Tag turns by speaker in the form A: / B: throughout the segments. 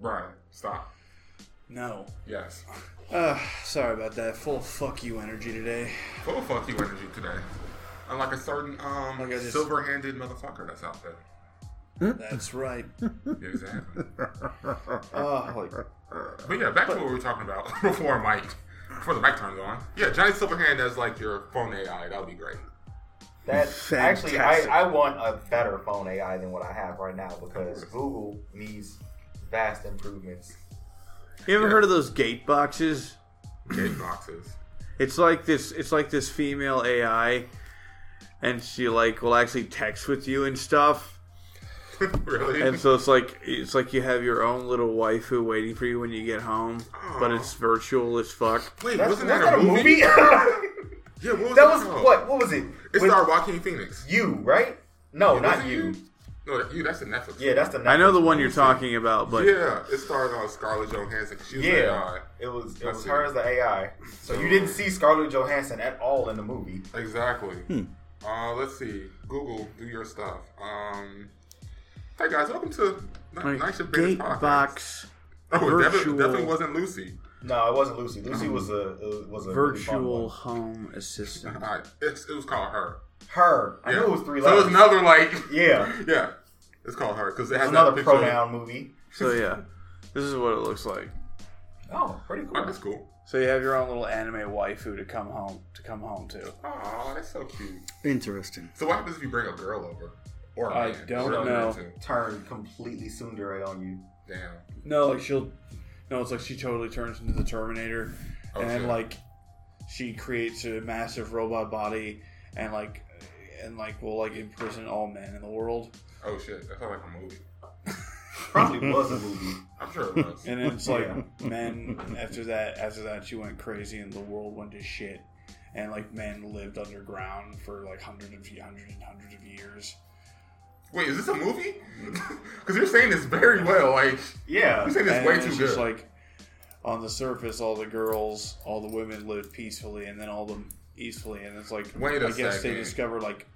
A: Brian, stop.
B: No.
A: Yes.
B: Uh, sorry about that. Full of fuck you energy today.
A: Full of fuck you energy today. I'm like a certain um,
B: Like I just-
A: silver-handed motherfucker that's out there.
B: That's right.
A: Yeah, exactly.
B: Oh, like,
A: But yeah, back to what we were talking about before Mike, before the mic turns on. Yeah, Johnny Silverhand as like your phone AI. That would be great.
C: That actually,
D: Fantastic.
C: I, I want a better phone AI than what I have right now because Google needs vast improvements.
D: You ever heard of those gate boxes?
A: Gate boxes.
D: It's like this. It's like this female AI, and she like will actually text with you and stuff.
A: really?
D: And so it's like it's like you have your own little waifu waiting for you when you get home, but it's virtual as fuck.
A: Wait,
C: That's,
A: wasn't
C: that's
A: that a movie?
C: that
A: Yeah, what was
C: was
A: called?
C: what? What was it?
A: It's
C: With
A: our Joaquin Phoenix.
C: you, right? No, not
A: Wasn't
C: you.
A: No, that- you. That's the Netflix.
C: Yeah, that's the.
D: I know the
C: Netflix
D: one you're talking about, but
A: Yeah, it starred uh, Scarlett Johansson. She was uh,
C: Yeah,
A: AI.
C: it was it
A: That's
C: was
A: it.
C: her as the AI. So you didn't see Scarlett Johansson at all in the movie.
A: Exactly.
D: Hmm.
A: Uh, let's see. Google, do your stuff. Um, hey guys, welcome to N-
D: like,
A: Night Shift Beta
D: gate
A: Podcast.
D: box
A: Oh, it definitely,
D: virtual-
A: definitely wasn't Lucy.
C: No, it wasn't Lucy. Lucy was a was a really fun
D: virtual
C: one.
D: home assistant.
A: All right, it's, it was called her.
C: Her. I
A: Yeah.
C: knew it was three
A: So it
C: letters.
A: was another like
C: yeah,
A: yeah. It's called her because it
C: it's
A: has that
C: another
A: picture of-
C: pronoun movie.
D: So yeah, this is what it looks like.
C: Oh, pretty cool.
A: Oh, that's cool.
D: So you have your own little anime waifu to come home to come home to.
A: Oh, that's so cute.
B: interesting.
A: So what happens if you bring a girl over or a
D: I
A: man?
D: don't
A: Whatever
D: know.
A: that is.
C: Turned completely tsundere on you.
A: Damn.
D: No, like she'll. No, it's like she totally turns into the Terminator,
A: Oh,
D: and
A: shit.
D: like she creates a massive robot body, and like and like will like imprison all men in the world,
A: Oh shit, that sounds like a movie.
C: Probably was a movie.
A: I'm sure it was.
D: and then it's like men after that after that she went crazy and the world went to shit, and like men lived underground for like hundreds of hundreds and hundreds of years.
A: Wait, is this a movie? Because you're saying this very well. Like
C: Yeah.
A: you're saying this
D: and
A: way
D: it's
A: too
D: just
A: good.
D: like on the surface, all the girls, all the women lived peacefully, and then all the peacefully, and it's like
A: Wait a
D: I guess they
A: second.
D: discover like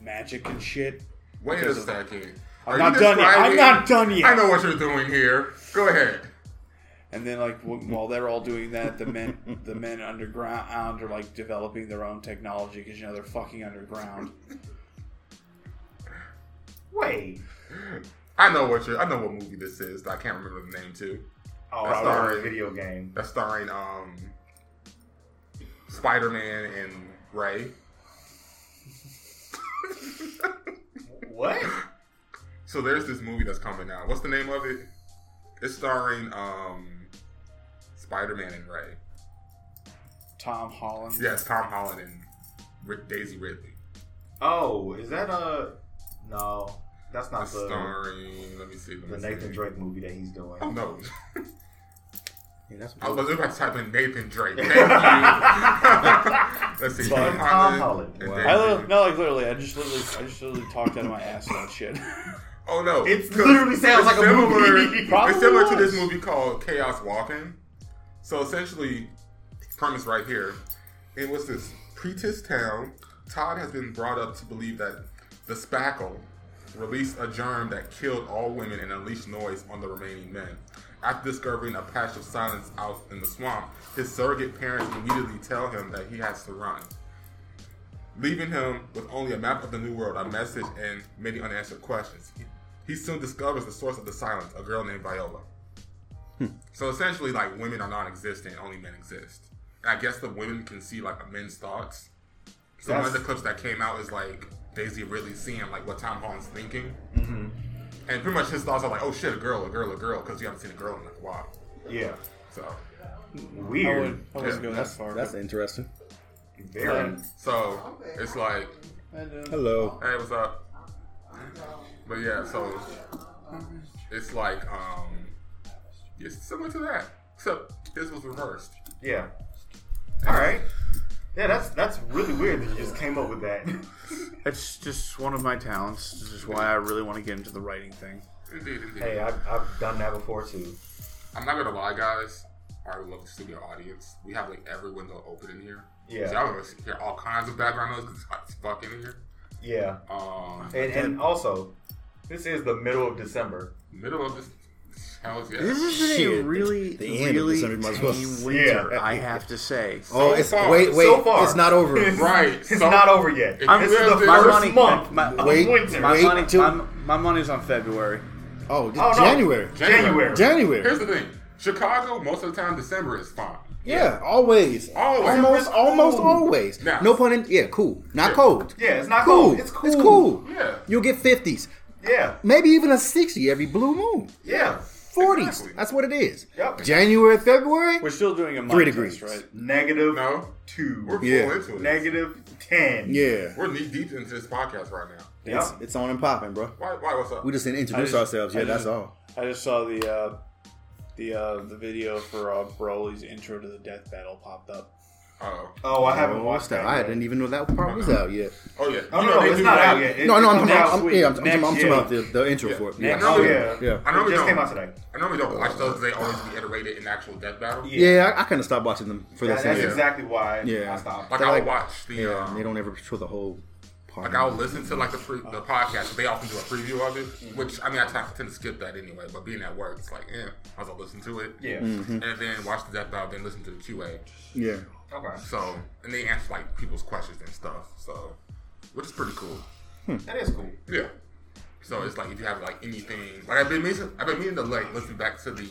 D: magic and shit.
A: Wait a
D: because of-
A: second.
D: I'm
A: Are
D: not
A: you
D: done yet. I'm
A: describing-
D: not done yet.
A: I know what you're doing here. Go ahead.
D: And then like wh- while they're all doing that, the men the men underground are like developing their own technology because you know they're fucking underground.
C: Wait.
A: I know what you're. I know what movie this is. I can't remember the name too.
C: Oh,
A: That's
C: I was
A: alright.
C: a video game.
A: That's starring um, Spider Man and Ray.
C: What?
A: So there's this movie that's coming out. What's the name of it? It's starring um, Spider Man and Ray.
D: Tom Holland.
A: Yes, Tom Holland and Ri- Daisy Ridley.
C: Oh, is that a? No, that's not
A: It's
C: the
A: starring. Let me see. Let me
C: the
A: see.
C: Nathan Drake movie that he's doing.
A: Oh no!
B: Yeah, that's
A: I was about to type in Nathan Drake. Thank you. Let's see.
D: Sorry.
C: Tom Holland.
A: and
C: Wow.
A: Daisy
D: I literally,
A: Ridley.
D: no, like literally, I just literally, I just literally talked out of my ass about shit.
A: Oh no!
C: It
A: 'Cause
C: literally sounds
A: it's
C: like a
A: similar-
C: movie.
D: Probably
A: it's similar to
D: was.
A: this movie called Chaos Walking. So essentially, premise right here. It was this Pretis town. Todd has been brought up to believe that the Spackle released a germ that killed all women and unleashed noise on the remaining men. After discovering a patch of silence out in the swamp, his surrogate parents immediately tell him that he has to run leaving him with only a map of the new world, a message, and many unanswered questions. He, he soon discovers the source of the silence, a girl named Viola. So essentially, like women are non-existent, only men exist. And I guess the women can see like men's thoughts. So one of
C: That's-
A: the clips that came out is like Daisy really seeing like what Tom Holland's thinking, and pretty much his thoughts are like, "Oh shit, a girl, a girl, a girl," because you haven't seen a girl in like a while.
C: Yeah.
A: So,
D: I
C: Weird.
D: would, I wouldn't go that
A: That's-
D: far.
B: That's interesting.
C: Very.
A: so it's like,
B: Hello.
A: "Hey, what's up?" But yeah, so It's like um, it's similar to that, except this was reversed.
C: Yeah. All right. Yeah, that's that's really weird that you just came up with that.
D: It's just one of my talents. This is why I really want to get into the writing thing.
A: Indeed, indeed.
C: hey, I've, I've done that before too.
A: I'm not gonna lie, guys. I love the studio audience. We have like every window open in here.
C: Yeah.
A: So y'all gonna hear all kinds of background noise because it's hot as fuck in here.
C: Yeah.
A: Um,
C: And, and also, this is the middle of December.
A: middle of this. Hell
E: This
A: yeah.
E: has been a
B: Shit.
E: really,
B: The end of
E: really
B: December might as well.
E: tame winter,
C: Yeah.
E: I have to say.
B: oh, it's
A: far,
B: wait,
C: so
B: wait,
C: far.
B: it's not over. Oh,
C: It's-
A: Right,
C: It's
A: so-
C: not over yet.
A: I'm
C: this is the
A: good.
C: first
A: My
E: money-
C: month.
E: my-
C: of
B: wait,
C: winter.
B: wait.
C: Oh,
E: My, money,
B: till-
E: my, my money's on February.
B: Oh, d-
C: no.
B: January,
C: January.
B: January.
A: Here's the thing Chicago, most of the time, December is fine.
B: yeah, always,
A: Always.
B: almost,
C: It's
B: almost,
C: cool.
B: always.
A: Now-
B: no pun in. Yeah, cool. Not
A: Yeah.
B: cold.
C: Yeah, it's not
B: cool.
C: cold. It's cool.
A: Yeah.
B: You'll get fifties,
C: Yeah.
B: maybe even a sixty every blue moon.
C: Yeah.
B: Forties.
A: Exactly.
B: That's what it is.
C: Yep.
B: January, February.
D: We're still doing a
B: Three
D: mic
B: degrees.
D: test, right?
C: Negative
A: No, we're
C: two.
A: full
B: Yeah.
A: into it.
C: Negative ten.
B: Yeah,
A: We're knee deep into this podcast right now.
C: Yep.
B: it's on and popping, bro.
A: Why? Why? What's up?
B: We just didn't
D: I
B: introduce
D: just-
B: ourselves. Yeah,
D: I
B: that's
D: just-
B: all.
D: I just saw the uh, the uh, the video for uh, Broly's intro to the death battle popped up.
A: oh,
C: Oh, I haven't
B: Oh,
C: watched that.
B: I
C: yet.
B: didn't even know that part was out yet.
A: oh yeah.
C: Oh
A: You
C: no,
A: know,
C: no,
A: they
C: it's
A: do
C: not
A: that-
C: out yet. It-
B: No, no, I'm, I'm,
C: it's out
B: I'm,
C: sweet.
B: yeah, I'm, I'm,
C: Next
B: I'm talking
C: year.
B: about the, the intro
A: Yeah.
B: for it.
D: Next
C: Oh
B: yeah,
C: yeah.
B: yeah.
A: I normally
C: It just
A: don't.
C: came out today.
A: I normally don't watch those. 'cause They always be iterated in actual death battle.
C: Yeah.
B: Yeah, I, I kind of stopped watching them for
C: That-
B: that.
C: that's
B: same-
C: exactly why
B: Yeah.
C: I stopped.
A: Like
B: They're
A: I'll
B: like-
A: watch the.
B: Yeah,
A: um,
B: and they don't ever show the whole part.
A: Like I'll listen to like the pre- the podcast. They often do a preview of it,
C: Mm-hmm.
A: which I mean I t- tend to skip that anyway. But being at work, it's like eh, yeah, I was gonna listen to it, Mm-hmm.
C: Yeah.
B: Mm.
A: and then watch the death battle, then listen to the QA.
B: yeah,
C: Okay.
A: So and they answer like people's questions and stuff. So which is pretty cool.
C: That is cool.
A: Yeah. So it's like if you have like anything, like I've been meaning, I've been meaning to like listen back to the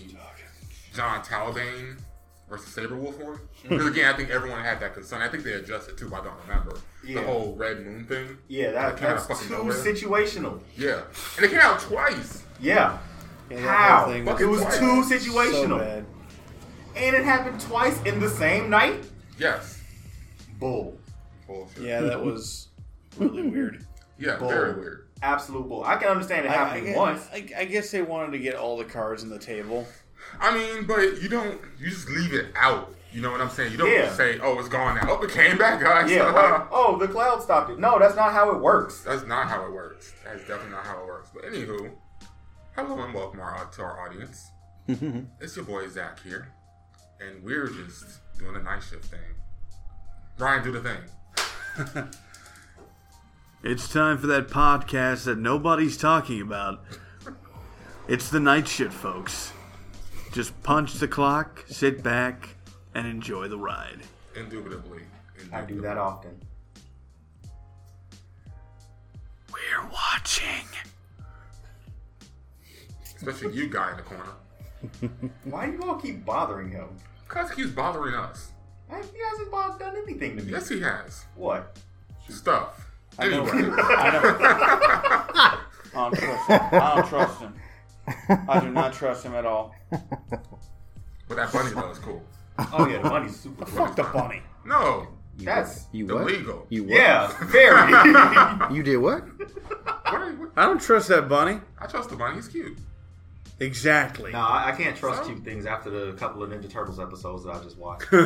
A: John Talbane versus Saberwolf one
C: Mm-hmm.
A: because again I think everyone had that concern. I think they adjusted too, but I don't remember
C: Yeah.
A: the whole Red Moon thing.
C: Yeah, that,
A: came out
C: that's
A: of fucking
C: too
A: nowhere.
C: situational.
A: Yeah, and it came out twice.
C: Yeah.
D: Yeah, that
C: How?
D: whole thing was
C: It was
A: twice.
C: too
D: So
C: situational.
D: bad.
C: and it happened twice in the same night?
A: Yes.
C: Bull.
A: Bullshit.
D: Yeah, that was really weird.
A: Yeah,
C: Bull.
A: very weird.
C: Absolute bull. I can understand it
D: I, I,
C: happening
D: guess,
C: once.
D: I, I guess they wanted to get all the cards in the table.
A: I mean, but you don't, you just leave it out. You know what I'm saying? You don't
C: Yeah.
A: say, oh, it's gone now. Oh, it came back, guys.
C: Yeah, like, oh, the cloud stopped it. No, that's not how it works.
A: That's not how it works. That's definitely not how it works. But anywho, hello and welcome our, to our audience. it's your boy Zach here, and we're just doing a night shift thing. Ryan, do the thing.
D: It's time for that podcast that nobody's talking about. It's the night shit, folks. Just punch the clock, sit back, and enjoy the ride.
A: Indubitably. Indubitably.
C: I do that often.
D: We're watching.
A: Especially you guy in the corner.
C: Why do you all keep bothering him?
A: Because he's bothering us.
C: Why- He hasn't bo- done anything to me.
A: Yes, he has.
C: What?
A: Stuff.
D: I know.
A: Anyway.
D: I know. I don't trust him. I don't trust him. I do not trust him at all.
A: But that bunny though is cool.
C: Oh yeah, the money's super.
D: Fuck the bunny.
A: No,
B: you,
C: That's-
B: you what?
A: illegal.
B: You what?
C: Yeah, very.
B: you did what?
A: What are you-
D: I don't trust that bunny.
A: I trust the bunny. He's cute.
D: Exactly.
C: no, I I can't trust you things after the couple of Ninja Turtles episodes that I just watched.
B: Wow.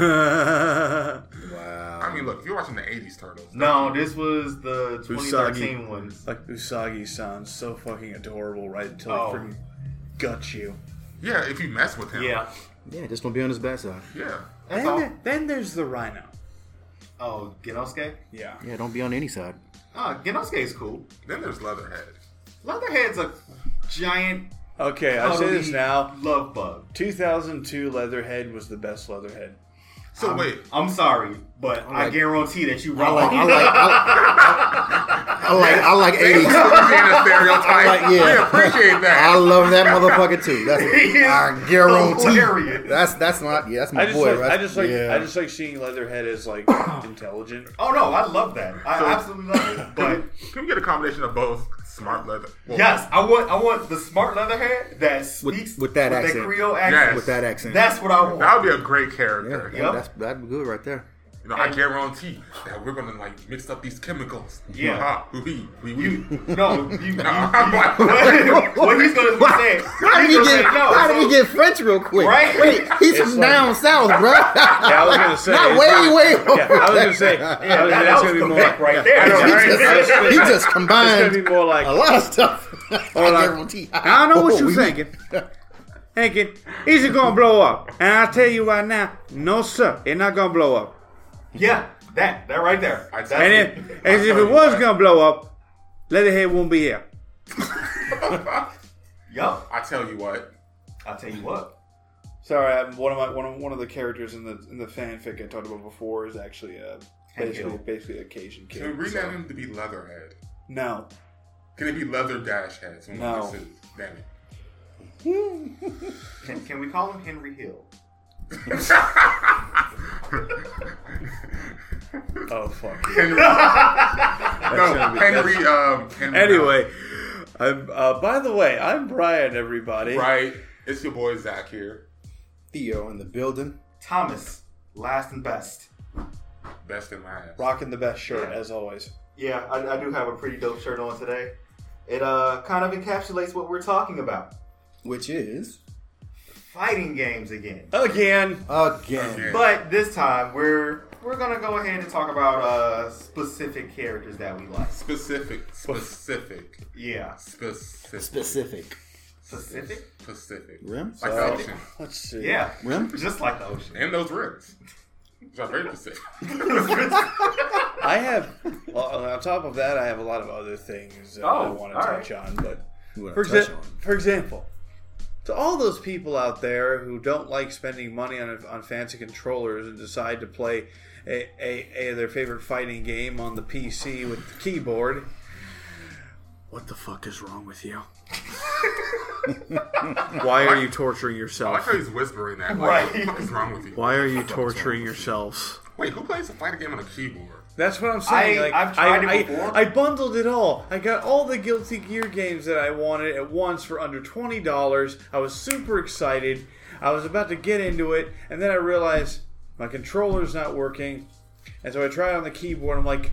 A: I mean, look, if you're watching the '80s Turtles,
C: no, this was the 2013 one.
D: like Usagi sounds so fucking adorable right until
C: Oh.
D: he freaking guts you.
A: yeah, if you mess with him,
C: Yeah.
B: Yeah, just don't be on his bad side.
A: yeah.
C: That's
D: then,
C: all.
D: the- then there's the rhino.
C: Oh, Genosuke?
D: Yeah.
B: Yeah, don't be on any side.
C: Ah, Genosuke is cool.
A: Then there's Leatherhead.
C: Leatherhead's a giant.
D: Okay, I say this
C: cuddly
D: now.
C: Love bug.
D: 2002 Leatherhead was the best Leatherhead.
A: So wait,
C: I'm sorry, but I
B: like-
C: guarantee that you
B: I
C: wrong.
B: like, I like, I like, I like, I like
A: It's
B: eighties.
A: a stereotype.
B: Like, yeah.
A: I appreciate
B: I
A: that.
B: love that motherfucker too. That's I guarantee.
C: hilarious.
B: That's that's not. Yeah, that's my
D: I just
B: boy.
D: like,
B: right?
D: I just like
B: yeah.
D: I just like seeing Leatherhead as like intelligent.
C: oh no, I love that. I absolutely love it. But
A: Can we get a combination of both smart leather? Well,
C: yes, I want I want the smart Leatherhead that
B: With-
C: speaks
B: with that accent.
C: Creole accent.
B: with that accent.
C: That's what I want.
A: That would be a great
B: yeah,
A: character.
B: that,
C: Yep.
B: that's that'd be good right there.
A: You know, I guarantee that we're gonna like mix up these chemicals.
C: Yeah.
A: Ha, we, we, we.
C: no, you, you, you,
A: I'm like-
C: what he's gonna be saying?
B: How
C: he's
B: did he
C: gonna say,
B: get?
C: no,
B: how
C: so-
B: did he get French real quick?
C: Right?
B: Wait, he's from down south, bro.
D: Yeah, I was gonna say.
B: Not way, way.
D: Yeah, I was gonna say.
C: Yeah,
D: I was,
C: that,
D: that's
C: that was
D: gonna be
C: the
D: more.
C: pick right there.
A: I know,
B: he,
A: right?
B: just, he just
D: It's
B: combined
D: gonna be more like.
B: a lot of stuff. I
D: like-
B: guarantee.
D: I don't know what
B: Oh,
D: you're
B: we-
D: thinking. Thinking, is it gonna blow up? And I tell you right now, no sir, it's not gonna blow up.
C: Yeah, that that right there.
A: I-
C: That's
A: and
C: it.
D: And if, as if it was gonna blow up, Leatherhead won't be here.
C: Yup.
A: I tell you what,
C: I tell you what.
D: Sorry, I'm, one of my one of one of the characters in the in the fanfic I talked about before is actually a basically
C: Cajun.
D: basically a Cajun kid.
A: Can we rename
D: so-
A: him to be Leatherhead?
D: No,
A: Can it be Leather Dash Head? So
D: No.
A: this is- Damn it.
C: Can, can we call him Henry Hill?
D: Oh fuck.
A: Henry. no, Henry. Um, Henry
D: Anyway, I'm. Uh, by the way, I'm Brian. Everybody.
A: Right. It's your boy Zach here.
B: Theo in the building.
C: Thomas, last and best.
A: Best in my ass.
D: Rocking the best shirt as always.
C: Yeah, I, I do have a pretty dope shirt on today. It uh kind of encapsulates what we're talking about.
B: Which is
C: Fighting games again.
D: Again.
B: again.
C: But this time we're we're gonna go ahead and talk about uh specific characters that we like.
A: Specific. Specific.
C: Yeah.
A: Specific.
B: Specific.
C: Specific?
A: Specific.
B: Rims?
A: Like the ocean.
D: Let's see.
C: Yeah.
B: Rim?
C: Just like the ocean.
A: And those rims. Which are very specific.
D: I have. Well, on top of that, I have a lot of other things that I
C: Oh,
D: want to
C: all
D: touch on. But
B: You wanna
D: for,
B: touch
D: exa-
B: on it?
D: for example, to all those people out there who don't like spending money on on fancy controllers and decide to play a, a, a their favorite fighting game on the PC with the keyboard.
F: What the fuck is wrong with you?
D: Why are you torturing
A: I like
D: yourself?
A: how he's whispering that. Like,
C: Right.
A: What the fuck is wrong with you?
F: Why are you torturing yourselves?
A: Wait, who plays a fighting game on a keyboard?
D: That's what I'm saying.
C: I-
D: like,
C: I've tried
D: I,
C: it before.
D: I, I bundled it all. I got all the Guilty Gear games that I wanted at once for under twenty dollars. I was super excited. I was about to get into it, and then I realized my controller's not working, and so I tried on the keyboard. I'm like,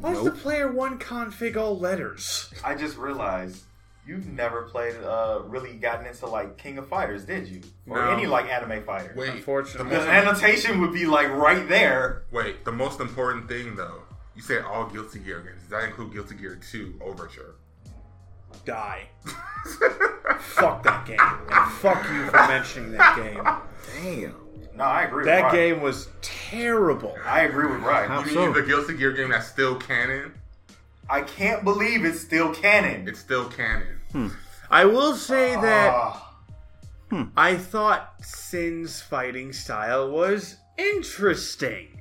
D: why is the player one config all letters?
C: I just realized you've never played uh really gotten into like King of Fighters, did you? Or
A: No.
C: any like anime fighter.
A: Wait.
D: Unfortunately.
A: The
C: Because
A: most,
C: annotation would be like right there.
A: wait, the most important thing though, you said all Guilty Gear games. Does that include Guilty Gear 2 Overture?
D: Die. fuck that game. And fuck you for mentioning that game.
B: Damn.
C: No, I agree with
D: That
C: Ryan.
D: game was terrible.
C: I agree with Ryan.
A: You mean the Guilty Gear game that's still canon?
C: I can't believe it's still canon.
A: It's still canon.
D: I will say that.
C: Ah,
D: I thought Sin's fighting style was interesting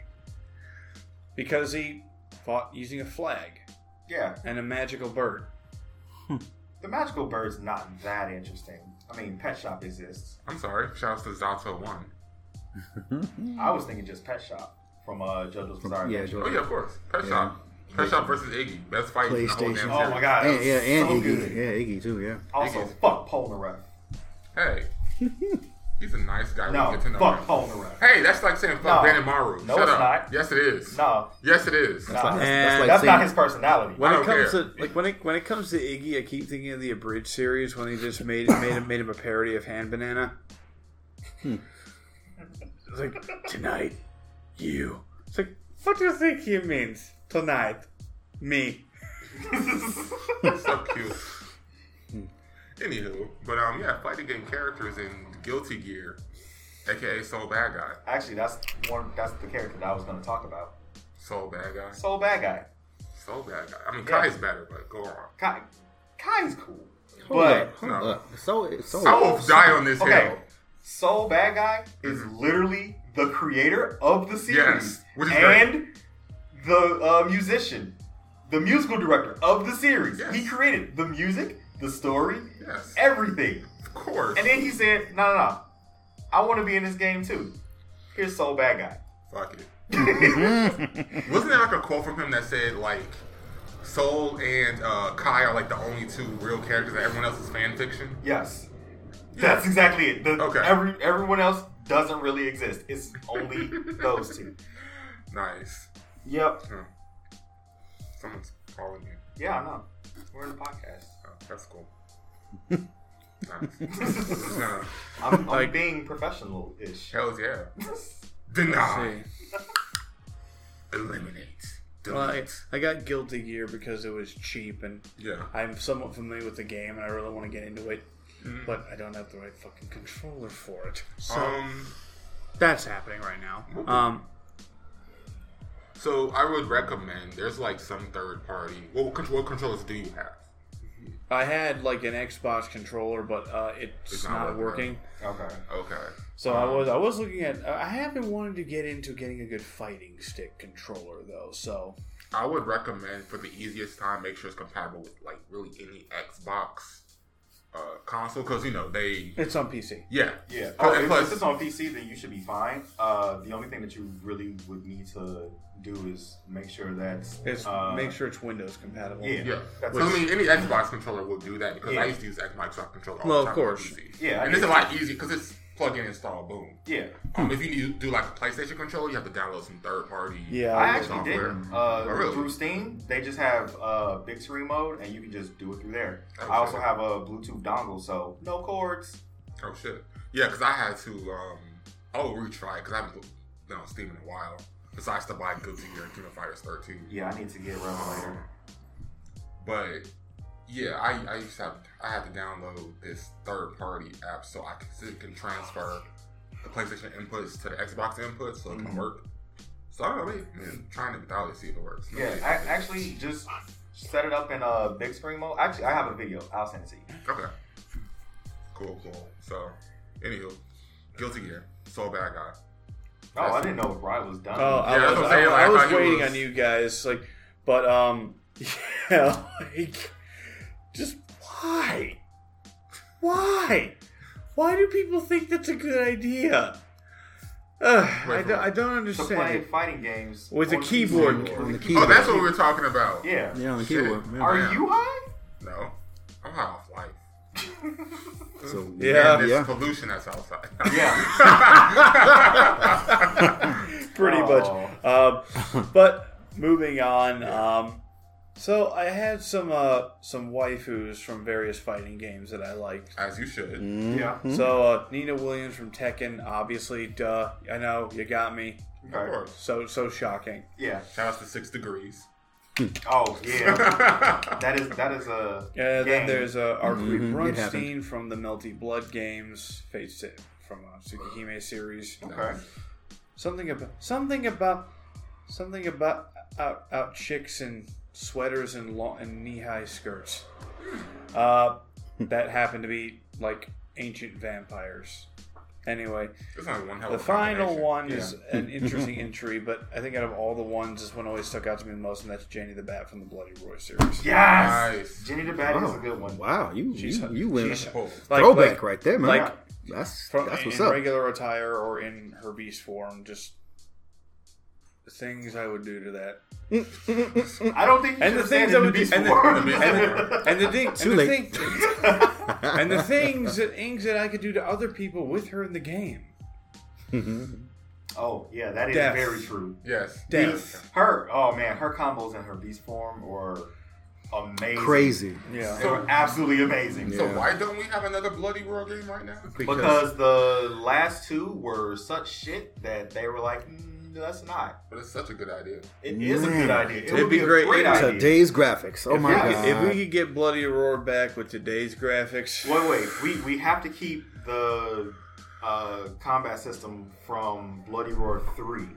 D: because he fought using a flag
C: yeah.
D: and a magical bird.
C: The magical bird's not that interesting. I mean, Pet Shop exists.
A: I'm sorry. Shouts to Zato One.
C: I was thinking just Pet Shop from uh, JoJo's Bizarre
B: Yeah,
C: Adventure.
A: Oh yeah, of course. Pet Shop. Pet Shop versus Iggy. Best fight in the whole damn
B: PlayStation.
A: series.
C: Oh my god, that
B: And,
C: was
B: yeah, and
C: so
B: Iggy.
C: good.
B: Yeah, Iggy too, yeah.
C: Also, fuck Polnareff.
A: Hey, he's a nice guy.
C: No,
A: we get to know
C: fuck
A: him.
C: Polnareff.
A: Hey, that's like saying fuck
C: No.
A: Danny Maru.
C: No,
A: Shut
C: it's
A: up.
C: not.
A: Yes, it is.
C: No,
A: Yes, it is.
C: that's not,
F: And
C: that's not his personality.
F: when
A: I
F: it
A: don't
F: comes
A: care.
F: to like when it when it comes to Iggy, I keep thinking of the abridged series when they just made made him made him a parody of Hand Banana.
A: Hmm.
D: It's like tonight, you. It's like what do you think he means tonight, me?
A: so cute. Anywho, but um, yeah, fighting game characters in Guilty Gear, aka Soul Bad Guy.
C: Actually, that's one. That's the character that I was going to talk about.
A: Soul Bad Guy.
C: Soul Bad Guy.
A: Soul Bad Guy. I mean,
C: Yeah.
A: Kai's better, but go on.
C: Kai, Kai's cool, but
A: No.
B: Look, so, so,
A: I will die on this
C: Oh, Okay.
A: hill.
C: Soul Bad Guy is literally the creator of the series
A: Mm-hmm. Yes, which is great.
C: and the uh, musician, the musical director of the series.
A: Yes.
C: He created the music, the story,
A: Yes,
C: everything.
A: of course.
C: And then he said, "No, no, no, I want to be in this game too. Here's Soul Bad Guy."
A: Fuck it. Wasn't there like a quote from him that said like Soul and uh, Kai are like the only two real characters that everyone else is fan fiction?
C: Yes, that's exactly it. The,
A: Okay.
C: Every everyone else doesn't really exist. It's only those two.
A: Nice.
C: Yep.
A: Hmm. Someone's calling me.
C: Yeah, I know. We're in the podcast.
A: Oh, that's cool. nice. Nah,
C: I'm, I'm being professional-ish.
A: hells yeah. Deny. Eliminate. Delete.
D: Well, I, I got Guilty Gear because it was cheap and
A: yeah.
D: I'm somewhat familiar with the game and I really want to get into it, but I don't have the right fucking controller for it. So
A: Um.
D: that's happening right now. Um,
A: So I would recommend. There's like some third party. Well, what control, what controllers do you have?
D: I had like an Xbox controller, but uh, it's,
A: It's not
D: not,
A: working.
D: working.
C: Okay.
A: Okay.
D: So I was I was looking at. I have been wanting to get into getting a good fighting stick controller though. So
A: I would recommend for the easiest time, make sure it's compatible with like really any Xbox uh, console because you know they
D: it's on PC.
A: yeah
C: Yeah.
A: Oh,
C: Oh,
A: and
C: if,
A: plus-
C: if it's on PC, then you should be fine. Uh, the only thing that you really would need to do is make sure that's
D: It's
C: uh,
D: make sure it's Windows compatible.
C: Yeah.
A: yeah.
C: That's
A: So, I mean, any Xbox controller will do that because I
C: Yeah.
A: used to use that Microsoft controller. All
D: Well,
A: the
D: of
A: time
D: course.
A: On PC.
C: Yeah, I
A: and it's a
C: get
A: lot easier because it's plug in, install, boom.
C: Yeah.
A: Um, if you need to do like a PlayStation controller, you have to download some third party.
D: Yeah,
C: I actually did.
A: software.
C: Uh,
A: Oh, really?
C: Through Steam, they just have uh, big screen mode, and you can just do it through there.
A: Okay.
C: I also have a Bluetooth dongle, so no cords.
A: Oh shit. Yeah, because I had to. Um, I'll retry because I haven't been on Steam in a while. Besides to buy Guilty Gear and Kingdom Fighters 13.
C: Yeah, I need to get Revelator.
A: But yeah, I, I used to have I had to download this third party app so I can, can transfer the PlayStation inputs to the Xbox inputs so it can
C: Mhm.
A: work. So I don't know, I mean, man, trying it without it, see if it works.
C: Yeah, I, actually, just set it up in uh, big screen mode. Actually, I have a video. I'll send it to you.
A: Okay. Cool, cool. So, anywho, Guilty Gear, so bad guy.
C: Oh, I didn't know Ride was done.
D: Oh, I
A: Yeah, that's
D: was,
A: what I'm
D: I,
A: saying, like,
D: I
A: I
D: was
A: thought he
D: waiting
A: was-
D: on you guys, like, but um, yeah, like, just why, why, why do people think that's a good idea? Ugh, I,
A: Wait,
D: do,
A: wait.
D: I don't
C: to play
D: understand.
C: fighting games
D: With a
C: on PC.
D: keyboard.
B: On the
A: Oh,
B: keyboard.
A: that's what we were talking about.
C: Yeah.
B: yeah, on the
A: Shit.
B: keyboard. Yeah.
C: Are
A: Yeah.
C: you high?
A: No, I'm not off life.
B: So,
D: Yeah.
A: And this
B: yeah.
A: pollution that's outside.
C: Uh, Yeah.
D: Pretty
C: Oh.
D: much. Um, but moving on. Um, so I had some uh some waifus from various fighting games that I liked.
A: As you should.
B: Mm-hmm.
C: yeah.
D: So uh, Nina Williams from Tekken, obviously, duh. I know you got me.
A: Of
C: Okay.
A: course.
D: So so shocking.
C: Yeah.
A: Shout out to Six Degrees.
C: Oh yeah. that is that is a
D: Yeah,
C: game.
D: then there's uh, Arcuri
B: Mm-hmm. it happened.
D: Brunstein from the Melty Blood games, Fate Sit from uh, Tsukihime series.
C: okay.
D: Something about something about something about out, out chicks in sweaters and long and knee high skirts. Uh,
B: Hmm.
D: that happened to be like ancient vampires. Anyway,
A: It's only one hell
B: Oh,
D: the
A: of a
D: final
A: combination.
D: one is an interesting entry, but I think out of all the ones, this one always stuck out to me the most, and that's Janie the Bat from the Bloody Roy series.
C: Yes.
A: Nice.
C: Jenny the Bad is a good one.
B: Wow, you
D: She's-
B: you, you went
D: she's-
A: Oh,
D: Like-
B: throwback
D: like-
B: right there, man.
D: like-
B: that's
D: from
B: that's what's
D: in
B: up.
D: regular attire or in her beast form, just the things I would do to that.
C: I don't think you
D: And
C: should
D: the
C: stand
D: things
C: in
D: I would do-
C: Beast
D: and the-
C: Wars.
A: and the-
D: And the thing,
B: Too
D: and the,
B: late.
D: thing and the things that things that I could do to other people with her in the game.
B: Mm-hmm.
C: oh yeah, that is
D: Death.
C: very true.
A: Yes.
D: Death.
C: Her oh man, her combos in her beast form were amazing.
B: Crazy.
D: Yeah.
C: So absolutely amazing.
A: So
B: Yeah.
A: why don't we have another Bloody Roar game right now?
C: Because the last two were such shit that they were like, mm, that's not.
A: But it's such a good idea.
C: It is a
B: Man.
C: good idea. It
B: It'd
C: would
D: be
C: be, a
D: great.
C: great,
D: It's
C: idea.
B: Today's graphics. Oh my
C: we
B: god.
C: could-
D: If we could get Bloody Roar back with today's graphics,
C: Wait, wait. We we have to keep the uh, combat system from Bloody Roar three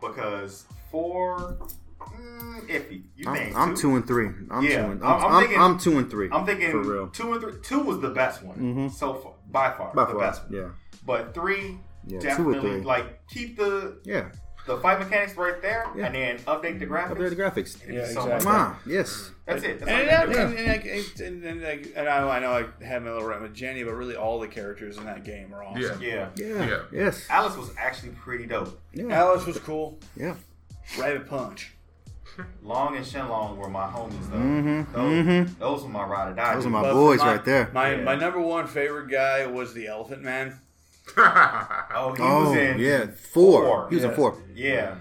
C: because four mm, iffy. You
B: I'm,
C: think
B: I'm
C: two-
B: two and three. I'm
C: Yeah,
B: two
C: I'm-
B: and I'm,
C: I'm
B: I'm,
C: thinking-
B: I'm two and three. Mm-hmm.
C: I'm thinking
B: for real.
C: two and three. Two was the best one so far, by far,
B: By
C: the
B: far,
C: best one.
B: yeah.
C: But three,
B: Yeah, two or
C: definitely
B: three.
C: like keep the
B: Yeah.
C: the fight mechanics right there,
B: Yeah.
C: and then update the graphics.
B: Up there the graphics.
C: It'd be
D: Yeah,
C: so much
D: exactly.
B: Come on. Yes.
C: That's it. That's
D: And,
C: all
D: that,
C: you can
D: and, and, I- and, and, like, and I, I know I had my little rant with Jenny, but really all the characters in that game are awesome.
C: do. Yeah.
B: Yeah.
A: Yeah.
B: Yes.
C: Alice was actually pretty dope.
B: Yeah.
D: Alice was cool.
B: Yeah.
D: Rabbit Punch.
C: Long and Shenlong were my homies though. Those, those were my ride or die.
B: Mm-hmm, Those are
C: dudes.
B: my
D: But
B: boys
D: for my-
B: right there.
D: My
C: Yeah.
D: my number one favorite guy was the Elephant Man.
C: Oh, he
B: oh
C: was in
B: yeah. Four.
C: four.
B: He was in
D: Yeah.
B: four.
C: Yeah.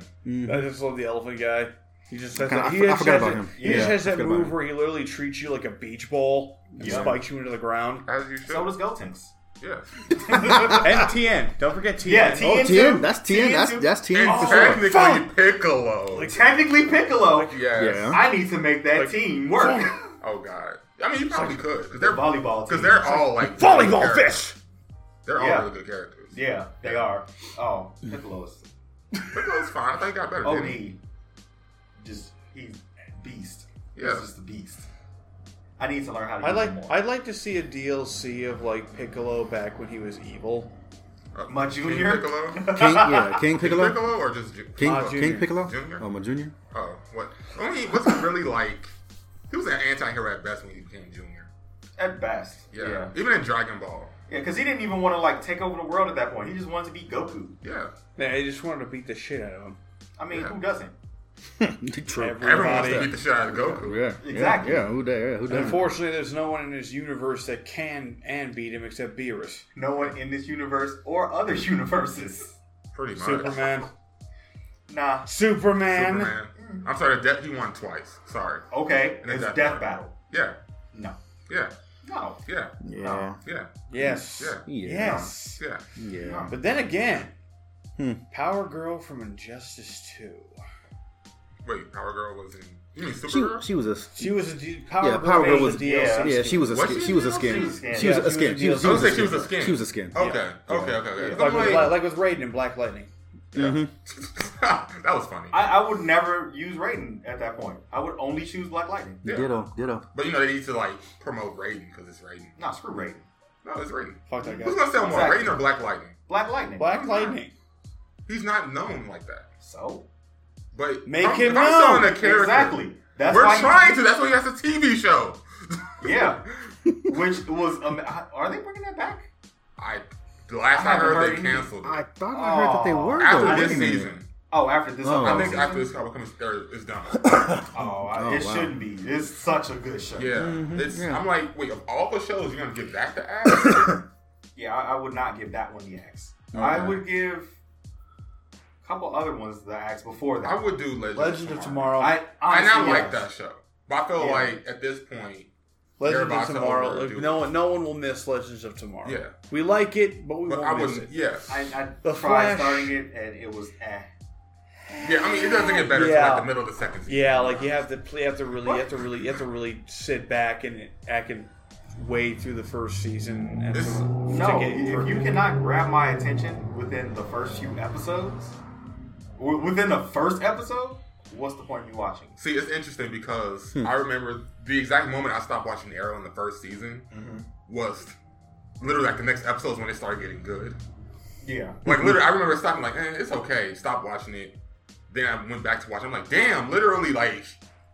D: I just love the Elephant guy. He just has
B: Mm-hmm. Kinda-
D: that,
B: I
D: he
B: for- I
D: just
B: forgot
D: has
B: about
D: that-
B: him.
D: He just
B: Yeah,
D: has
B: I
D: that
B: forgot about
D: move
B: him.
D: where he literally treats you like a beach ball and
C: Yeah.
D: spikes you into the ground.
A: As you should.
C: So does Gotenks.
A: yeah.
D: and
B: Ah.
D: TN. Don't forget TN.
C: Yeah, TN.
B: Oh, TN. That's TN.
C: TN
B: That's
C: too.
B: that's TN
A: And
B: for sure.
A: technically
D: fuck.
A: Piccolo.
C: Technically Piccolo.
A: yes.
B: Yeah.
C: I need to make that
D: Like-
C: team work.
A: Oh god. I mean, you probably could because
C: Their
A: they're
C: volleyball team.
A: because they're all like
D: Volleyball
A: characters.
D: fish!
A: They're all
C: Yeah.
A: really good characters.
C: Yeah, they are. Oh, Piccolo's
A: Piccolo's fine. I thought he got better.
C: Oh,
A: didn't he?
C: OD. Just he's a beast.
A: Yeah.
C: He's just a beast. I need to learn how to.
D: I
C: use
D: like.
C: them more.
D: I'd like to see a DLC of like Piccolo back when he was evil.
A: Uh,
C: My
A: King
C: junior?
A: Piccolo?
B: King, yeah, King
A: King
B: Piccolo.
A: Piccolo or just Ju-
B: King,
D: Ah,
B: King
D: Junior.
B: Piccolo.
A: Junior?
B: Oh, my junior.
A: Oh, what? I mean, what's he really like? He was an anti-hero at best when he became junior.
C: at best.
A: Yeah.
C: yeah,
A: Even in Dragon Ball.
C: yeah. Because he didn't even want to like take over the world at that point. He just wanted to be Goku.
A: Yeah.
D: Nah, I just wanted to beat the shit out of him.
C: I mean,
A: Yeah.
C: who doesn't?
B: True.
D: Every-
A: Everyone wants to
D: Everybody-
A: beat the shit out of Goku.
B: Yeah,
C: Exactly.
B: Yeah, yeah who that? Yeah, who that?
D: Unfortunately, there's no one in his universe that can and beat him except Beerus,
C: No one in this universe or other universes.
A: Pretty much.
D: Superman,
C: Nah.
D: Superman.
A: Superman. I'm sorry, Death he won twice. Sorry.
C: Okay,
A: And
C: it's
A: that-
C: death battle.
A: Yeah.
C: No.
A: Yeah.
C: No.
A: Yeah.
B: Yeah.
A: Yeah.
D: Yes.
A: Yeah.
B: Yeah.
D: Yes.
A: Yeah.
B: Yeah.
D: But then again,
B: Hmm.
D: Power Girl from Injustice Two.
A: Wait, Power Girl was in. You mean
B: She,
A: Supergirl?
B: she was a
D: She was a D- Power
B: yeah.
D: Girl.
B: Power Girl
D: made
B: was
D: the DLC.
C: yeah,
B: yeah. She was a
A: Was
B: skin.
A: she
B: She was
A: a
B: a
A: DLC?
B: skin.
C: She was
B: She was
D: a
B: a skin.
D: DLC.
B: She was
A: I was gonna say she
B: a
A: was a
B: skin. Oh,
A: skin.
B: She was a skin.
A: Okay.
C: Yeah.
A: Okay. Okay. Okay.
C: Yeah.
D: Like,
A: I'm
D: with,
A: like-
D: like with Raiden and Black Lightning.
B: Mhm.
A: that was funny.
C: I, I would never use Raiden at that point. I would only choose Black Lightning.
A: Yeah.
B: Ditto. Ditto.
A: But you know they need to like promote Raiden because it's Raiden.
C: Nah, screw Raiden.
A: No, it's Raiden.
D: Fuck that guy.
A: Who's gonna sell more,
C: Exactly.
A: Raiden or Black Lightning?
C: Black Lightning.
D: Black Lightning.
A: He's not known like that.
C: So
A: But
D: Make
A: if I'm,
D: him
A: if I'm
D: known.
A: selling a character.
C: exactly. That's
A: We're
C: why
A: trying to. That's why he has a TV show.
C: to. Yeah. Which was um, are they bringing that back?
A: I the last
C: I
A: I,
C: haven't
A: heard,
C: heard
A: they
C: anything.
A: canceled it.
B: I thought I heard that they
C: Aw.
B: were
A: after
B: though.
A: this
B: Wait a minute.
A: season.
C: Oh, after this.
B: Oh.
A: I
C: upcoming
A: think
C: season?
A: after this comic comes er, it's done.
C: Oh, I-
B: Oh,
C: it
B: wow.
C: shouldn't be. It's such a good show.
A: yeah. It's
B: yeah.
A: I'm like, wait, of all the shows you're gonna give that to Ash?
C: Yeah, I, I would not give that one the axe. I would give a couple other ones the axe before that.
A: I would do Legend,
D: Legend of Tomorrow.
C: I
A: And
C: honestly,
A: I like
C: yes.
A: that show. But I feel
C: Yeah.
A: like at this point,
D: Legends
A: Everybody's
D: of Tomorrow.
A: overdue.
D: No one, no one will miss Legends of Tomorrow.
A: Yeah.
D: we like it, but we
A: but
D: won't
A: I
D: miss
A: wouldn't
D: it.
A: yeah.
C: I, I
D: The
C: tried
D: Flash.
C: starting it and it was eh.
A: Yeah, I mean it doesn't get better
D: Yeah.
A: until like the middle of the second season.
D: Yeah, like you have to, play, you have to really, you have to really, you have to really sit back and act and wade through the first season. And
A: This-
C: No, if you cannot grab my attention within the first few episodes, w- within the first episode, what's the point of you watching?
A: See, it's interesting because I remember the exact moment I stopped watching Arrow in the first season was literally like the next episodes when it started getting good.
C: Yeah.
A: Like literally, I remember stopping like, eh, it's okay. Stop watching it. Then I went back to watch. it. I'm like, damn, literally like,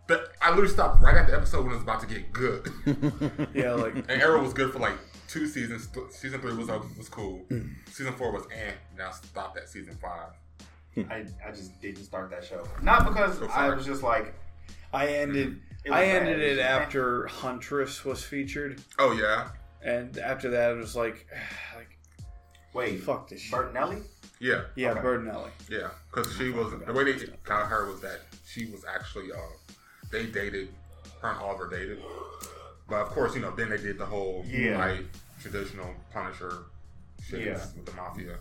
A: the, I literally stopped right at the episode when it was about to get good. and
D: yeah, like
A: Arrow was good for like two seasons. Th- Season three was uh, was cool. Season four was eh. Now stopped at season five.
C: I, I just didn't start that show. Not because
A: So
C: I
A: sorry.
C: was just like,
D: I
B: Mm.
D: ended,
C: It was
D: I
C: bad.
D: ended
C: It was
D: it
C: bad.
D: after Huntress was featured,
A: Oh yeah,
D: and after that, I was like, like
C: wait,
D: fuck this shit.
C: Bertinelli?
A: yeah,
D: Yeah,
C: Okay.
D: Burdenelli.
A: yeah. Because she was the way they got her was that she was actually uh, they dated her and Oliver dated, but of course you know then they did the whole
C: Yeah.
A: like traditional Punisher shit
C: Yeah.
A: with the mafia.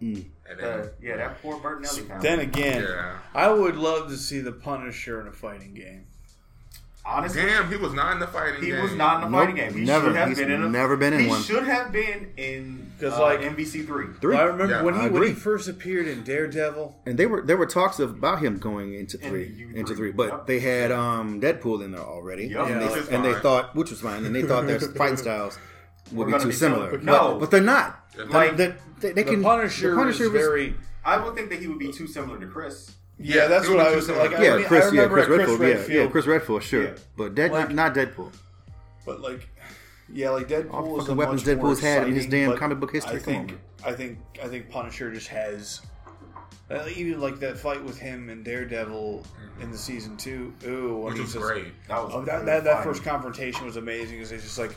D: Mm.
A: And then,
C: Uh, yeah, that poor Bertinelli. Kind
D: Then again,
A: Yeah.
D: I would love to see the Punisher in a fighting game.
C: honestly,
A: Damn, he was not in the fighting
C: He
A: game.
C: was not in the
B: Nope,
C: fighting game. He
B: never.
C: should have
B: He's
C: been in a,
B: never been in
C: he
B: one.
C: should have been in
D: 'Cause,
C: uh,
D: like-
C: NBC three.
B: Three.
D: I remember
A: Yeah,
D: when he
B: I
D: when he
B: agree.
D: first appeared in Daredevil.
B: And they were there were talks of, about him going into three,
C: you
B: into
C: three.
B: three, but
C: Yep.
B: they had um, Deadpool in there already,
C: Yep.
B: and,
D: Yeah.
B: they,
A: Which is
B: and they
A: fine.
B: thought, which was fine, and they thought their fighting styles
C: We're
B: would be
C: gonna
B: too
C: be
B: similar.
C: similar.
B: But-
C: No.
B: but, they're not.
C: Like,
B: they, they, they
D: The
B: can.
D: Punisher,
B: the Punisher
D: is
B: was-
D: very.
C: I would think that he would be too similar to Chris.
D: Yeah, that's
A: it
D: what
A: would
D: I
A: be
D: was
A: too
D: like. I,
B: yeah,
D: mean, I
B: Chris, yeah,
D: remember
B: Chris
D: Chris
B: Redfield, yeah, yeah, Chris Redfield, sure,
C: Yeah.
B: but Dead,
D: Like-
B: not Deadpool.
D: But like, yeah, like Deadpool
B: All the
D: is a
B: fucking weapons
D: much more
B: Deadpool's had in his
D: exciting,
B: damn
D: but
B: comic book history,
D: I
B: come on,
D: think, I think, I think Punisher just has. uh, even like that fight with him and Daredevil in the season two. Ooh, when
A: Which
D: he
A: was
D: just-
A: great.
C: That was
D: Oh,
C: a
D: that,
C: good
D: that, that
C: fight.
D: first confrontation was amazing. Because it's just like,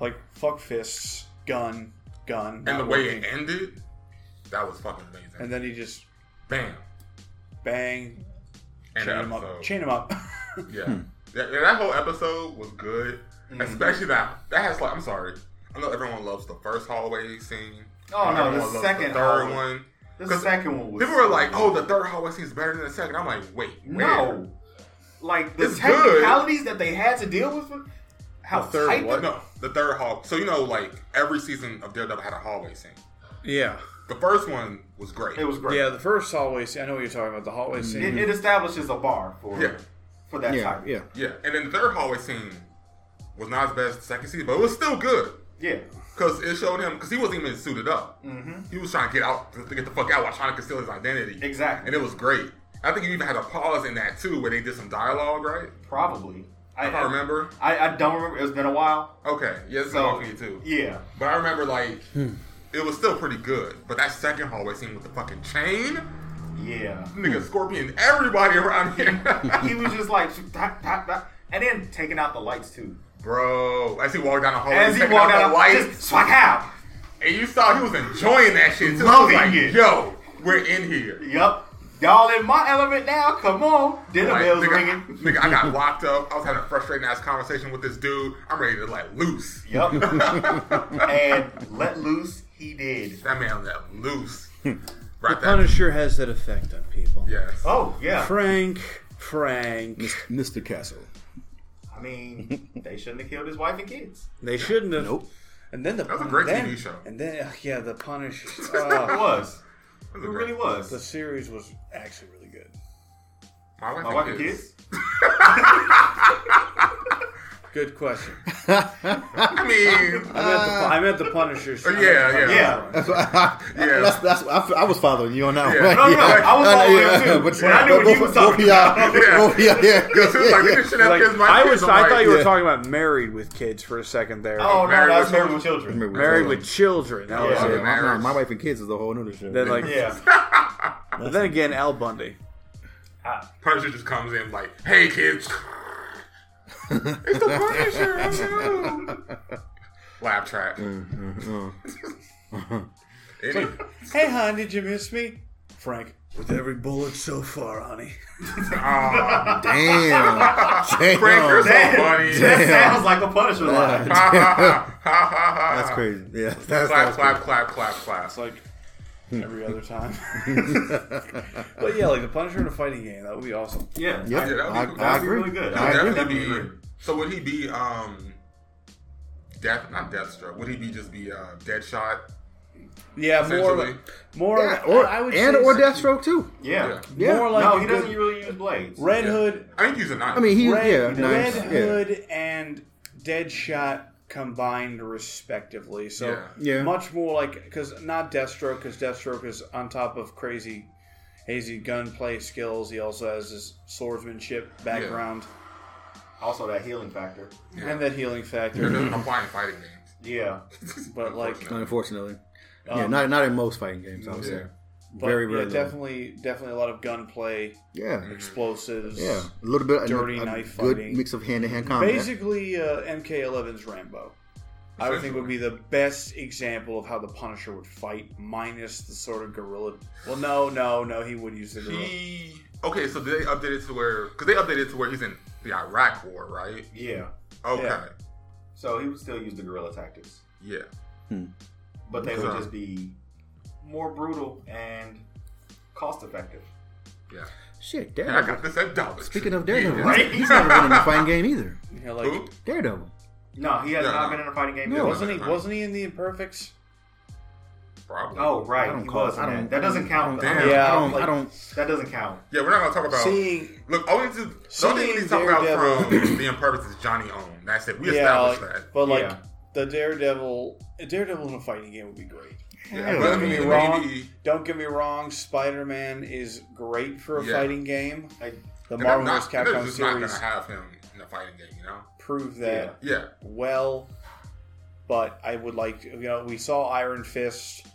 D: like fuck fists, gun, gun,
A: And the
D: not
A: way
D: working.
A: it ended, that was fucking amazing.
D: and then he just
A: Bam.
D: bang,
A: And
D: chain
A: the
D: him
A: episode.
D: up, chain him up.
A: Yeah.
C: Hmm.
A: That, that whole episode was good.
C: Mm-hmm.
A: Especially that. That has like, I'm sorry. I know everyone loves the first hallway scene.
C: Oh, no, the
A: Everyone loves
C: second
A: third
C: hallway-
A: one.
C: The
A: 'Cause
C: second one was
A: People were like, oh, the third hallway scene is better than the second. I'm like, wait. where?
C: no, like the
A: It's good.
C: technicalities that they had to deal with. How
D: The third
C: tight
D: one.
A: No, the third hall. So, you know, like, every season of Daredevil had a hallway scene.
D: yeah,
A: The first one was great.
C: it was great.
D: yeah. The first hallway scene. I know what you're talking about. The hallway scene.
C: It, it establishes a bar for
A: Yeah.
C: for that
B: Yeah,
C: type.
B: yeah.
A: Yeah, and then the third hallway scene was not as bad as the second season, but it was still good
C: Yeah.
A: because it showed him because he wasn't even suited up. Mm-hmm. He was trying to get out to get the fuck out while trying to conceal his identity.
C: Exactly.
A: and it was great. I think you even had a pause in that too, where they did some dialogue, right?
C: Probably. I,
A: I can't remember.
C: I, I don't remember. It's been a while.
A: Okay, yeah, it's
C: So
A: so, for you too.
C: yeah.
A: But I remember like it was still pretty good. But that second hallway scene with the fucking chain,
C: Yeah.
A: nigga, scorpion, everybody around here,
C: he was just like, shoot, dot, dot, dot. and then taking out the lights too.
A: bro. As he walked down the hallway,
C: As he
A: taking
C: walked
A: out
C: out,
A: the lights,
C: just swag out.
A: and you saw he was enjoying that shit too.
C: Loving
A: He was like,
C: it.
A: Yo, we're in here.
C: Yup. Y'all in my element now. Come on. Dinner
A: Like,
C: bells
A: nigga,
C: ringing.
A: nigga, I got locked up. I was having a frustrating ass conversation with this dude. I'm ready to let loose.
C: Yup. and let loose. He did.
A: That man let loose. right there.
D: Punisher has that effect on people.
A: Yes.
C: Oh yeah.
D: Frank, Frank.
B: Mr. Castle.
C: I mean, they shouldn't have killed his wife and kids.
D: They shouldn't have.
B: Nope.
D: And then the
A: was a great
D: then,
A: TV show.
D: And then ugh, yeah, the Punisher.
C: It
D: uh,
C: was. It
A: a
C: really
A: great-
D: the
C: was.
D: series was actually really good.
A: My wife,
C: My wife and kids.
D: Good question.
A: I mean,
D: I meant the, I meant the Punisher.
A: yeah, Uh, yeah,
C: Yeah.
B: That's, that's, I, f- I was following you on that
A: Yeah.
B: one.
A: No,
C: no, I was
B: Uh,
C: following
B: yeah,
C: him, too.
B: but-
C: When I knew what
B: but
C: he was
B: both-
C: talking
B: both of y'all-
A: Yeah.
B: both of y'all- yeah.
A: Because it's like,
B: yeah,
A: we
B: yeah.
A: should have
D: Like,
A: kids. My
D: I
A: kids,
D: was.
A: I'm
D: I
A: like,
D: thought you were
B: Yeah.
D: talking about married with kids for a second there.
C: Oh no,
A: Married
C: that's
A: with
C: married
A: children.
C: with children.
D: married with children. That was
C: Yeah.
D: it.
B: Yeah, my,
A: Marriage.
B: my wife and kids is a whole nother show.
D: Then like,
C: Yeah.
D: but then again, Al Bundy.
A: Punisher just comes in like, "Hey, kids." it's the Punisher. oh, no. Laugh track. Any,
D: Hey, hon, did you miss me, Frank? With every bullet so far, honey.
A: Aw,
B: damn, damn,
A: Frank, you're so
C: Damn.
A: funny.
C: That sounds like a Punisher line.
A: Ha, ha, ha, ha, ha, ha.
B: that's crazy. Yeah,
A: Clap,
B: that's, that's
A: clap, clap, clap, clap.
D: It's like every other time. but yeah, like the Punisher in a fighting game. That would be awesome.
C: Yeah.
B: Yep,
A: Yeah, that would
B: I,
A: be cool.
B: I
A: That'd be
B: agree.
C: really good.
B: I
A: That
B: agree.
A: would
C: Definitely
A: be-
C: agree.
A: so would he be um death not deathstroke would he be just be uh deadshot
D: Yeah, more,
A: Essentially.
D: of a- more,
B: Yeah, or
D: I would
B: and
D: say
B: or
D: so.
B: Deathstroke too.
C: Yeah.
B: Yeah.
D: more like
C: no,
D: a
C: he
D: good
C: doesn't really use blades.
D: Red
A: Yeah.
D: Hood,
A: i think he's a knife
B: I mean, he
D: Red,
B: yeah,
D: Red
B: nice. Yeah.
D: Hood and Deadshot combined respectively. So
A: Yeah.
B: Yeah.
D: much more like because not Deathstroke because Deathstroke is on top of crazy, hazy gunplay skills. He also has his swordsmanship background
C: Also that healing factor.
D: and that healing
A: it
D: factor.
A: doesn't apply in fighting games
C: Yeah.
D: but like,
B: Unfortunately, yeah, not not in most fighting games. I would say
A: yeah.
D: but
B: very
D: yeah,
B: rarely.
D: definitely, definitely a lot of gunplay,
A: Mm-hmm.
B: Yeah,
D: explosives.
B: yeah, a little bit
D: Dirty
B: a, a
D: knife
B: good
D: fighting.
B: mix of hand to hand combat.
D: Basically, uh, MK11's Rambo. I would think would be the best example of how the Punisher would fight, minus the sort of guerrilla. Well, no, no, no, he would use the guerrilla.
A: he okay so did they update it to where because they updated it to where he's in the iraq war right
C: Yeah.
A: okay yeah,
D: Yeah.
C: So he would still use the guerrilla tactics. But they would
A: Okay.
C: just be more brutal and cost effective.
B: Shit,
A: and i
B: Daredevil.
A: got this at dollar
B: Speaking
A: Tree.
B: of Daredevil,
A: Yeah.
C: Right?
B: he's, he's never been in a fighting game either.
D: You know, like
A: Who?
B: Daredevil.
C: No, he has
A: No,
C: not
A: no.
C: been in a fighting game.
B: No.
C: either.
D: wasn't he? Wasn't he in the Imperfects?
A: probably
C: Oh
B: I
C: right,
B: don't
C: he
B: call.
C: was.
B: I don't.
C: That doesn't count.
B: I
C: though.
B: don't-
A: Damn.
D: Yeah,
B: I don't.
D: like-
B: I don't.
C: That doesn't count.
A: yeah we're not gonna talk about
D: Seeing,
A: look only to the only thing we need to talk about
D: Daredevil-
A: from the imperfect is johnny own that's it we
D: yeah,
A: established
D: like-
A: that
D: but like
C: Yeah.
D: the Daredevil, a Daredevil in a fighting game would be great.
A: yeah,
B: Hell
A: but I
B: yeah.
A: mean,
D: You're wrong.
A: maybe
D: Don't get me wrong, Spider Man is great for a
A: Yeah.
D: fighting game.
C: Like,
D: The
A: and they're
D: Marvel vs.
A: not, they're
D: Capcom
A: just not gonna
D: series
A: have him in a fighting game you know
D: proved that.
C: Yeah.
A: yeah
D: well, but I would like you know we saw Iron Fist,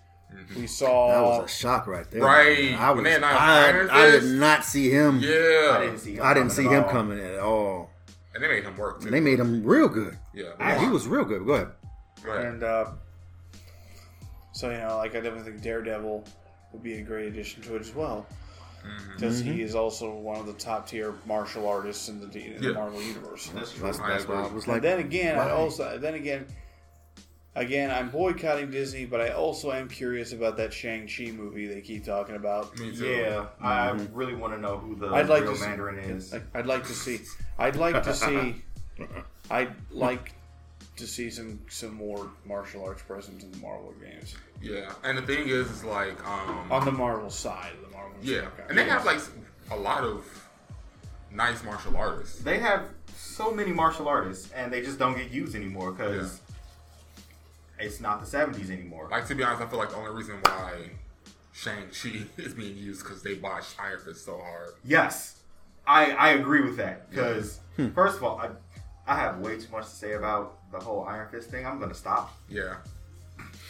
D: we
B: That
D: saw
B: was a shock right there.
A: Right.
B: I
A: When
B: was.
A: they had
B: I,
A: Iron
B: I did
A: Fist.
B: not see him.
A: Yeah.
C: I didn't see. Him
B: I didn't see
C: coming
B: him
C: at all.
B: coming at all.
A: And they made him work too.
B: They made him real good.
A: yeah.
B: Yeah, he was real good. Go ahead.
A: Go ahead.
D: and uh, so you know like I definitely think Daredevil would be a great addition to it as well
A: Mm-hmm.
D: because
B: Mm-hmm.
D: he is also one of the top tier martial artists in the, in the
A: Yeah.
D: Marvel universe.
C: That's true.
B: That's, that's why I was like.
D: And then again, I
B: why?
D: also then again. Again, I'm boycotting Disney, but I also am curious about that Shang Chi movie they keep talking about.
A: Me too.
C: Yeah, I
B: Mm-hmm.
C: really want to know who the
D: I'd like
C: real
D: to see-
C: Mandarin is.
D: I- I'd like to see. I'd like to see. I'd like to see some some more martial arts presence in the Marvel games
A: Yeah. And the thing is, is like, um,
D: on the Marvel side of the Marvel.
A: yeah.
D: side.
A: And they have like a lot of nice martial artists.
C: They have so many martial artists, and they just don't get used anymore because it's not the '70s anymore.
A: Like to be honest, I feel like the only reason why Shang Chi is being used because they watched Iron Fist so hard.
C: Yes, I I agree with that because first of all, I I have way too much to say about the whole Iron Fist thing. I'm gonna stop.
A: Yeah,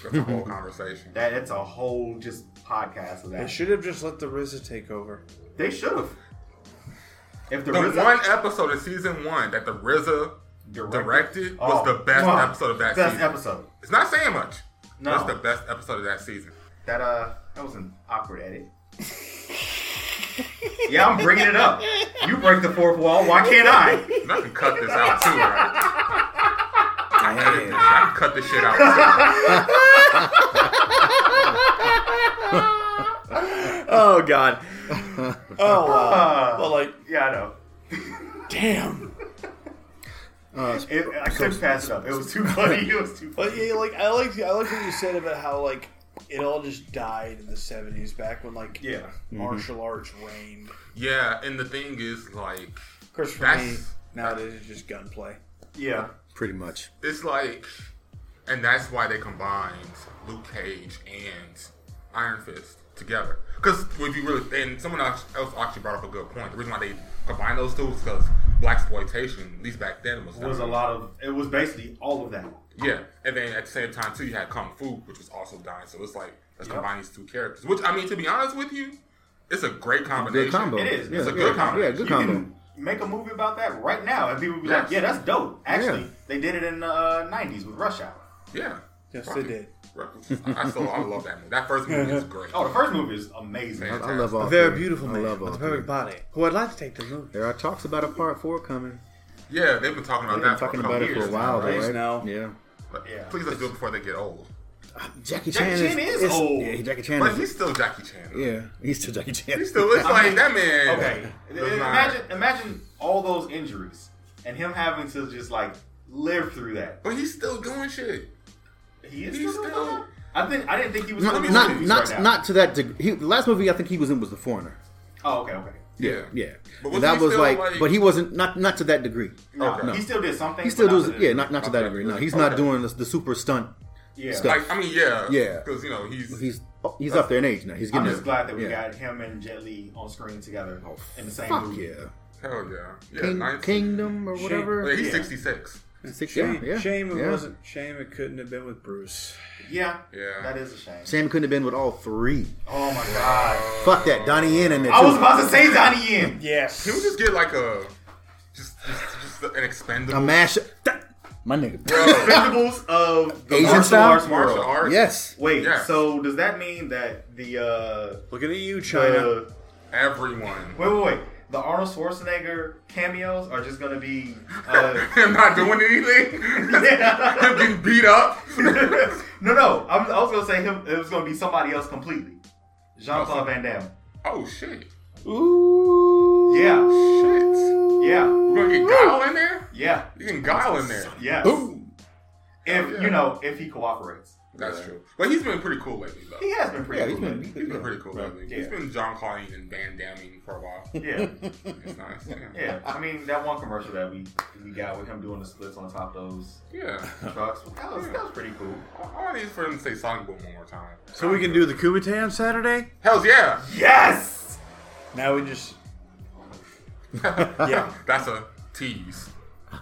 A: that's a whole conversation.
C: That it's a whole just podcast of that.
D: They should have just let the RZA take over.
C: They should have. If the,
A: The
C: RZA
A: one episode in season one that the RZA directed was
C: Oh,
A: the best
C: mwah.
A: episode of that
C: Best
A: season.
C: episode.
A: It's not saying much.
C: No.
A: That's the best episode of that season.
C: That uh, that was an awkward edit. yeah, I'm bringing it up. You break the fourth wall. Why can't I?
A: And I can cut this out too, right?
B: Damn.
A: I can cut this shit out too.
D: Oh God. oh wow. Well, like
C: Yeah, I know.
D: damn.
C: It, I couldn't pass it up. It was too funny. It was too
D: But
C: funny.
D: yeah, like I like I like what you said about how like it all just died in the seventies back when like
C: Yeah.
D: martial arts reigned.
A: Yeah, and the thing is, like,
D: Of course, for me
A: That's-
D: nowadays it's just gunplay.
C: Yeah.
B: Pretty much.
A: it's like, and that's why they combined Luke Cage and Iron Fist together. Because would you really? And someone else else actually brought up a good point. The reason why they combined those two is because black exploitation, at least back then, was
C: It was a lot of. It was basically all of that.
A: Yeah, and then at the same time too, you had Kung Fu, which was also dying. So it's like let's
C: Yep.
A: combine these two characters. Which I mean, to be honest with you, it's a great combination.
B: Good combo.
C: It is.
B: Yeah,
C: It's a
B: yeah,
A: good combo.
B: Yeah, good
C: You
B: combo.
C: can make a movie about that right now, and people would be like,
A: Yes.
C: "Yeah, that's dope." Actually,
B: Yeah.
C: they did it in the uh, '90s with Rush Hour.
A: Yeah.
D: Yes,
A: Fuck
D: they
A: it.
D: did.
A: I I still I love that movie. That first movie is great.
C: Oh, the first movie is amazing.
A: Man.
B: I love all.
D: Very
B: three.
D: beautiful
B: I
D: man
B: love all.
D: with a perfect
B: three.
D: body. Who I'd like to take the movie.
B: There are talks about a part four coming.
A: Yeah, they've been talking about
B: They've been
A: that
B: talking
A: for a
B: about
A: couple
B: it for a
A: years
B: while,
A: now,
B: though,
A: right?
B: right?
D: now.
B: Yeah.
A: But
C: Yeah.
A: Please let's do it before they get old.
B: Jackie Chan,
C: Chan is old.
B: Yeah, Jackie Chan
A: But
B: is.
A: he's still Jackie Chan.
B: Yeah, he's still Jackie Chan.
A: He's still. It's like that man.
C: Okay.
A: does not-
C: Imagine imagine all those injuries and him having to just like live through that.
A: But he's still doing shit.
C: He is
A: He's
C: still, doing
A: still-
C: that? I think I didn't think he was
B: not
C: doing
B: not
C: movies
B: not,
C: right now.
B: not to that degree. He, the last movie I think he was in was The Foreigner.
C: Oh okay okay.
A: Yeah.
B: Yeah,
A: But wasn't
B: And that
A: he
B: was
A: still,
B: like,
A: like-
B: but he wasn't not not to that degree.
C: No,
A: Okay.
C: he still did something.
B: He still
C: but not
B: does.
C: to the-
B: Yeah, not not to that
A: Okay.
B: degree. No, he's not
A: Okay.
B: doing the, the super stunt.
C: yeah.
B: stuff.
A: Like I mean, yeah.
B: Yeah.
A: Because you know he's
B: He's oh, he's up there in age now. He's getting.
C: I'm just
B: there.
C: glad that we
B: Yeah. Oh,
C: got him and Jet Li on screen together in the same
B: Fuck
C: movie.
B: yeah,
A: hell yeah. Yeah.
B: King,
A: 19.
B: Kingdom or whatever.
A: Yeah, he's
D: Yeah.
A: 66.
B: Six,
D: Shame,
B: yeah, yeah,
D: shame it
B: yeah.
D: wasn't. Shame it couldn't have been with Bruce.
C: Yeah.
A: Yeah.
C: That is a shame.
B: Sam couldn't have been with all three.
C: Oh my god.
B: Fuck that, Donnie Yen in there.
C: I
B: too.
C: was about to say Donnie Yen.
D: Yes.
A: Can we just get like a just just, just an expendable
B: a mash. My nigga.
C: Expendables of the
B: Asian
C: martial
B: style?
C: arts world.
A: martial arts?
B: Yes.
C: Wait,
A: Yes.
C: so does that mean that the uh
D: Looking at you, China.
C: the-
A: Everyone.
C: Wait, wait, wait. The Arnold Schwarzenegger cameos are just gonna be uh,
A: Him not doing anything. Him getting beat up.
C: no, no. I'm, I was gonna say him. It was gonna be somebody else completely. Jean Claude Van Damme.
A: oh shit.
C: Yeah,
A: Shit.
C: yeah,
A: We're gonna get Guile in there.
C: yeah,
A: You can Guile in there.
C: yes.
A: Boom.
C: If
A: Oh, Yeah.
C: you know, if he cooperates,
A: That's true. But he's been pretty cool lately though.
C: he has been pretty.
B: Yeah, he's
C: cool
B: been-
A: He's been pretty cool lately.
C: Yeah.
A: He's been John Claudine and Van Damming for a while.
C: Yeah,
A: It's nice. Yeah.
C: yeah. I mean, that one commercial that we we got with him doing the splits on top of those
A: Yeah.
C: trucks that was, that was pretty cool.
A: I I need for him to say Sonic Boom one more time.
F: So we can do the Kumite on Saturday?
A: Hell's yeah.
C: Yes.
D: Now we just
A: yeah. That's a tease.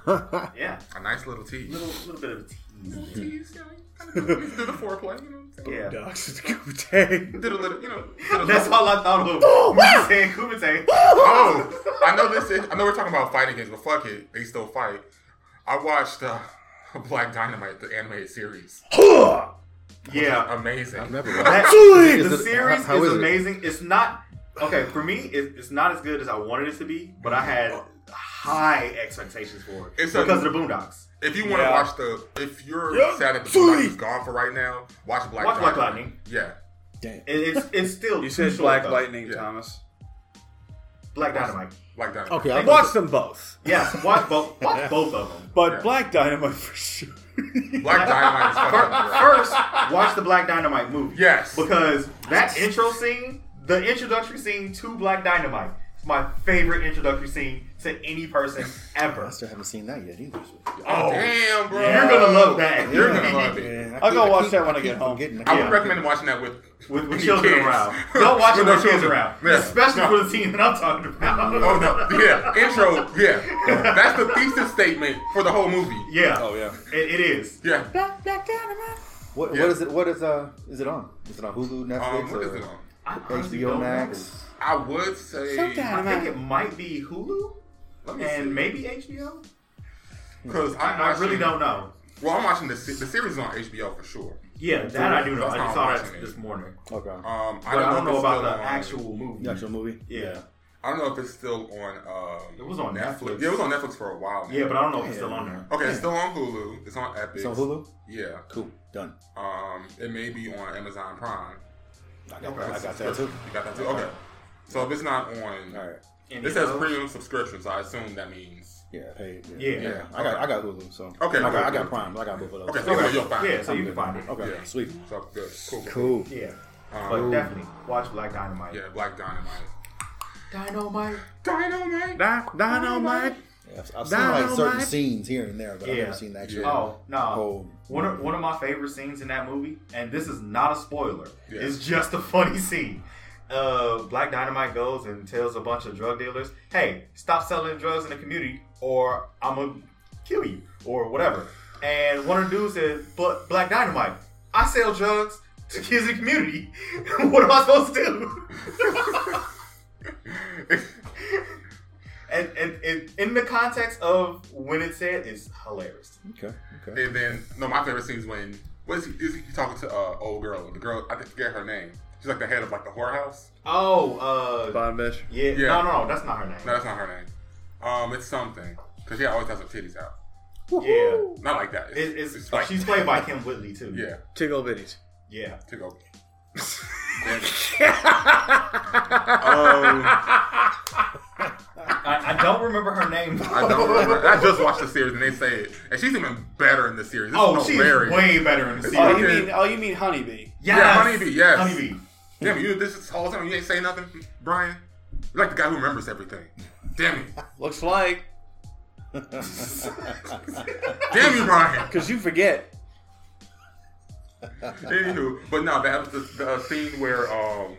C: Yeah,
A: A nice little tease.
C: little little bit of a tease.
A: tease, you know, kind of do, do the foreplay, you know. what I'm saying?
C: Yeah.
D: ducks the Kumite.
A: Did a little, you know. did a
C: That's
A: little-
C: all I thought of. Oh, saying Kumite.
A: Oh, I know this is. I know we're talking about fighting games, but fuck it, they still fight. I watched uh, Black Dynamite, the animated series.
C: Yeah,
A: Amazing.
B: Never
C: That-
B: Is
C: the
B: it-
C: series
B: how- how
C: is,
B: is it?
C: amazing. It's not okay for me. It, it's not as good as I wanted it to be, but I had high expectations for it
A: It's a-
C: because of the Boondocks.
A: If you want to
D: Yeah.
A: watch the, if you're
D: Yeah,
A: sad that the
D: fully.
A: Black is gone for right now, watch Black.
C: Watch Black
A: Dynamite.
C: Lightning.
A: Yeah,
C: It, it's it's still
D: You said
C: too short,
D: Black
C: though.
D: Lightning,
A: Yeah.
D: Thomas.
C: Black Dynamite.
A: Black Dynamite.
B: Okay, I
D: Watch them both,
C: Yes, watch both. Watch both of them.
D: but
A: Yeah.
D: Black Dynamite for sure.
A: Black Dynamite is fucking great.
C: First, watch the Black Dynamite movie.
A: Yes.
C: because that intro scene, the introductory scene to Black Dynamite, is my favorite introductory scene to to any person ever.
B: I still haven't seen that yet either. so-
A: Oh, damn, bro.
C: You're gonna love that.
A: You're gonna love it.
B: Yeah, I
D: I'll go
B: keep- I
D: watch
B: keep-
D: that when I
B: keep
D: get home.
B: forgetting.
A: I
C: Yeah.
A: would recommend watching that with
C: With, with
A: your
C: children
A: kids.
C: around. Don't watch it
A: no
C: with kids
A: children.
C: around.
A: Yes.
C: Especially
A: No.
C: for the team that I'm talking about.
A: Oh no! Yeah, intro. Yeah, that's the thesis statement for the whole movie.
C: Yeah.
B: Oh, yeah.
C: It, it is.
A: Yeah.
B: What,
A: Yeah.
B: what is it? What is uh? Is it on? Is it on Hulu, Netflix,
A: Um, what is it on?
C: I
B: or
C: honestly
B: HBO
C: don't
B: Max?
A: I would say.
C: know. I think it might be Hulu
A: Let me
C: and
A: see.
C: maybe HBO.
A: because
C: I,
A: I'm
C: I really
A: watching-
C: don't know.
A: Well, I'm watching the se- the series is on HBO for sure.
C: Yeah, that I do know.
A: That's
C: I
A: how I'm
C: just saw
A: watching
C: that
A: it.
C: this morning.
B: Okay.
A: Um, I
C: But I
A: don't
C: don't
A: know,
C: know
A: if it's
C: about
A: still
C: the
A: on-
C: actual movie.
B: The actual movie.
C: Yeah.
A: I don't know if it's still on. Um,
C: It was on Netflix.
A: Yeah, it was on Netflix for a while. now.
C: Yeah, but I don't know if it's still on there.
A: Okay, it's still on Hulu. It's on Epic.
B: It's on Hulu.
A: Yeah.
B: Cool. Done.
A: Um, it may be on Amazon Prime.
B: I got, I got that too.
A: You got that too. Okay. So if it's not on,
B: All right.
C: And
A: it
C: you
A: says
C: know-
A: premium subscription, so I assume that means
B: Yeah. Paid.
C: Yeah.
B: Yeah. I got.
A: Okay.
B: I got Hulu. So.
A: Okay,
B: I got. I
A: good.
B: got Prime. but I got both of those.
A: okay.
B: So,
A: So anyway, you'll find.
C: Yeah,
A: It.
C: so you can find it.
B: Okay.
A: Yeah.
B: Sweet.
A: So good. Cool.
B: Cool.
C: Yeah.
A: Um,
C: But definitely watch Black Dynamite.
A: yeah, Black Dynamite.
C: Dynamite.
A: Dynamite.
D: Di- Dynamite.
B: Yeah, I've, I've seen like certain
D: Dynamite.
B: scenes here and there, but I've
C: Yeah.
B: never seen the actual.
A: Yeah.
C: Oh no!
B: Oh.
C: One of, one of my favorite scenes in that movie, and this is not a spoiler.
A: Yeah.
C: It's just a funny scene. Uh, Black Dynamite goes and tells a bunch of drug dealers, "Hey, stop selling drugs in the community, or I'm gonna kill you, or whatever." And one of the dudes says, "But Black Dynamite, I sell drugs to kids in the community. what am I supposed to do?" and, and, and in the context of when it said, it's hilarious.
B: Okay. Okay.
A: And then no, my favorite scene is when what is he? Is he talking to uh old girl? The girl I think- forget her name. She's like the head of like the whorehouse.
C: Oh, uh,
D: Bottom bitch.
C: yeah,
A: Yeah.
C: No, no, no, that's not her name.
A: No, that's not her name. Um, it's something because she always has her titties out.
C: yeah,
A: Not like that.
C: it, it's,
A: like
C: she's played by Kim Whitley too.
A: yeah.
D: Tickle bitties.
C: yeah.
A: to go.
D: Oh,
A: um,
C: I, I don't remember her name.
A: I don't remember. I just watched the series and they say it, and she's even better in the series. This
C: Oh,
A: is
C: she's
A: hilarious.
C: way better in the
A: Yeah.
D: Oh,
C: series.
D: you mean oh, you mean honeybee?
C: Yes.
A: Yeah, Honeybee, yes.
C: Honeybee.
A: Damn, you this is whole time you ain't say nothing, Brian. You're like the guy who remembers everything. Damn it,
D: Looks like
A: damn you, Brian.
D: because you forget.
A: Anywho, but no, that was the, the uh, scene where um,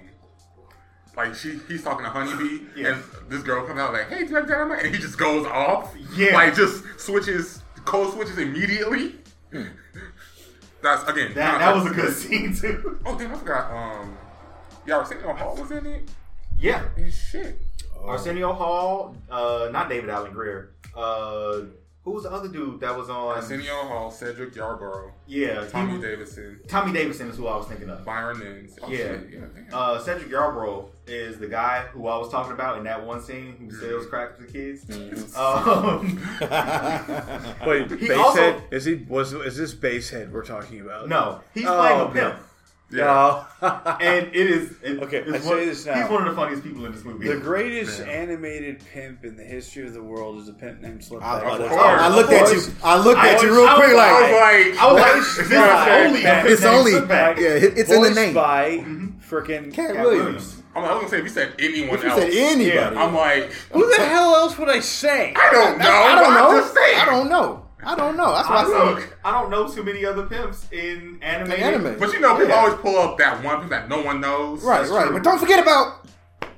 A: like she he's talking to Honeybee,
C: Yeah.
A: and this girl comes out like, "Hey, Jack Dynamite," and he just goes off,
C: Yeah.
A: like just switches code switches immediately. That's again.
C: Hmm. That, that was a good scene too.
A: Oh damn, I forgot. Um, yeah, Arsenio Hall was in it.
C: Yeah.
A: And shit.
C: Arsenio Hall, uh, not David Allen Greer. Uh, who was the other dude that was on?
A: Arsenio Hall, Cedric Yarborough,
C: yeah, he
A: Tommy
C: was-
A: Davidson,
C: Tommy Davidson is who I was thinking of.
A: Byron Nunes. Oh,
C: Yeah.
A: shit, yeah, damn.
C: Uh, Cedric Yarbrough is the guy who I was talking about in that one scene who
A: Mm-hmm.
C: sells crack to the kids. Um,
D: Wait,
C: He
D: basehead?
C: also-
D: Is he was is this basehead we're talking about?
C: no, he's
D: Oh,
C: playing a
D: okay.
C: pimp,
A: Yeah.
D: No.
C: and it is. it-
D: Okay,
C: it's
D: I say
C: one,
D: this now.
C: He's one of the funniest people in this movie.
D: The greatest
A: Man.
D: animated pimp in the history of the world is a pimp named
B: I, I-
D: Slipknot.
A: course.
B: I looked at you. I looked at you real quick, like
A: I was like,
C: I was like, this
D: Why?
C: is only a
B: it's
C: pimp
B: only.
C: named Slickback.
B: Yeah, it- it's in the
D: Voiced
B: name. Mm-hmm.
D: by frickin'
B: Cat
C: Cat
B: Williams.
C: Williams.
A: I'm like, I was gonna say if you said anyone
B: If you
A: else,
B: said anybody,
A: I'm like,
D: Who the hell else would I say?
A: I don't know.
B: I don't
A: I'm
B: know.
A: just saying.
B: I don't know. I don't know. That's
C: I
B: what I
C: don't,
B: said.
C: I don't know too many other pimps in anime.
B: Like anime.
A: But you know, people
B: Yeah.
A: always pull up that one thing that no one knows.
B: Right, right. But don't forget about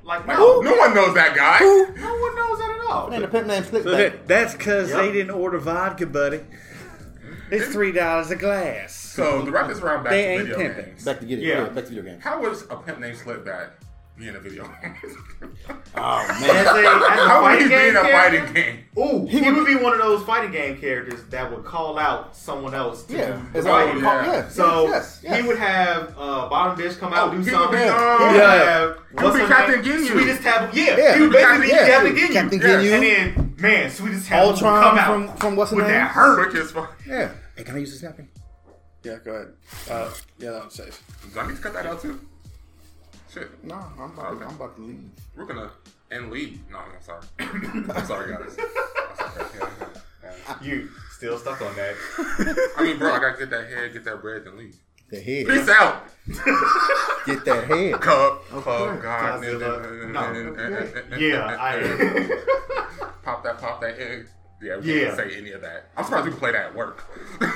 C: Like,
A: Like,
C: no,
A: no one knows that guy.
B: who.
C: no one knows that at all.
B: And the pimp named Slickback.
D: That- That's because
C: Yep.
D: they didn't order vodka, buddy. It's three dollars a glass.
A: So to wrap this around back
D: They
A: to
D: ain't
A: video
D: pimping.
A: games.
B: Back to get it.
C: Yeah.
B: Yeah. Back to video games.
A: How was a pimp named Slipback be in a video game?
B: Oh
C: As a,
B: man.
C: as a
A: How would
C: fighting
A: he be
C: game
A: in a
C: character,
A: fighting game?
C: Ooh, he, would be one of those fighting game characters that would call out someone else to
B: Yeah.
C: do
B: It's
C: the
B: all.
C: fighting.
A: yeah.
B: Yeah.
C: So
B: yes, yes,
C: he would have uh, Bottom Bitch come out
A: Oh,
C: do
A: he would
C: something.
A: be,
C: He would
A: uh,
D: yeah.
C: have
A: He would be
C: her
A: Captain
C: name?
A: Ginyu.
C: Sweetest Tab. Yeah,
B: Yeah.
C: he would basically
B: Yeah.
C: be Captain Ginyu.
B: Captain
A: Yes.
B: Ginyu.
C: And then, man, Sweetest Tab would
B: Ultron
C: come
B: from-
C: out
B: from what's the
C: with
B: name?
C: that hurt.
A: Quick as fuck.
B: Yeah. Hey, can I use this napkin?
D: Yeah, go ahead. Uh, yeah, that one's safe.
A: Do I need to cut that out too? Shit,
B: No, I'm about,
A: Okay.
B: to, I'm about to leave.
A: we're gonna end lead. No, I'm sorry. I'm sorry, guys. I'm sorry. Yeah, yeah, yeah.
C: You still stuck on that?
A: I mean, bro, I gotta get that head, get that bread, and leave.
B: The head.
A: Peace out.
B: Get that head.
A: Cup,
B: Of
A: oh
B: course,
A: God.
C: Godzilla.
A: No.
C: Yeah, I.
A: pop that, pop that. eh. Yeah, we
C: Yeah.
A: can't say any of that. I'm surprised we can play that at work.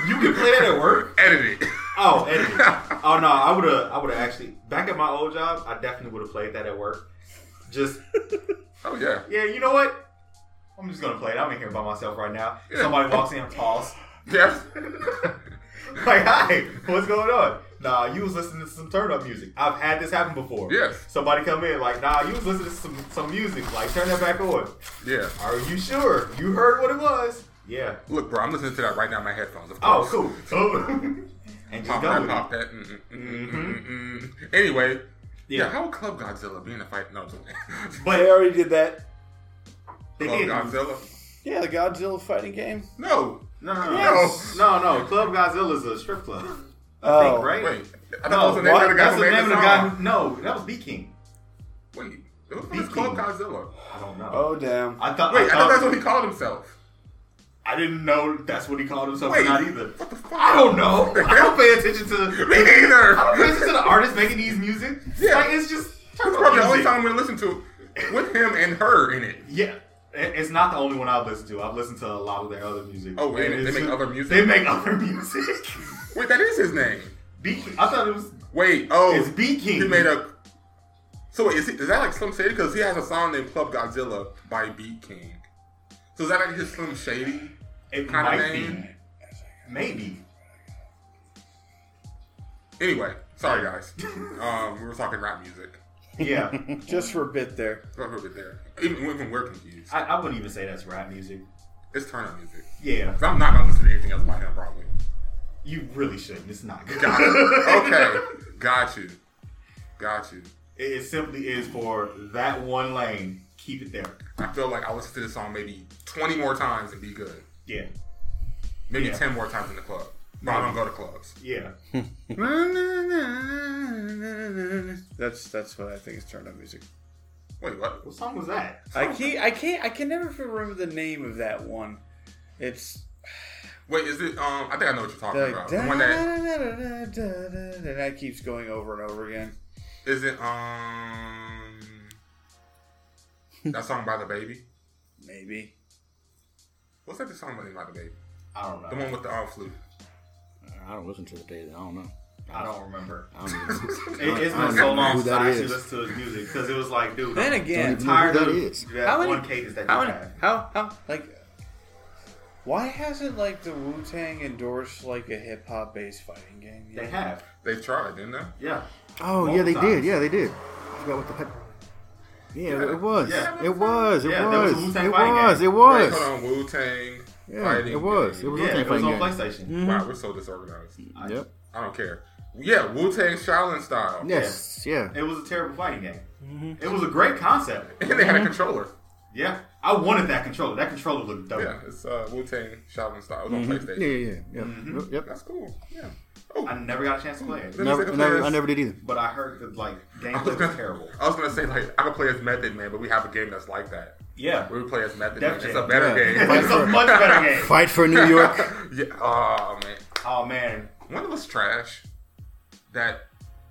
C: You can play that at work?
A: Edit it.
C: Oh, editing. oh no, I would have. I would have actually back at my old job. I definitely would have played that at work. Just
A: Oh yeah.
C: yeah, you know what? I'm just gonna play it. I'm in here by myself right now. Somebody walks in, pause.
A: Yes.
C: like, hi, what's going on? Nah, you was listening to some turn up music. I've had this happen before.
A: Yes.
C: Somebody come in like, nah, you was listening to some, some music. Like, turn that back on.
A: yeah.
C: Are you sure? You heard what it was? Yeah.
A: Look, bro, I'm listening to that right now. in My headphones. Of
C: Oh,
A: course.
C: cool. Cool. and just
A: Pop
C: go
A: that,
C: with
A: pop
C: it. Mm-hmm.
A: that. Mm, Mm-mm, mm-mm, mm-mm, mm-mm. mm. Anyway, yeah.
C: Yeah.
A: How would Club Godzilla be in a fight? No, I'm just
D: They
C: But
D: already did that.
C: they
A: Club
C: did.
A: Godzilla.
D: Yeah, the Godzilla fighting game.
A: No.
C: No, no, no.
A: Yes.
C: no, no. Club Godzilla is a strip club.
D: Oh,
C: I think, right?
A: Wait. I thought that
C: No,
A: was the name of the guy
C: that's
A: who
C: the
A: made
C: name of the
A: the
C: guy.
A: song.
C: Who, no, that was B King.
A: Wait. It was
C: Beat
A: Club
C: King.
A: Godzilla.
C: I don't know.
D: oh damn.
C: I thought.
A: Wait, I
C: thought
A: thought that's what he called himself.
C: I didn't know that's what he called himself. or
A: Wait,
C: not either.
A: What the fuck?
C: I don't know. I don't pay attention to the.
A: Me either.
C: I don't pay attention to the artist making these music.
A: Yeah.
C: Like, it's just.
A: That's probably the only
C: music.
A: time we listen to it with him and her in it.
C: Yeah. It- It's not the only one I've listened to. I've listened to a lot of their other music.
A: Oh, and
C: it's
A: they make other music?
C: They make other music.
A: Wait, that is his name.
C: B. I thought it was.
A: Wait, oh,
C: It's B King.
A: he made a. So wait, is, he, is that like Slim Shady? Because he has a song named Club Godzilla by Beat King. So is that like his Slim Shady?
C: It
A: kinda
C: might be.
A: name.
C: Maybe.
A: Anyway, sorry guys. um, we were talking rap music.
C: Yeah.
D: Just for a bit there.
A: Don't put it there. Even, even we're confused.
C: I, I wouldn't even say that's rap music.
A: It's turn up music.
C: Yeah.
A: 'Cause I'm not gonna listen to anything else by him probably.
C: You really shouldn't. It's not good.
A: Got it. Okay, got you, got you.
C: It, it simply is for that one lane. Keep it there.
A: I feel like I'll listen to this song maybe 20 more times and be good.
C: Yeah.
A: Maybe
C: Yeah.
A: 10 more times in the club. But I don't go to clubs.
C: Yeah.
D: That's that's what I think is turned up music.
A: Wait, what?
C: What song was that?
D: I can't I can't I can never remember the name of that one. It's
A: Wait, is it? Um, I think I know what you're talking
D: like
A: about. The
D: da,
A: one that
D: and that keeps going over and over again.
A: is it? Um, that song by the baby.
D: Maybe.
A: What's that? The song by the baby.
C: I don't know.
A: The one with the um, flute.
B: I don't listen to the day. I don't know.
C: I don't remember.
B: I don't even
C: It, it's been
B: I don't
C: so
B: know
C: long
B: who
C: since
B: that
C: I actually
B: is.
C: listened to his music because it was like, dude,
D: Then
C: I'm
D: again,
B: even-
C: tired
B: Who
C: of
B: that
C: that
B: is?
D: How many-
C: one cadence that you
D: How many,
C: have.
D: how how like why hasn't like the Wu Tang endorsed like a hip hop based fighting game
C: They
D: yet?
C: have.
A: They tried, didn't they?
C: Yeah.
B: Oh yeah,
C: Multiple
B: they did.
C: times.
B: Yeah, they did. I forgot what the heck. Yeah, it was.
C: Yeah.
B: It was. It
C: Yeah, there was
B: was.
C: a Wu-Tang
B: It
C: fighting
B: was.
C: game.
B: It
A: They
B: was.
A: put on Wu Tang.
B: Yeah, it was. It was.
C: Yeah,
B: Wu-Tang
C: it was
B: fighting
C: on
B: game.
C: PlayStation.
A: Wow, we're so disorganized.
C: I-
B: Yep.
A: I don't care. Yeah, Wu Tang Shaolin style.
B: Yes. Yeah.
C: It was a terrible fighting game. It was a great concept.
A: And they had a
B: Mm-hmm.
A: controller.
C: Yeah. I wanted that controller. That controller looked dope.
A: Yeah, it's uh, Wu Tang Shaolin style. It was on PlayStation.
B: Mm-hmm. Yeah. Yeah. Yeah. yeah. Yep.
A: That's cool. Yeah. Oh,
C: I never got a chance to play it.
A: Let me
B: Never,
A: take a
B: never,
A: pass.
B: I never did either.
C: But I heard that, like,
A: I was
C: gameplay
A: gonna-
C: was terrible.
A: I was gonna say like I could play as Method Man, but we have a game that's like that.
C: Yeah.
A: We would play as Method
C: Def
A: Man. It's
C: Jam.
A: a better
B: Yeah.
A: game.
C: It's a much better game.
B: Fight for New York.
A: yeah. Oh man,
C: Oh, man.
A: one of us trash that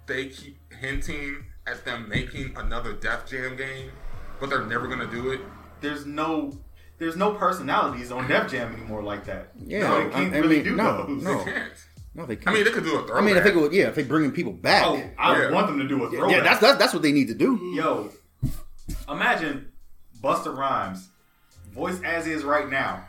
A: they keep hinting at them making another Def Jam game, but they're never gonna do it.
C: There's no. There's no personalities on Def Jam anymore like that.
B: Yeah,
C: no, they
B: I- I
C: can't really
B: mean,
C: do
B: no,
C: those.
A: They
B: no. Oh.
A: can't.
B: no, they can't.
A: I mean, they could do a throwback.
B: I mean, if they go, yeah, if they bringing people back,
C: Oh, I
A: Yeah.
C: want them to do a throwback.
B: yeah, that's, that's that's what they need to do.
C: Yo, imagine Buster Rhymes, voice as is right now.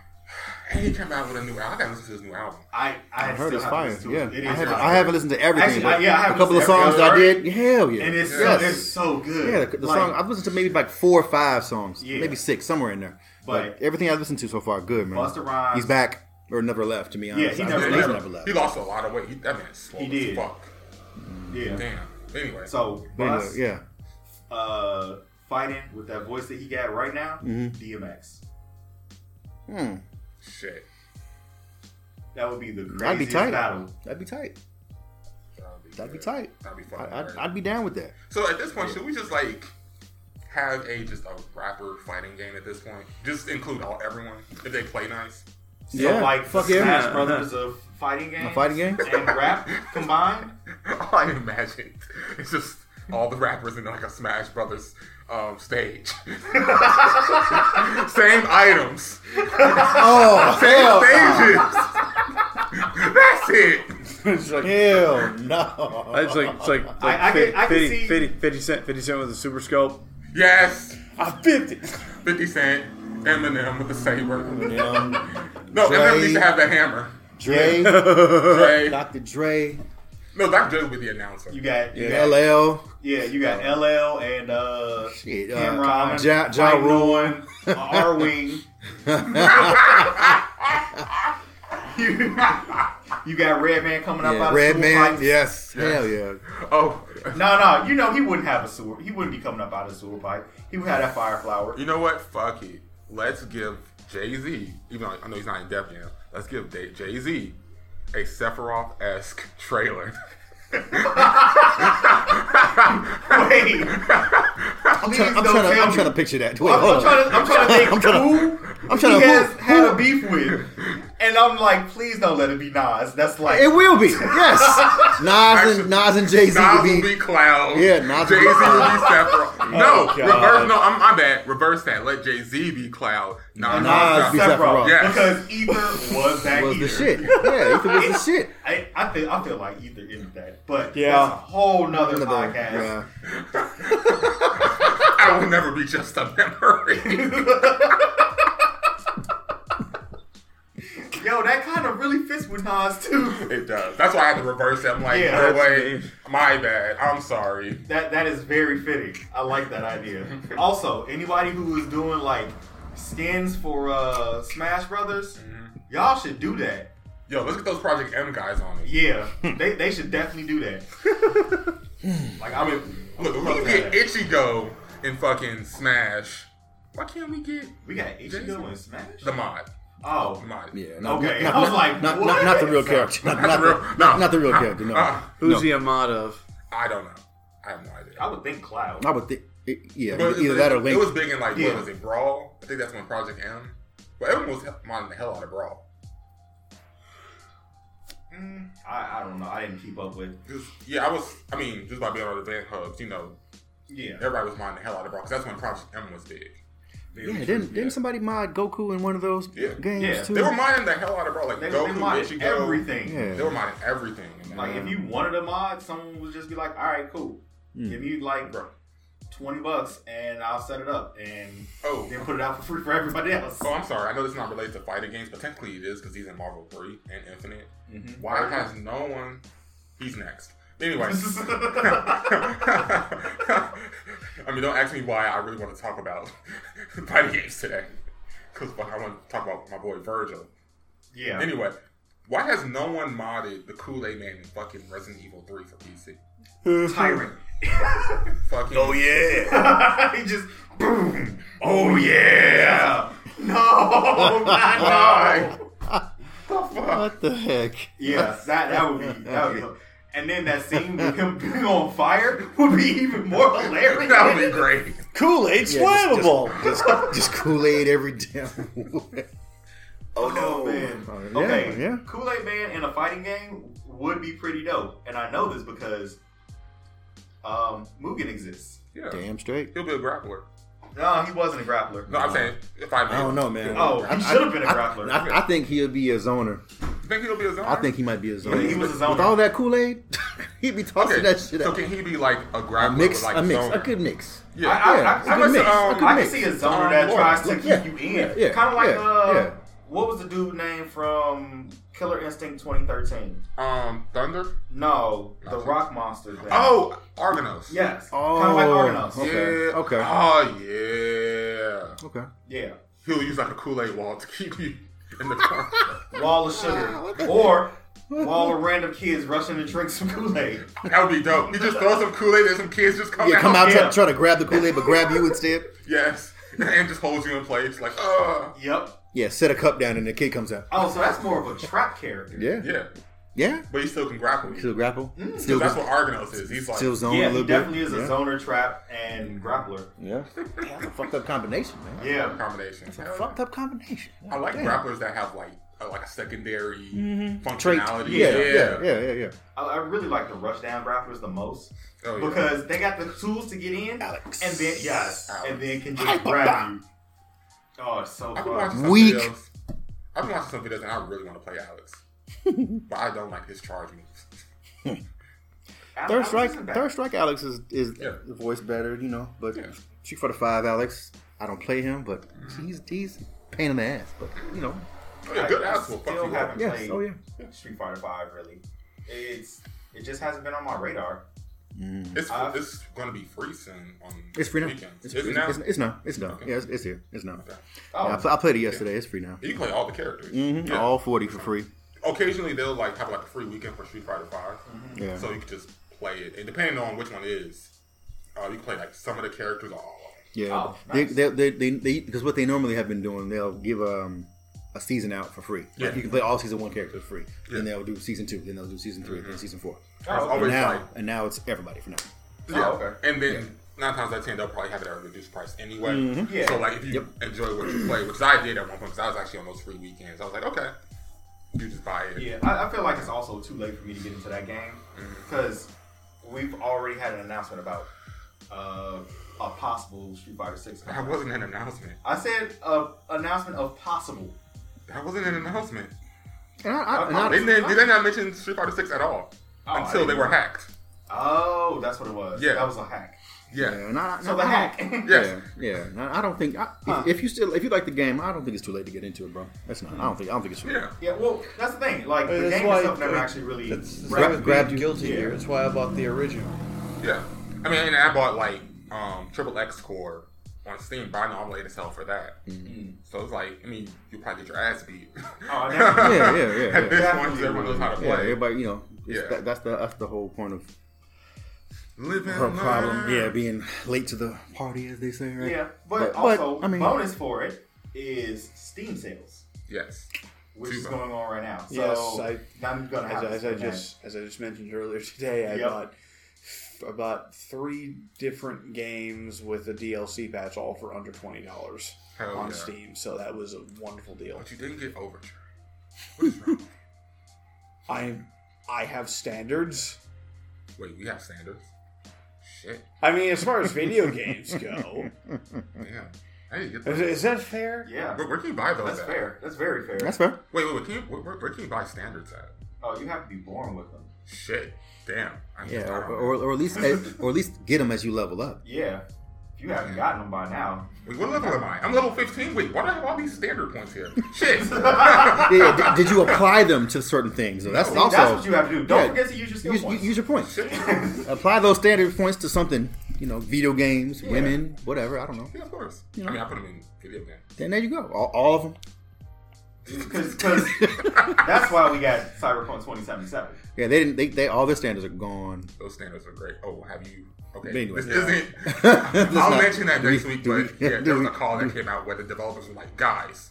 A: And he came out with a new album. I gotta listen to his new album.
C: I I,
B: I heard
C: still
B: it's
C: have
B: fire.
C: to listen to
B: Yeah,
C: it. It
B: I,
C: is
B: haven't,
C: fire.
B: I haven't listened to everything.
C: Actually, I- yeah, I
B: but
C: haven't
B: a couple of
C: listened to
B: songs I
C: every
B: did. Hell yeah,
C: and it's so, it's so good.
B: yeah. The, the
C: Like,
B: song I've listened to maybe like four or five songs,
C: Yeah.
B: maybe six, somewhere in there.
C: But-
B: But everything I've listened to so far, good man.
C: Busta Rhymes.
B: he's back or never left. To be honest,
C: he
B: I-
C: never
A: He,
C: left.
B: he's never left.
A: he lost a lot of weight. He, that man's slow
C: He
A: as
C: did.
A: fuck.
C: yeah.
A: Damn. Anyway,
C: So
B: But anyway,
C: Bus,
B: yeah,
C: uh, fighting with that voice that he got right now,
B: Mm-hmm.
C: DMX.
B: Hmm,
A: shit.
C: That would be the
B: That'd be
C: craziest
B: tight.
C: battle.
B: That'd be tight.
A: That'd be,
B: That'd be
A: good.
B: tight.
A: That'd be
B: I,
A: fucking
B: I'd,
A: great.
B: I'd be down with that.
A: So at this point, should we just like have a just a rapper fighting game at this point? Just include all everyone if they play nice.
C: So
B: Yeah,
C: like
B: fuck yeah.
C: Smash Brothers of fighting game,
B: fighting game?
C: and rap combined.
A: All I imagine it's just all the rappers in like a Smash Brothers um, stage. Same items.
B: Oh, hell
A: Stages. That's it.
D: it's like
B: Hell no.
D: it's like it's like, like
C: I- I can-
D: 50,
C: I can
D: 50,
C: see-
D: 50 50 cent 50 cent with a super scope.
A: Yes.
B: I'm 50.
A: 50 Cent, Eminem with the saber.
B: Eminem,
A: No, Eminem
B: Dre.
A: needs to have that hammer.
B: Dre,
A: Dre.
B: Dr. Dre,
A: No, Dr. Dre would be the announcer.
C: You got you got
B: LL,
C: yeah, you got LL and uh
B: Oh. Shit, uh,
C: Cameron, uh,
B: Ja- Ja Rule.
C: R Wing. you, you got Redman coming up
B: yeah,
C: out of sewer
B: Redman.
C: pipes.
B: Yes, hell yeah.
A: Oh,
C: No, no, you know he wouldn't have a sewer. He wouldn't be coming up out of the sewer pipe. He would have that fire flower.
A: you know what? Fuck it. Let's give Jay Z, even though I know he's not in Def Jam, let's give Jay Z a Sephiroth esque trailer.
C: Wait,
B: I'm trying, I'm, trying to, I'm trying to picture that. Wait,
C: I'm,
B: hold
C: I'm trying
B: on.
C: to, I'm trying to think
B: I'm trying to-
C: who
B: I'm trying
C: he
B: to- who-
C: has had
B: who-
C: a beef with, and I'm like, please don't let it be Nas. That's like
B: It will be. Yes. Nas and Nas and Jay Z
A: Nas
B: will
A: will
B: be.
A: be Cloud.
B: Yeah, Nas
A: Jay Z
B: will be
A: will be
B: Cloud.
A: Sephiroth. No,
C: Oh, God.
A: reverse. No, I'm, my bad. Reverse that. Let Jay Z be Cloud. Nas,
B: Nas be
A: be
B: Sephiroth.
C: Sephiroth
A: Yes.
C: because Ether was that
B: Was the
C: Ether.
B: shit. Yeah, Ether was the shit.
C: I, I feel I feel like either is that, but
D: Yeah.
C: that's a whole nother
B: Another-
C: podcast.
B: yeah.
A: I will never be just a memory.
C: Yo, that kind of really fits with Nas too.
A: It does. That's why I had to reverse it. I'm like,
C: Yeah,
A: no
C: that's
A: way. My bad. I'm sorry.
C: That that is very fitting. I like that idea. Also, anybody who is doing like skins for uh Smash Brothers, y'all should do that.
A: Yo, let's get those Project M guys on it.
C: Yeah,
A: Hmm.
C: they they should definitely do that. like I mean,
A: Look, we can get Ichigo in fucking Smash. Why can't we get
C: we got Ichigo and Smash.
A: the mod?
C: Oh,
A: The mod.
B: Yeah. Not,
C: Okay,
B: Not,
C: I was
B: not,
C: like,
B: not,
C: what?
B: not, not the real character. Not, not, the,
A: real-
B: not, not the real character. No.
A: Uh,
D: Who's he a mod of?
A: I don't know. I have no idea.
C: I would think Cloud.
B: I would think. it- Yeah,
A: But
B: either
A: it,
B: that or
A: it was
B: Link.
A: big in like
C: Yeah.
A: what was it, Brawl? I think that's when Project M. But everyone was he- modding the hell out of Brawl.
C: Mm, I, I don't know. I didn't keep up with.
A: Just, yeah, I was. I mean, just by being on the event hubs, you know,
C: Yeah.
A: everybody was modding the hell out of Brawl because that's when Project M was big.
B: Yeah, didn't, didn't somebody mod Goku in one of those
A: Yeah.
B: games
C: Yeah.
B: too?
A: They were mining the hell out of bro. Like
C: They,
A: Goku,
C: they modded
A: Ichigo,
C: everything.
B: Yeah.
A: They were mining everything. in that.
C: Like if you wanted a mod, someone would just be like, "All right, cool. Give me like
A: Hmm. Bro.
C: twenty bucks, and I'll set it up, and
A: Oh.
C: then put it out for free for everybody else."
A: Oh, I'm sorry. I know this is not related to fighting games, but technically it is because he's in Marvel 3 and Infinite.
B: Mm-hmm.
C: Mhm.
A: Why has no one? He's next. Anyway, I mean, don't ask me why I really want to talk about fighting games today, because I want to talk about my boy Virgil.
C: Yeah.
A: Anyway, why has no one modded the Kool Aid Man in fucking Resident Evil 3 for PC?
C: Tyrant.
A: Fucking oh yeah,
C: he just boom. Oh yeah. No, not no.
B: What the heck?
C: Yeah, that that would be that would be. And then that scene with him being on fire would be even more hilarious.
A: that would be great.
G: Kool Aid flammable.
B: Just, just Kool Aid every damn. way.
C: Oh no, Oh, man.
B: yeah,
C: okay,
B: yeah.
C: Kool Aid Man in a fighting game would be pretty dope, and I know this because um, Mugen exists.
A: Yeah,
B: Damn straight.
A: he'll be a grappler.
C: No, he wasn't a grappler.
A: No, I'm saying if I,
B: I don't know, man.
C: Oh, he should have been a grappler.
B: I, I think he'll be a zoner.
A: You think he'll be a zoner?
B: I think he might be a zoner.
C: he was a zoner.
B: With all that Kool Aid, he'd be tossing
A: Okay,
B: that shit
A: so
B: out.
A: can he be like a grappler?
B: A mix,
A: with like
B: a mix,
A: zoner?
B: a good mix.
A: Yeah.
C: I, I,
B: Yeah,
C: I,
B: it's a
C: I,
B: good
C: can see-
B: mix.
C: um,
B: It's a good
C: I can
B: mix.
C: see a
A: It's
C: zoner
A: on
C: that
A: board.
C: tries to
B: Like,
C: keep
B: yeah,
C: you in.
B: yeah,
C: kind of like
B: yeah,
C: uh,
B: yeah.
C: what was the dude name from Killer Instinct 2013?
A: um, Thunder.
C: No, the Rock Monster. Thing.
A: Oh, Argonos.
C: yes,
B: Oh,
C: kind of like Argonauts.
B: okay.
A: Yeah.
B: okay.
A: Oh yeah.
B: Okay.
C: Yeah,
A: He'll use like a Kool Aid wall to keep you in the car.
C: wall of sugar or wall of random kids rushing to drink some Kool Aid.
A: that would be dope. You just throw some Kool Aid and some kids just come
B: Yeah,
A: out.
B: come out
C: Yeah.
B: try, try to grab the Kool Aid, but grab you instead.
A: Yes. And just holds you in place like, uh
C: Yep.
B: Yeah, set a cup down and the kid comes out.
C: Oh, so that's more of a trap character.
B: Yeah, yeah.
A: yeah. But he still can grapple you.
B: Still grapple.
A: So
B: Still,
A: that's what Argonos is. He's like
B: still zone
C: Mm, Yeah,
B: a little
C: he definitely is a
B: bit.
C: zoner, trap, and grappler.
B: yeah. Yeah. That's a fucked up combination, man.
C: Yeah.
A: combination. Hell yeah.
B: Fucked up combination.
A: I like
B: Damn.
A: grapplers that have like uh, like a secondary functionality.
B: Mm-hmm. Yeah, yeah, yeah, yeah, yeah.
C: I, I really like the rushdown rappers the most
A: Oh, yeah.
C: because they got the tools to get in,
H: Alex.
C: and then yes,
A: Alex.
C: and then can just grab you. Oh, it's so
A: I've been
C: fun.
A: watching some
I: Weak.
A: videos. I've been watching some videos, and I really want to play Alex, but I don't like his charge moves.
C: Alex
B: Third
C: is
B: Strike,
C: back.
B: Third Strike. Alex is is
A: Yeah.
B: the voice better, you know. But
A: Yeah. Mm-hmm.
B: shoot for the five, Alex. I don't play him, but he's he's a pain in the ass. But you know,
A: Oh, yeah, good ass will fuck
C: Still
A: you up.
C: haven't
B: yeah.
C: played
B: Oh yeah.
C: Street Fighter Five really. It's it just hasn't been on my radar.
A: It's,
C: I've-
A: it's gonna be free soon on
B: It's free now.
A: weekends.
B: It's,
A: Is it
B: it's,
A: now?
B: it's, it's now. It's now.
A: Okay.
B: Yeah, it's, it's here. It's now.
A: Okay.
C: Oh,
B: Yeah, I, pl- I played it yesterday. It's free now.
A: You can play all the characters.
B: hmm
A: Yeah.
B: All forty for free.
A: Occasionally, they'll like have like a free weekend for Street Fighter 5
B: Mm-hmm. Yeah.
A: so you can just play it. And depending on which one it is, uh, you can play like some of the characters or all of them.
B: Yeah,
C: Oh,
B: they,
C: nice.
B: they, they, they, they, because what they normally have been doing, they'll give um, a season out for free. Like,
A: Yeah.
B: you can play all season one characters for free.
A: Yeah.
B: Then they'll do season two. Then they'll do season 3 Then season four.
A: I was
C: Oh,
A: always
B: now
A: like,
B: and now it's everybody for now.
A: yeah.
C: Oh, okay.
A: And then nine times out of ten, they'll probably have it at a reduced price anyway.
C: Yeah.
A: So like, if you enjoy what you play, which I did at one point, because I was actually on those free weekends, I was like, okay, you just buy it.
C: Yeah, I, I feel like it's also too late for me to get into that game because we've already had an announcement about uh, a possible Street Fighter Six.
A: That wasn't an announcement.
C: I said uh, announcement of possible.
A: That wasn't an announcement.
B: And I, I, and
C: Oh,
B: I,
A: They didn't, did they not mention Street Fighter Six at all
C: Oh, I
A: until they
C: didn't
A: were
C: know.
A: hacked?
C: Oh, that's what it was.
A: Yeah.
C: that was a hack.
A: Yeah.
B: yeah, and I,
C: So
B: no,
C: the
B: I
C: hack.
B: don't-
A: Yes.
B: Yeah, yeah. No, I don't think I, if, if you still if you like the game, I don't think it's too late to get into it, bro. That's not. I don't think I don't think it's too late.
A: Yeah.
C: yeah, well, that's the thing. Like the
D: that's
C: game
D: why
C: itself never
D: I-
C: actually really.
D: That's, that's
B: Grab-
D: why I was
B: grabbed
D: being
B: you.
D: guilty here. That's why I bought the original.
A: Yeah. I mean, and I bought like um Triple X Core on Steam, but I know I'm late as hell for that. So it's like, I mean, you probably get your ass beat.
C: Mm-hmm. Oh, now-
B: Yeah, yeah, yeah,
A: At this
C: yeah.
A: point, 'cause everyone knows how to play.
B: Yeah, everybody, you know, it's,
A: Yeah.
B: that, that's the that's the whole point of
A: Living
B: her
A: life.
B: problem. Yeah, being late to the party, as they say, right?
C: yeah, but,
B: But- but,
C: also
B: I mean-
C: bonus for it is Steam sales,
A: Yes.
C: which
A: Too
C: is
A: bad.
C: going on right now. So
D: Yes, I-
C: I'm gonna
D: As,
C: have to
D: as I
C: spend that.
D: just as I just mentioned earlier today, I
C: Yep.
D: bought f- about three different games with a DLC patch, all for under twenty dollars
A: Hell
D: on
A: yeah.
D: Steam. So that was a wonderful deal.
A: But you didn't get Overture. What is wrong?
D: I I have standards.
A: Wait, we have standards? Shit.
D: I mean, as far as video games go,
A: Yeah. I didn't get
D: is,
A: that.
D: is that fair?
C: yeah,
A: Where, where can you buy those
C: that's
A: at?
C: fair. That's very fair.
B: That's fair.
A: Wait, wait, wait. Can you, where, where- where can you buy standards at?
C: Oh, you have to be born with them.
A: Shit. Damn. I
B: Yeah,
A: just
B: or,
A: got on
B: or, or at least eh, or at least get them as you level up.
C: Yeah. If you haven't gotten them by now,
A: Wait, what level am I? I'm level 15. Wait, why do I have all these standard points here? Shit.
B: Yeah, yeah, di- did, you apply them to certain things? That's
A: See,
B: also
C: that's what you have to do. Don't
B: yeah,
C: forget to use your skill
B: use,
C: points.
B: use your points. apply those standard points to something. You know, video games, women, whatever. I don't know.
A: yeah, of course. I mean, I put them in video game.
B: Then there you go. All, all of them.
C: Because that's why we got Cyberpunk 2077.
B: Yeah, they didn't. They, they all their standards are gone.
A: Those standards are great. Oh, have you? Okay,
B: But anyway,
A: this
B: yeah.
A: isn't.
B: I'll
A: I'll mention that next week. But yeah, there was a
B: we,
A: call that came out where the developers were like, "Guys,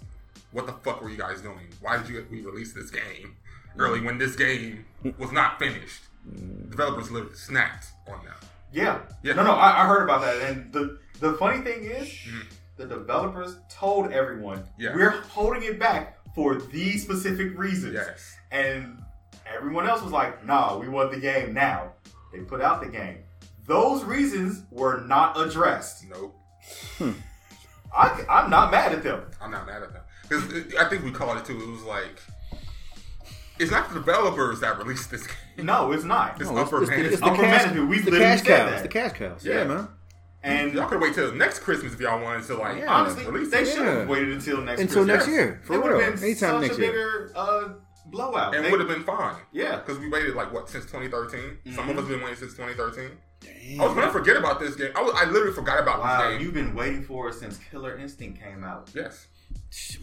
A: what the fuck were you guys doing? Why did you we release this game early when this game was not finished?" Developers literally snapped on them.
C: Yeah.
A: Yeah.
C: No, no, I, I heard about that. And the, the funny thing is, the developers told everyone,
A: Mm-hmm. Yeah.
C: we're holding it back for these specific reasons.
A: Yes.
C: And everyone else was like, no, we want the game now. They put out the game. Those reasons were not addressed.
A: Nope.
C: I, I'm not mad at them.
A: I'm not mad at them because I think we called it too. It was like, it's not the developers that released this game.
C: No, it's not.
A: It's
B: No, it's-
A: upper
B: it's the-
A: management.
B: it's the
C: Upper
B: cash-
C: management. We
B: it's the
C: literally
B: cash
C: said
B: cows.
C: that.
B: The cash cows.
A: Yeah.
B: Yeah, man.
C: And
A: Y'all could wait till next Christmas if y'all wanted to like
B: Yeah.
C: honestly,
A: release
C: they
A: it.
C: should have waited until next
B: Until
C: Christmas.
B: next year, for
C: it would
B: real.
C: have been
B: Anytime
C: such
B: next
C: a
B: year.
C: bigger uh, blowout.
A: and
C: They-
A: would have been fine.
C: Yeah.
A: because we waited like what since 2013. Some
C: Mm-hmm.
A: of us been waiting since 2013. I was gonna forget about this game. I, was, I literally forgot about
C: Wow,
A: this game.
C: you've been waiting for it since Killer Instinct came out.
A: yes,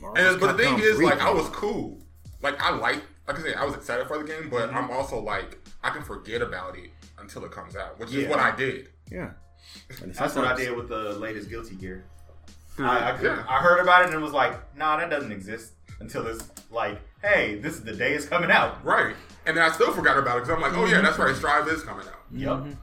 B: Marvel's
A: and but the thing
B: Capcom
A: is,
B: three.
A: like, I was cool. Like, I like, like I said, I was excited for the game, but
C: Mm-hmm.
A: I'm also like, I can forget about it until it comes out, which
C: Yeah.
A: is what I did.
B: yeah. And
C: That's what I
B: sometimes-
C: did with the latest Guilty Gear. I, I, could- I heard about it and it was like, nah, that doesn't exist until it's like, hey, this is the day it's coming out.
A: Right, and then I still forgot about it because I'm like, oh yeah, that's right, Strive is coming out.
C: Yep.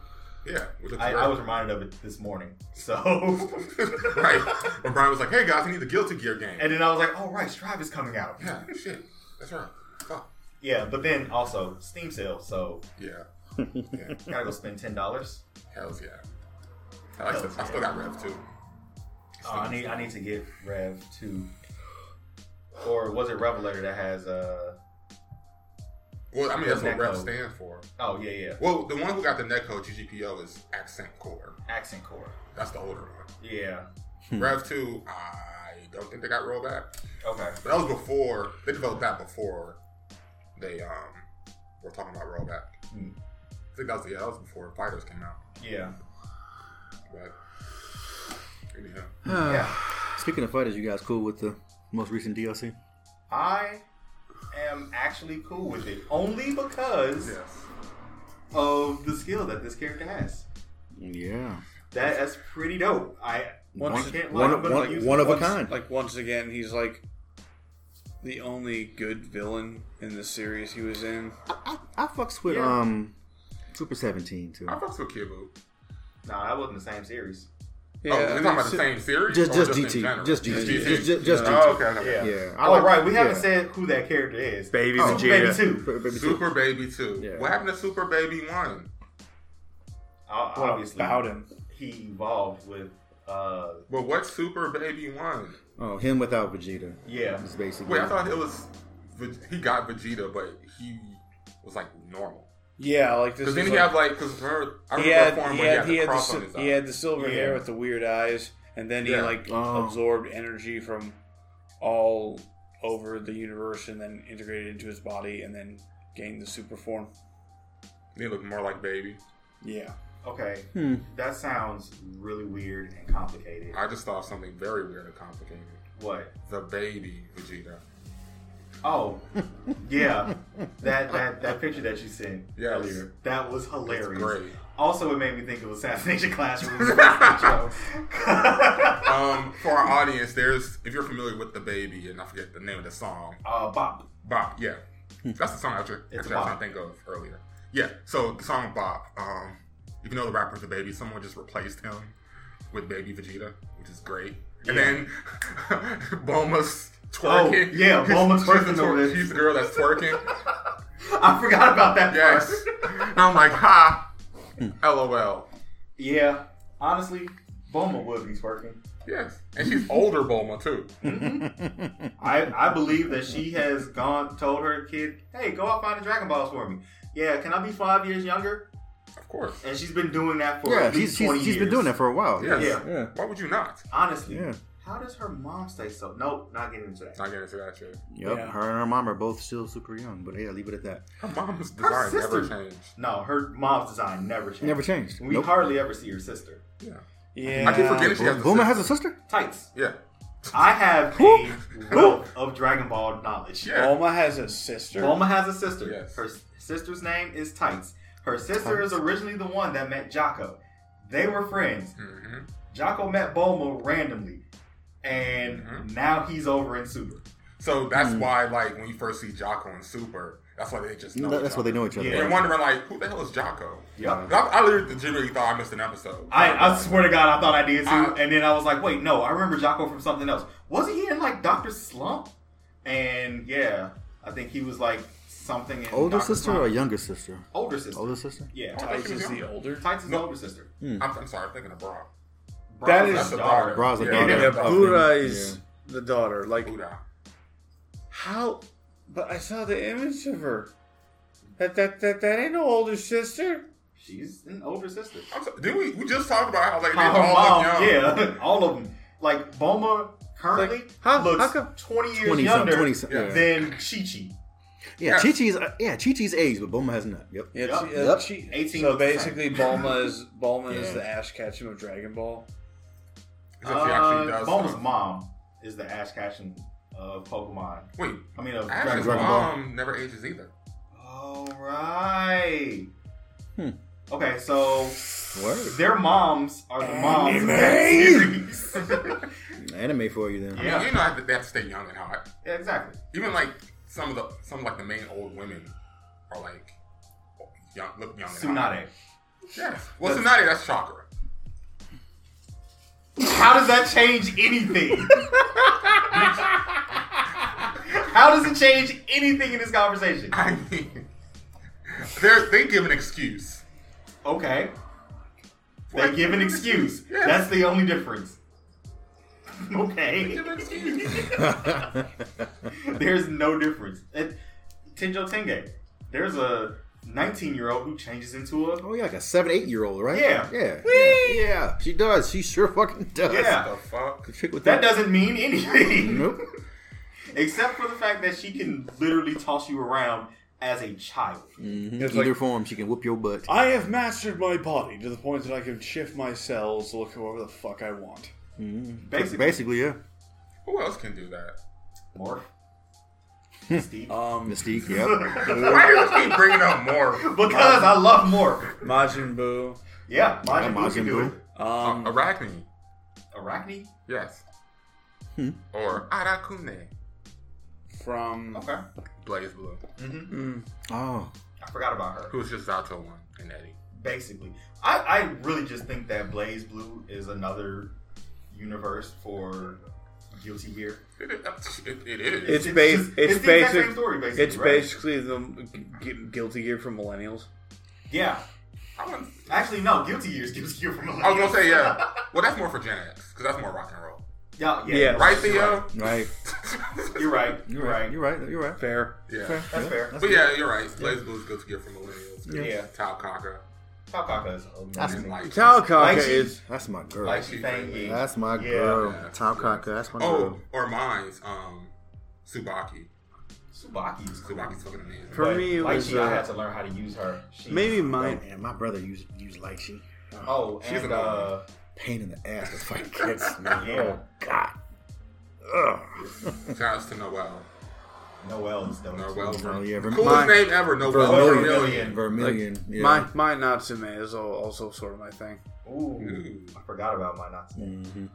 A: Yeah, which is
C: Mm-hmm. I,
A: great.
C: I was reminded of it this morning. So,
A: right when Brian was like, hey guys, I need the Guilty Gear game.
C: and then I was like, oh, right, Strive is coming out.
A: yeah, shit. That's right. Fuck.
C: Yeah, but then also Steam sale, so
A: Yeah.
C: gotta go spend ten dollars.
A: Hells yeah. I, like
C: Hells
A: the, I still got Rev too.
C: Oh, I need I need to get Rev two, or was it Revelator that has uh?
A: Well, I mean, that's what
C: Netcode.
A: Rev stands for.
C: Oh yeah yeah,
A: Well, the one who got the netcode GGPO is Accent Core.
C: Accent Core.
A: That's the older one.
C: Yeah.
I: Hmm.
A: Rev 2, I don't think they got rolled back.
C: Okay.
A: But that was before, they developed that before they um were talking about rollback.
C: Hmm.
A: I think that was, yeah, that was before Fighters came out.
C: Yeah.
A: But, anyhow.
C: yeah.
I: Speaking of fighters, you guys cool with the most recent DLC?
C: I am actually cool with it only because
A: Yes.
C: of the skill that this character has.
I: Yeah.
C: That that's pretty dope. I
D: Once-
C: I can't
I: One,
C: lie, I'm gonna
I: one-
C: use
I: one
C: it.
I: of a
D: Once-
I: kind.
D: Like once again, he's like the only good villain in the series he was in.
A: Oh,
I: I, I fucks with
C: Yeah.
I: um Super 17 too.
A: I fucks with Kibu.
C: Nah, that wasn't the same series.
D: Yeah,
A: oh, you're
D: I mean,
A: talking about the
D: so-
A: same series?
I: Just-
A: or
I: just
A: in
I: GT.
A: general?
I: Just GT. Just- just- just
A: Oh, okay. okay.
C: Yeah.
I: yeah. I
C: Oh
I: like-
C: right, we haven't
I: yeah.
C: said who that character is.
F: Baby
A: Oh,
F: Vegeta.
C: Baby two.
I: Baby Two.
A: Super Baby 2.
I: Yeah.
A: What happened to Super Baby 1?
C: O- Obviously,
H: about him.
C: he evolved with. uh
A: But what's Super Baby 1?
I: Oh, him without Vegeta.
C: Yeah.
I: It's basically.
A: Wait, I thought it was Ve- he got Vegeta, but he was like normal.
D: yeah, like this.
A: Because then
D: is
A: he
D: like-
A: had like because her I
D: he
A: remember
D: had
A: a form
D: he
A: where
D: had
A: he had
D: he had
A: the
D: the,
A: cross on
D: sil-
A: his
D: he
A: eye.
D: had the silver
C: Yeah.
D: hair with the weird eyes, and then he
A: Yeah.
D: like
I: Oh.
D: absorbed energy from all over the universe, and then integrated it into his body, and then gained the super form.
A: He looked more like baby.
D: Yeah,
C: Okay,
I: Hmm.
C: that sounds really weird and complicated.
A: I just thought of something very weird and complicated.
C: What?
A: The baby Vegeta.
C: Oh, yeah. That that that picture that you sent
A: Yes.
C: earlier. That was
A: It's
C: hilarious.
A: great.
C: Also, it made me think of Assassination Classroom. the best show. uh,
A: Um, for our audience, there's if you're familiar with the baby, and I forget the name of the song.
C: Bop.
A: Bop, yeah, that's the song I actually,
C: Hmm.
A: actually
C: It's
A: I was trying
C: Bop.
A: to think of earlier. Yeah, so the song Bop. Um, if you know the rapper the baby, someone just replaced him with Baby Vegeta, which is great. And
C: Yeah. Oh,
A: then Bulma's twerking.
C: yeah, Bulma's
A: She's the
C: twerking over
A: twer-
C: there.
A: She's the girl that's twerking.
C: I forgot about that.
A: Yes.
C: part.
A: And I'm like, ha.
C: Hmm.
A: LOL.
C: Yeah. Honestly, Boma would be twerking.
A: Yes. And she's older Bulma too.
C: I, I believe that she has gone told her kid, "Hey, go out find the Dragon Balls for me." Yeah, can I be five years younger?
A: Of course.
C: And she's been doing that for
I: Yeah,
C: at least
I: she's, she's,
C: 20
I: she's been
C: years.
I: doing that for a while.
A: Yes.
C: Oh, Yeah.
I: Yeah.
A: Why would you not?
C: Honestly,
I: Yeah.
C: how does her mom stay so? Nope, not getting into that.
A: Not getting into that shit.
I: Yep.
D: Yeah.
I: Her and her mom are both still super young, but yeah, leave it at that.
A: Her mom's design never
C: sister-
A: changed.
C: No, her mom's design never changed.
I: Never changed.
C: We
I: nope.
C: hardly ever see her sister.
A: Yeah.
D: yeah.
A: I keep forgetting she has a
I: Bulma
A: sister.
I: has a sister.
C: Tights.
A: Yeah.
C: I have a wealth of Dragon Ball knowledge.
A: Yeah.
D: Bulma has a sister.
C: Bulma has a sister.
A: Yes.
C: Her s- sister's name is Tights. Her sister is originally the one that met Jocko. They were friends.
A: hmm
C: Jocko met Bulma randomly, and
A: Mhm.
C: now he's over in Super.
A: So that's
I: Hmm.
A: why, like, when you first see Jocko and Super, that's why they just know.
I: No, that's
A: each
I: why they
A: other.
I: know each other.
C: Yeah.
A: And wondering, like, who the hell is Jocko?
C: Yep.
A: I, I literally genuinely thought I missed an episode.
C: I, I swear to God, I thought I did too.
I: Uh,
A: I-
C: and then I was like, wait, no, I remember Jocko from something else. Wasn't he in like Doctor Slump? And yeah, I think he was like something. In
I: Older
C: Dr.
I: sister
C: Slump.
I: or younger sister?
C: older sister?
I: Older sister.
C: Yeah,
A: I thought
D: Tice
A: she was
D: is the
A: younger.
D: older.
C: Tights is
A: No.
C: older sister.
A: I'm, I'm sorry, I'm thinking of Bra.
D: That
C: Bra's
D: is-
A: That's the
C: daughter.
A: daughter.
I: Bra's the
A: yeah,
I: daughter.
A: Yeah,
D: Yeah,
A: Bra.
D: Buddha is the daughter. Like
A: Buddha.
D: how? But I saw the image of her. That that that that ain't no older sister.
C: She's an older sister.
A: I'm so, did we, we just talked about how, like, they
C: Her
A: all
C: mom,
A: look young.
C: yeah, all of them. Like Boma currently
D: Like, how-
C: looks
D: how come-
C: twenty years
I: 20 something,
C: younger
I: 20 something, yeah.
C: than Chi Chi.
I: Yeah. Chi Chi's uh, yeah Chi Chi's age, but Bulma has not. Yep.
D: Yeah,
C: Yup.
D: she, uh,
I: Yup.
D: she-
C: 18
D: So
C: looks the same.
D: basically, Bulma is Bulma
I: Yeah.
D: is the Ash Ketchum of Dragon Ball.
A: Except she actually
C: Uh,
A: does.
C: Boma's
A: stuff.
C: mom is the Ash Ketchum of Pokemon.
A: Wait,
C: I mean, of
A: Ash's
C: Dragon
I: Dragon
C: Ball.
A: mom never ages either.
C: All right.
I: Hmm.
C: Okay, so
I: Word.
C: their moms are the moms of that series.
I: Anime for you then.
A: I mean,
C: Yeah.
A: you know, they have to stay young and hot.
C: yeah, exactly.
A: Even like some of the some like the main old women are like young, look young. And hot.
C: Tsunade.
A: Yeah. Well, Tsunade, that's chakra.
C: How does that change anything? How does it change anything in this conversation?
A: I mean, they're, they give an excuse.
C: Okay. They
A: Like,
C: give an excuse.
A: Yeah.
C: That's the only difference. Okay.
A: Give an excuse.
C: There's no difference. It, Tenjo Tenge. There's a 19 year old who changes into a.
B: Oh yeah, like a seven, eight year old, right?
C: Yeah.
B: yeah, yeah, yeah. She does. She sure fucking does.
C: Yeah.
A: the fuck?
B: The chick with
C: That
B: that.
C: doesn't mean anything.
B: Nope.
C: Except for the fact that she can literally toss you around as a child.
D: It's
B: Either
D: like,
B: form, she can whoop your butt.
D: I have mastered my body to the point that I can shift my cells to look however the fuck I want.
C: Basically.
B: Basically, yeah.
A: Who else can do that?
C: Morph. Steve.
D: Um,
B: Mystique, yeah.
C: Hmm.
A: Why do you keep bringing up more?
C: because I love Morph.
D: Majin Buu.
C: Yeah, Majin,
B: Yeah,
C: Buu can
B: Majin
C: do
B: Buu.
C: it.
D: Um,
A: uh,
C: Hmm. Uh,
A: Arachne,
C: Arachne?
A: yes.
C: Hmm.
A: Or Arakune,
D: from
C: Okay. Mm-hmm.
A: Blaze Blue,
B: oh,
C: I forgot about her.
A: who's just Zato one and Eddie.
C: basically. I, I really just think that Blaze Blue is another universe for Guilty Gear.
A: It, it, it is.
D: it's
C: It's
D: bas-
C: just-
D: it's
C: it's the exact
D: basic-
C: same story, basically,
D: it's
C: right?
D: basically the gu- Guilty Gear for millennials.
C: Yeah.
A: I wouldn't-
C: Actually, no, Guilty Gear is Guilty Gear from
A: I was gonna say yeah. Well, that's more for Gen X because that's more rock and roll,
C: yeah, yeah,
D: Yeah.
C: you're
A: right, uh,
C: You're
A: Theo?
B: right.
C: You're right. You're right.
B: You're right. You're right.
D: Fair.
A: Yeah,
C: That's fair.
A: but yeah, you're right. Blaze Blue's good to get for millennials.
C: Yeah.
A: Tau Kaka.
C: Top Kaka is
B: That's
A: and like
D: Talcock
C: Like she-
D: is
B: That's my girl.
C: like
A: she-
C: she thingy.
B: That's my
C: Yeah.
B: girl.
A: Yeah.
B: Top cocker. That's my
A: Oh,
B: girl.
A: or mine's um, Subaki.
C: Subaki is cool.
A: Subaki's fucking amazing.
D: for me. It
C: like
D: was
C: she, I had
D: uh,
C: to learn how to use her. She,
D: maybe
B: Oh,
D: mine.
B: man, my brother used used like she
C: Oh,
A: She's
C: and
A: an old
C: uh,
B: pain in the ass to fight kids. Man.
C: Yeah.
B: Oh God. Ugh.
A: Shout out to Noel.
C: Noelle is dope.
A: Noel.
B: Oh yeah, Verm-
A: Coolest
B: my,
A: name ever. Noel
B: Vermillion.
A: Vermillion.
B: Vermilion. yeah.
D: My my Natsume is al- also sort of my thing.
C: Ooh,
A: Ooh.
C: I forgot about my Natsu.
B: Mhm.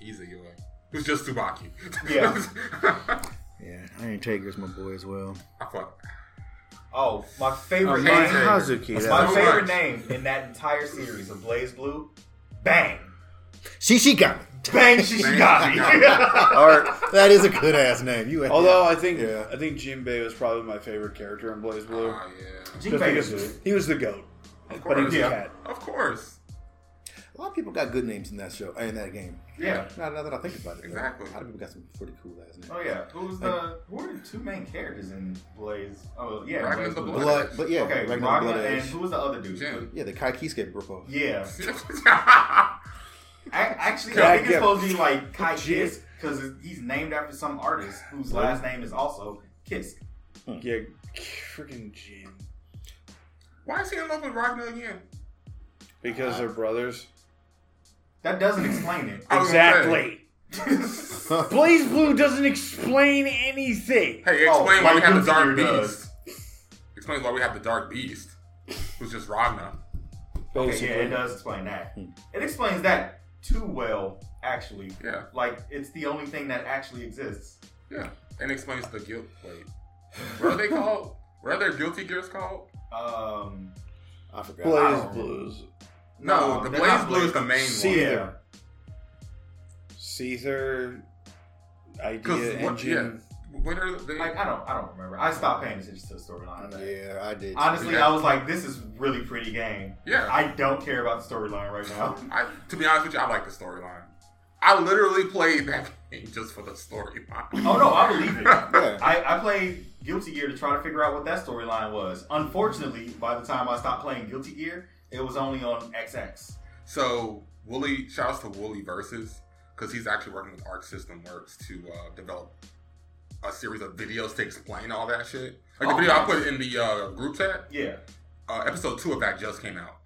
A: Easy, you like. It's just Subaki.
C: Yeah.
B: Yeah, I ain't Taker's my boy as well.
A: I Ah, fuck.
C: Oh, my
D: Uh,
C: favorite
D: my
A: Amazing.
C: name.
D: Hazuki.
A: That's
D: that-
A: So
C: My favorite
A: much.
C: name in that entire series of Blaze Blue, Bang.
B: She she got me.
C: Bang Shishigami.
D: Art.
B: That is a good ass name. You
D: Although I think
B: Yeah.
D: I think Jinbei was probably my favorite character in Blaze Blue.
A: Oh, yeah.
D: Just
C: Jinbei
D: because
C: is-
D: he was the goat,
A: Of
D: but he
A: course.
D: was
C: Yeah.
D: a cat.
A: Of course.
B: a lot of people got good names in that show in that game.
C: Yeah.
B: Now, now that I think about it, though,
A: Exactly.
B: a lot of people got some pretty cool ass names.
C: Oh yeah. Who's the who are the two main characters in Blaze? Oh yeah,
A: Ragnar
C: Blaze
A: the
C: Blue.
A: Blood.
B: Blood, but yeah,
C: Okay,
B: Ragnar
C: Ragnar
B: Blood
C: and
B: Age.
C: who was the other dude?
A: Jim.
B: Yeah, the Kai Kisuke ripoff.
C: Yeah.
A: That's
C: A- actually,
D: Yeah,
C: I think it's
D: yeah.
C: supposed to be like Kai
D: Jim.
C: Kisk because he's named after some artist whose last name is also Kisk.
D: Yeah, freaking Jin.
A: Why is he in love with Ragnar again?
D: Because they're brothers.
C: That doesn't explain it.
A: I was gonna say,
D: Blaze Blue doesn't explain anything.
A: Hey, explain why we
C: Mike
A: have the
C: Hudson
A: dark
C: here does.
A: beast. Explain why we have the dark beast, who's just Ragnar.
C: Okay, yeah, it does explain that. It explains that too well, actually.
A: Yeah.
C: Like it's the only thing that actually exists.
A: Yeah, and explains the guilt. Wait, what are they called? What are their guilty gears called?
C: Um,
B: I forgot.
D: Blaze Blues.
A: No, the
C: they're
A: Blaze
C: not
A: Blue is the
C: Blaze.
A: main
D: See
A: one.
D: it.
C: Yeah,
D: Caesar.
A: Because
D: Idea
A: what? Yeah,
D: engine.
A: when are they?
C: like I don't, I don't remember. I stopped paying attention to the storyline.
B: Yeah, I did.
C: Honestly,
A: Yeah.
C: I was like, this is really pretty game.
A: Yeah.
C: I don't care about the storyline right now.
A: I, to be honest with you, I like the storyline. I literally played that game just for the storyline.
C: oh no, I believe it.
B: Yeah.
C: I, I played Guilty Gear to try to figure out what that storyline was. Unfortunately, by the time I stopped playing Guilty Gear, it was only on XX.
A: So Wooly, shouts to Wooly Versus because he's actually working with Arc System Works to uh, develop a series of videos to explain all that shit. Like the
C: Oh,
A: video I
C: nice.
A: put in the uh, group chat,
C: Yeah.
A: uh, episode two of that just came out.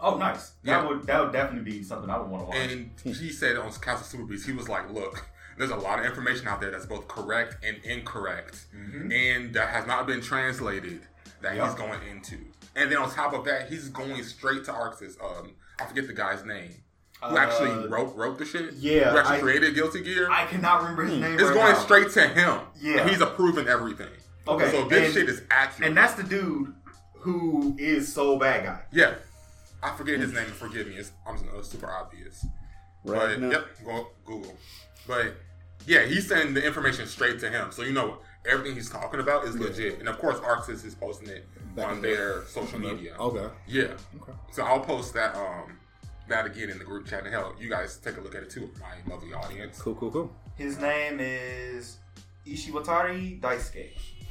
C: Oh, nice.
A: Yeah.
C: That would that would definitely be something I would want to watch.
A: And he said on Castle Super Beast, he was like, look, there's a lot of information out there that's both correct and incorrect, and that has not been translated that he's
C: Yeah.
A: going into. And then on top of that, he's going straight to Arxis. Um, I forget the guy's name who actually
C: Uh,
A: wrote wrote the shit.
C: yeah,
A: who actually
C: I-
A: created Guilty Gear.
C: I cannot remember his name.
A: Hmm. it's
C: right
A: going
C: now.
A: straight to him.
C: Yeah.
A: and he's approving everything.
C: Okay,
A: so this
C: and-
A: shit is accurate.
C: And that's the dude who is so bad guy.
A: yeah. I forget his name. Forgive me. It's, I'm it's super obvious. But
D: Ragnar.
A: yep, go Google. But Yeah, he's sending the information straight to him, so you know everything he's talking about is legit. And of course, Arxis is posting it
B: Back
A: on
B: in
A: their social media.
B: Oh. Okay.
A: Yeah. So I'll post that um that again in the group chat, and hell, you guys take a look at it too, my lovely audience.
B: Cool, cool, cool.
C: His name is Ishiwatari Daisuke.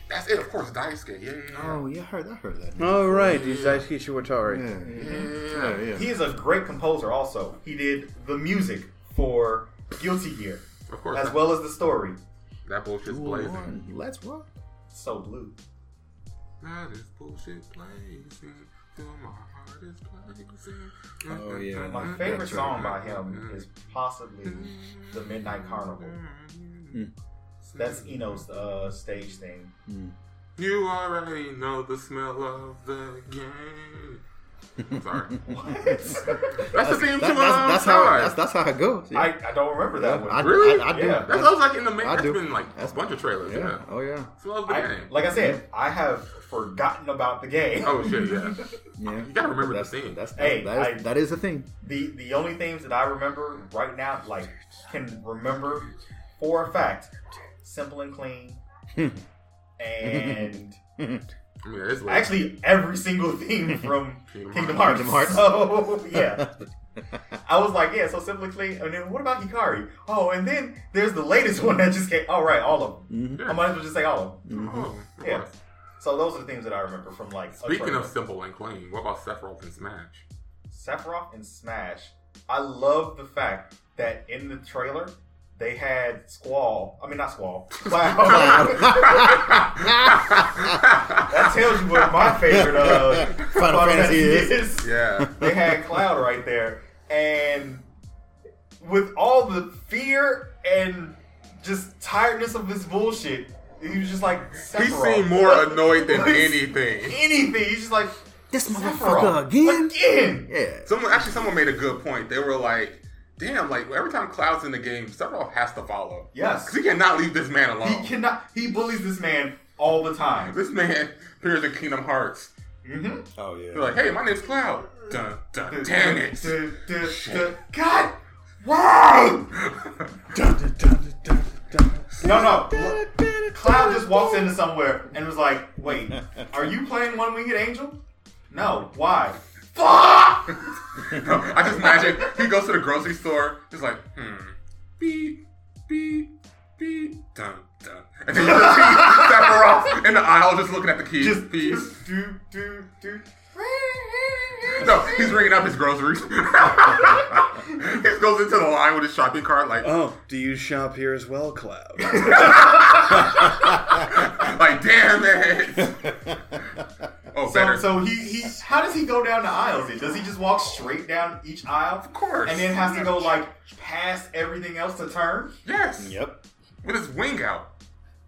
A: That's it, of course. Daisuke. Yeah, yeah, yeah.
B: Oh, yeah, I heard, I heard that.
D: All right, he's Daisuke Shiwatari.
B: Yeah, yeah, yeah.
C: He is a great composer. Also, he did the music for Guilty Gear
A: Of course.
C: as
A: that,
C: well as the story.
A: that bullshit's blazing.
B: One, Let's rock.
C: So blue.
A: That is bullshit blazing. Till my heart is blazing.
B: Oh, yeah.
C: My favorite song by him is possibly the Midnight Carnival.
A: Mm-hmm.
C: That's Eno's uh, stage thing.
A: You already know the smell of the game. Sorry. That's the theme to
B: That- that's,
A: my own
B: that's how
A: time.
B: that's, that's how it goes. Yeah.
C: I, I don't remember that one.
B: I,
A: Really?
B: I, I, do.
C: Yeah.
A: That sounds like in the main.
B: I
A: That's
B: do.
A: been like a bunch of trailers. Yeah.
B: yeah. Oh yeah.
A: Smell of the
C: I,
A: game.
C: like I said, I have forgotten about the game.
A: oh shit, yeah.
B: Yeah.
A: You gotta remember
B: that's,
A: the theme.
B: That's,
C: Hey,
B: that, is,
C: I-
B: that is the thing.
C: The the only things that I remember right now, like can remember for a fact, simple and clean, and
A: I mean, it's like,
C: actually every single theme from
A: Kingdom
C: Kingdom Hearts.
A: Hearts.
C: So yeah, I was like, yeah, so simple and clean. And then what about Hikari? Oh, and then there's the latest one that just came. All right, all of
B: Mm-hmm.
C: them. I might as well just say all of them.
A: oh, of
C: Yeah.
A: course.
C: So those are the things that I remember from like. a
A: Speaking
C: trailer.
A: of simple and clean, what about Sephiroth and Smash?
C: Sephiroth and Smash, I love the fact that in the trailer they had Squall. I mean, not Squall. Cloud. that tells you what my favorite uh,
B: Final Fantasy is.
A: Yeah.
C: They had Cloud right there, and with all the fear and just tiredness of this bullshit, he was just like Sephiroth.
A: he seemed more annoyed than
C: What is-
A: anything.
C: Anything. He's just like
B: This
C: Sephiroth
B: motherfucker again.
C: Again.
B: Yeah.
A: Someone actually, someone made a good point. They were like, "Damn! Like every time Cloud's in the game, Sephiroth has to follow.
C: Yes.
A: because he cannot leave this man alone.
C: He cannot. He bullies this man all the time.
A: This man appears in Kingdom Hearts.
B: Oh yeah.
A: They're like, "Hey, my name's Cloud." Dun, dun, damn it!
C: Duh, duh, duh. God, why? No, no. Cloud just walks into somewhere and was like, "Wait, are you playing One Winged Angel?" No. Why? Fuck!
A: I just imagine he goes to the grocery store. He's like, "Hmm, beep, beep, beep, dun, dun," and then you just see Sephiroth in the aisle just looking at the keys.
C: Just
A: Beep.
C: just do do do.
A: No, he's ringing up his groceries. he goes into the line with his shopping cart, like,
D: Oh, do you shop here as well, Cloud?
A: like, damn it. Oh,
C: Uh. So,
A: better.
C: so he, he how does he go down the aisles? then? Does he just walk straight down each aisle? Of
A: course.
C: And then has to go like past everything else to turn?
A: yes,
B: Yep.
A: with his wing out.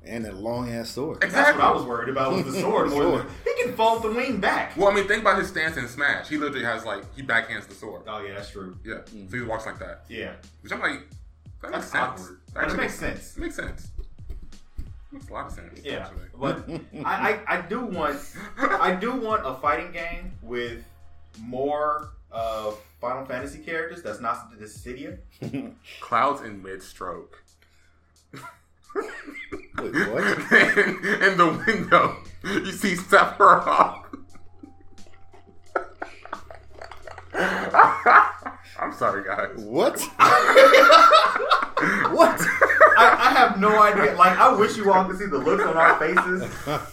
B: And that long ass sword.
C: That's
A: Exactly.
C: what I was worried about with the sword. more than- he can fold the wing back.
A: Well, I mean, think about his stance in Smash. He literally has like he backhands the sword.
C: Oh yeah, that's true.
A: Yeah,
C: Mm.
A: so he walks like that.
C: Yeah,
A: Which I'm like, that makes
C: that's
A: sense.
C: awkward.
A: That
C: But it
A: actually
C: makes sense.
A: It makes sense. Makes a lot of sense.
C: Yeah,
A: actually.
C: but I, I I do want I do want a fighting game with more uh Final Fantasy characters. That's not the Cydia.
A: Clouds in mid stroke.
B: Wait, what?
A: in the window, you see Sephiroth. I'm sorry, guys.
B: What? what?
C: I, I have no idea. Like I wish you all could see the looks on our faces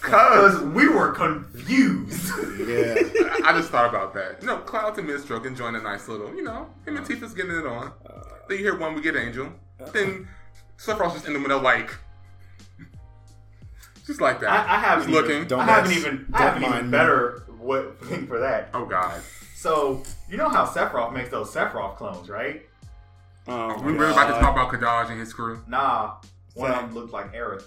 C: because we were confused.
B: Yeah.
A: I just thought about that. No, Clouds and Midstroke enjoying a nice little, you know, him
C: Uh,
A: and Tifa's getting it on. Then you hear one, we get Angel. Then Sephiroth's just in the window, like, just like that.
C: I, I haven't
A: Just looking.
C: even.
B: Don't
C: I haven't
B: mess.
C: even. I
B: Don't
C: haven't even
B: mind me.
C: better what thing for that.
A: oh God,
C: So you know how Sephiroth makes those Sephiroth clones, right?
D: Oh,
C: Oh,
A: we we really about to talk about Kadaj and his crew.
C: Nah, one of them looked like Aerith.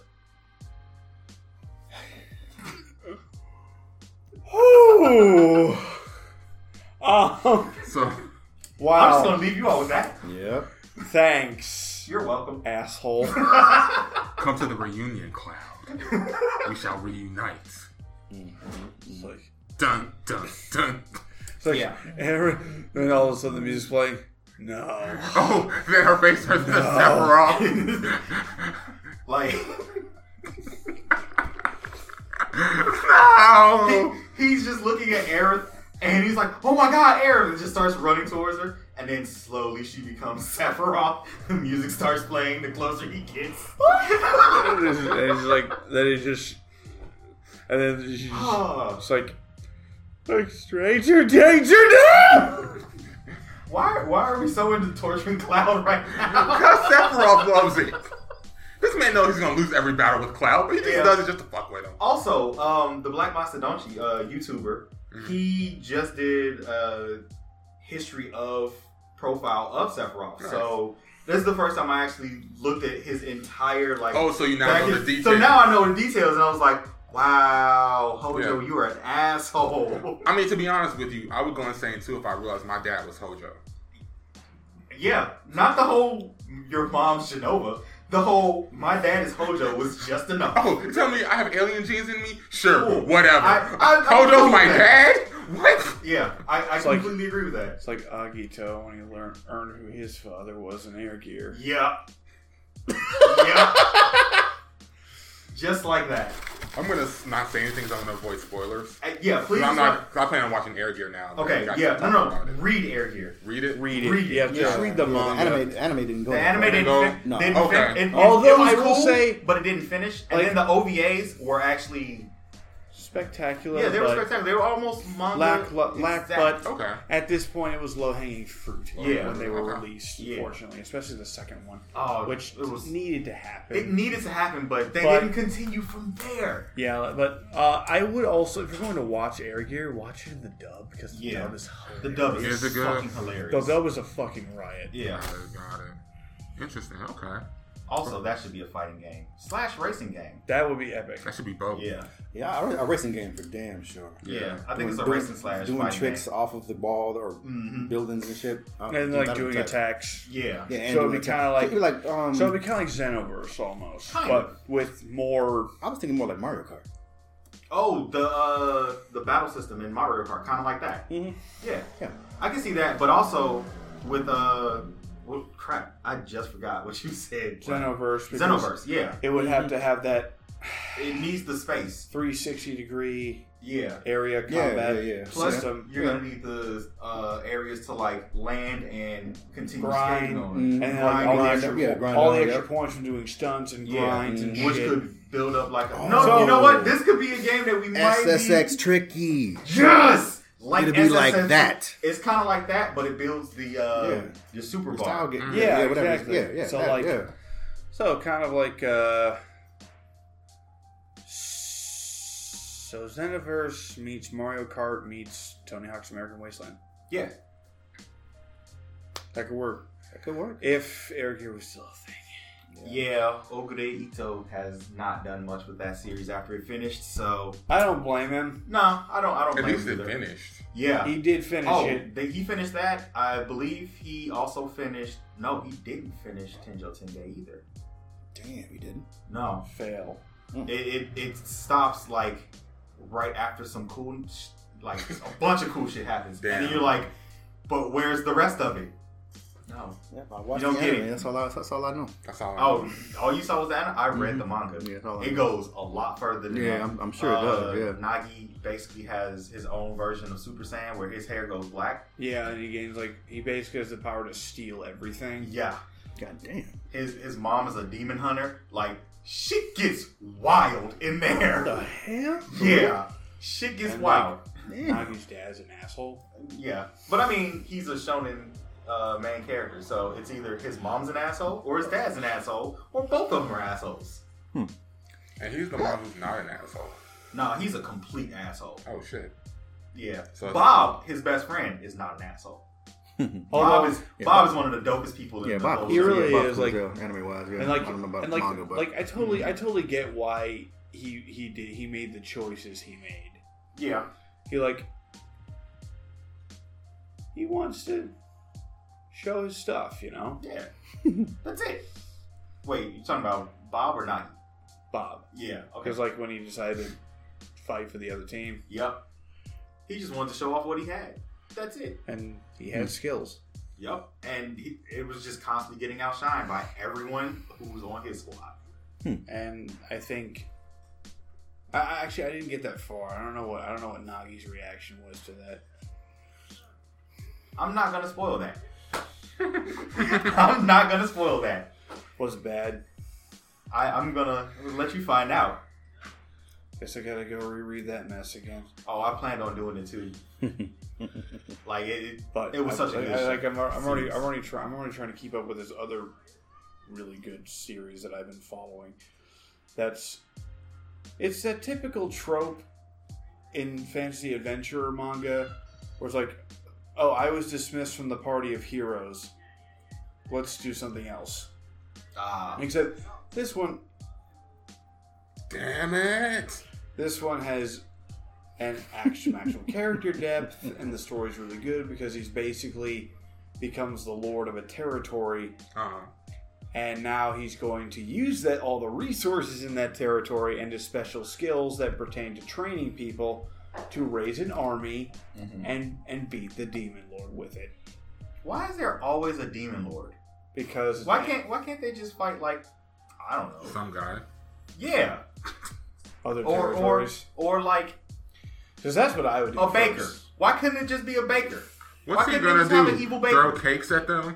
H: Ooh. Um,
A: So
C: I'm just
H: wow.
C: gonna leave you all with that.
B: Yep.
H: Thanks,
C: You're welcome.
H: asshole.
A: come to the reunion, Cloud. we shall reunite. Dun dun dun.
D: It's like,
C: Yeah.
D: every- and all of a sudden the music's playing.
H: No.
A: Oh, then her face turns into Sephiroth.
C: Like
A: no!
C: he's just looking at Aerith and he's like, "Oh my God, Aerith!" and just starts running towards her. And then slowly she becomes Sephiroth. The music starts playing. The closer he gets.
D: And it's, and it's like that is just, and then she's just,
C: Oh,
D: it's like, like stranger danger. No!
C: why? Why are we so into torturing Cloud right now?
A: Because Sephiroth loves it. This man knows he's gonna lose every battle with Cloud, but he just
C: Yeah.
A: does it just to fuck with him.
C: also, um, the Black Mastodonchi, uh, YouTuber, he just did a history of profile of Sephiroth. So this is the first time I actually looked at his entire like.
A: Oh, so you now
C: Back
A: know the
C: in-
A: details.
C: So now I know the details, and I was like, wow, Hojo,
A: Yeah.
C: you are an asshole.
A: I mean, to be honest with you, I would go insane too if I realized my dad was Hojo.
C: yeah, not the whole your mom's Genova. The whole my dad is Hojo was just enough.
A: Oh, tell me I have alien genes in me? Sure,
C: Ooh,
A: whatever.
C: I- I- I
A: Hojo's
C: believe
A: my
C: that.
A: dad? What?
C: Yeah, I, I
D: like-
C: completely agree with that.
D: It's like Agito when he learned earned who his father was in air gear.
C: Yeah. yeah. Just like that.
A: I'm gonna s- not say anything because I'm gonna avoid spoilers.
C: Uh, yeah, please.
A: 'Cause I'm
C: don't-
A: not. 'cause I plan on watching Air Gear now. but we
C: Okay,
A: got
C: yeah,
A: to
C: no,
A: talk
C: no.
A: about it.
C: Read Air Gear.
A: Read it.
D: Read it.
C: Read it.
D: Yeah, just
C: Yeah.
D: read the
B: The
D: manga.
B: anime, the anime didn't go.
C: The
B: that
C: anime
B: far.
C: didn't,
A: No.
C: fin-
B: No.
C: didn't
A: Okay.
C: fin- it- it-
D: Although
C: it was
D: I will
C: cool,
D: say-
C: but it didn't finish. And
D: like-
C: then the OVAs were actually
D: Spectacular.
C: Yeah, they were
D: but
C: spectacular. They were almost manga.
D: Lack, lu- lack,
C: exact-
D: but
A: Okay.
D: at this point, it was low hanging fruit
C: Yeah. Uh-huh.
D: when they were
A: Okay.
D: released.
C: Yeah.
D: Fortunately, especially the second one,
C: Oh,
D: which
C: it was-
D: needed to happen.
C: it needed to happen, but they
D: But-
C: didn't continue from there.
D: Yeah, but uh, I would also, if you're going to watch Air Gear, watch it in the dub because the
C: Yeah.
D: dub is
C: The
D: hilarious.
C: dub is
A: Is it good?
C: fucking
D: The
C: hilarious.
D: dub is a fucking riot.
C: Yeah.
A: Got it, got it. Interesting. Okay,
C: Also, that should be a fighting game slash racing game.
D: That would be epic.
A: that should be both.
C: Yeah.
B: Yeah, a, a racing game for damn sure.
C: Yeah.
A: Yeah.
C: I think it's a
B: Doing-
C: racing slash
B: doing
C: fighting
B: tricks
C: game.
B: off of the ball or
C: Mhm.
B: buildings and shit. Uh,
D: And like doing
B: attack.
D: attacks.
C: Yeah.
B: Yeah,
D: So
B: and doing
D: it'd be
B: attack.
D: kinda like-
B: It'd be like um,
D: So it'd be kind of like Xenoverse almost,
C: Kind
D: but
C: of.
D: with more.
B: I was thinking more like Mario Kart.
C: Oh, the uh, the battle system in Mario Kart, kind of like that.
B: Mhm.
C: Yeah.
B: Yeah.
C: I can see that, but also with uh, well, crap, I just forgot what you said.
D: Xenoverse. because
C: Xenoverse. Mm-hmm. Yeah.
D: It would have to have that
C: It needs the space.
D: 360 degree
C: Yeah.
D: area
B: Yeah,
D: combat
B: yeah, yeah.
C: Plus,
D: system.
C: you're gonna need the uh, areas to like land and continue
D: Grind.
C: skating on,
B: Mhm.
D: and then like,
C: Grind,
D: all the
C: grind,
D: extra,
B: yeah, grind
D: all the
B: on,
D: extra
B: yep.
D: points from doing stunts and
C: Yeah.
D: grinds and
C: which
D: shit. Oh.
C: could build up like a. No,
D: So-
C: you know what? This could be a game that we might
B: SSX
C: be
B: tricky.
C: just like
B: It'll be like
C: SSX.
B: that.
C: It's kind of like that, but it builds the uh,
B: Yeah.
C: your super
B: Style
C: bar.
B: game.
D: Mm-hmm. Yeah,
B: whatever.
D: exactly.
B: Yeah, yeah.
D: So,
B: that-
D: like-
B: yeah.
D: So kind of like uh so Xenoverse meets Mario Kart meets Tony Hawk's American Wasteland.
C: Yeah,
D: That could work.
B: that could work.
D: If Air Gear was still a thing.
C: yeah. Ogure Ito has not done much with that series after it finished, so
D: I don't blame him.
C: no, I don't. I don't.
A: At
C: blame
A: least
C: him
A: it
C: either.
A: finished.
C: Yeah,
D: He did finish
C: Oh,
D: it.
C: they, he finished that. I believe he also finished. No, he didn't finish Tenjo Tenge either.
B: Damn, we didn't.
C: No,
D: Fail.
C: it, it it stops like right after some cool, sh- like a bunch of cool shit happens, and
A: Damn.
C: then you're like, but where's the rest of it? No.
B: Yeah, I watched
C: You
B: the
C: don't get
B: anime.
C: it.
B: That's all. I, that's all I know.
A: That's all. I know.
C: Oh, all you saw was that. I read the
A: Mm-hmm.
C: manga.
B: Yeah, that's all I
C: it
B: know.
C: goes a lot further than
B: Yeah,
C: that.
B: I'm- I'm sure it does, yeah.
C: Nagi Uh, basically has his own version of Super Saiyan where his hair goes black.
D: Yeah, and he gains like he basically has the power to steal everything.
C: Yeah,
B: God damn.
C: his his mom is a demon hunter. Like shit gets wild in there.
D: The hell?
C: Yeah, shit gets
D: And,
C: wild.
D: Nagi's dad's an asshole.
C: yeah, but I mean, he's a shonen uh, main character, so it's either his mom's an asshole or his dad's an asshole or both of them are assholes.
A: And he's the one who's not an asshole.
C: Nah, he's a complete asshole.
A: Oh shit.
C: Yeah,
A: So-
C: Bob, his best friend, is not an asshole. Bob
D: Although-
C: is Bob is one of the dopest people in
B: Yeah,
C: the
B: Bob.
C: whole
D: He really
C: show.
B: yeah, Bob
D: is,
B: cool
D: like-
B: as hell, anime wise. Yeah,
D: and like,
B: I don't know about
D: and like,
B: manga, but Hmm.
D: like I totally, I totally get why he he did he made the choices he made.
C: Yeah,
D: He like he wants to show his stuff, you know,
C: yeah. That's it. Wait, you talking about Bob or not?
D: Bob.
C: Yeah. Okay.
D: Because like when he decided to fight for the other team,
C: Yep. He just wanted to show off what he had. That's it.
B: Hmm.
D: and he had skills.
C: Yep. And he, it was just constantly getting outshined by everyone who was on his squad.
D: and I think I, I actually I didn't get that far. I don't know what I don't know what Nagi's reaction was to that.
C: I'm not gonna spoil that. I'm not gonna spoil that.
D: Was it bad.
C: I, I'm gonna let you find out.
D: Guess I gotta go reread that mess again.
C: Oh, I planned on doing it too. like it, it,
D: But
C: it was
D: I-
C: such a
D: I-
C: good.
D: I- like I'm, I'm already
C: series.
D: I'm already trying I'm already trying to keep up with this other really good series that I've been following. That's it's that typical trope in fantasy adventure manga where it's like, oh, I was dismissed from the party of heroes. Let's do something else.
C: Ah,
D: Except this one
A: Damn it!
D: This one has an action actual character depth, and the story's really good because he's basically becomes the lord of a territory,
A: Uh,
D: and now he's going to use that all the resources in that territory and his special skills that pertain to training people to raise an army and and beat the demon lord with it.
C: why is there always a demon lord?
D: Because
C: Why can't Why can't they just fight like I don't know?
A: some guy.
C: Yeah,
D: other
C: or or
D: territories?
C: or like
D: Because that's what I would do.
C: a baker.
D: first.
C: Why couldn't it just be a baker?
A: What's
C: Why
A: he
C: couldn't
A: gonna
C: just have
A: do?
C: an evil baker?
A: Throw cakes at them?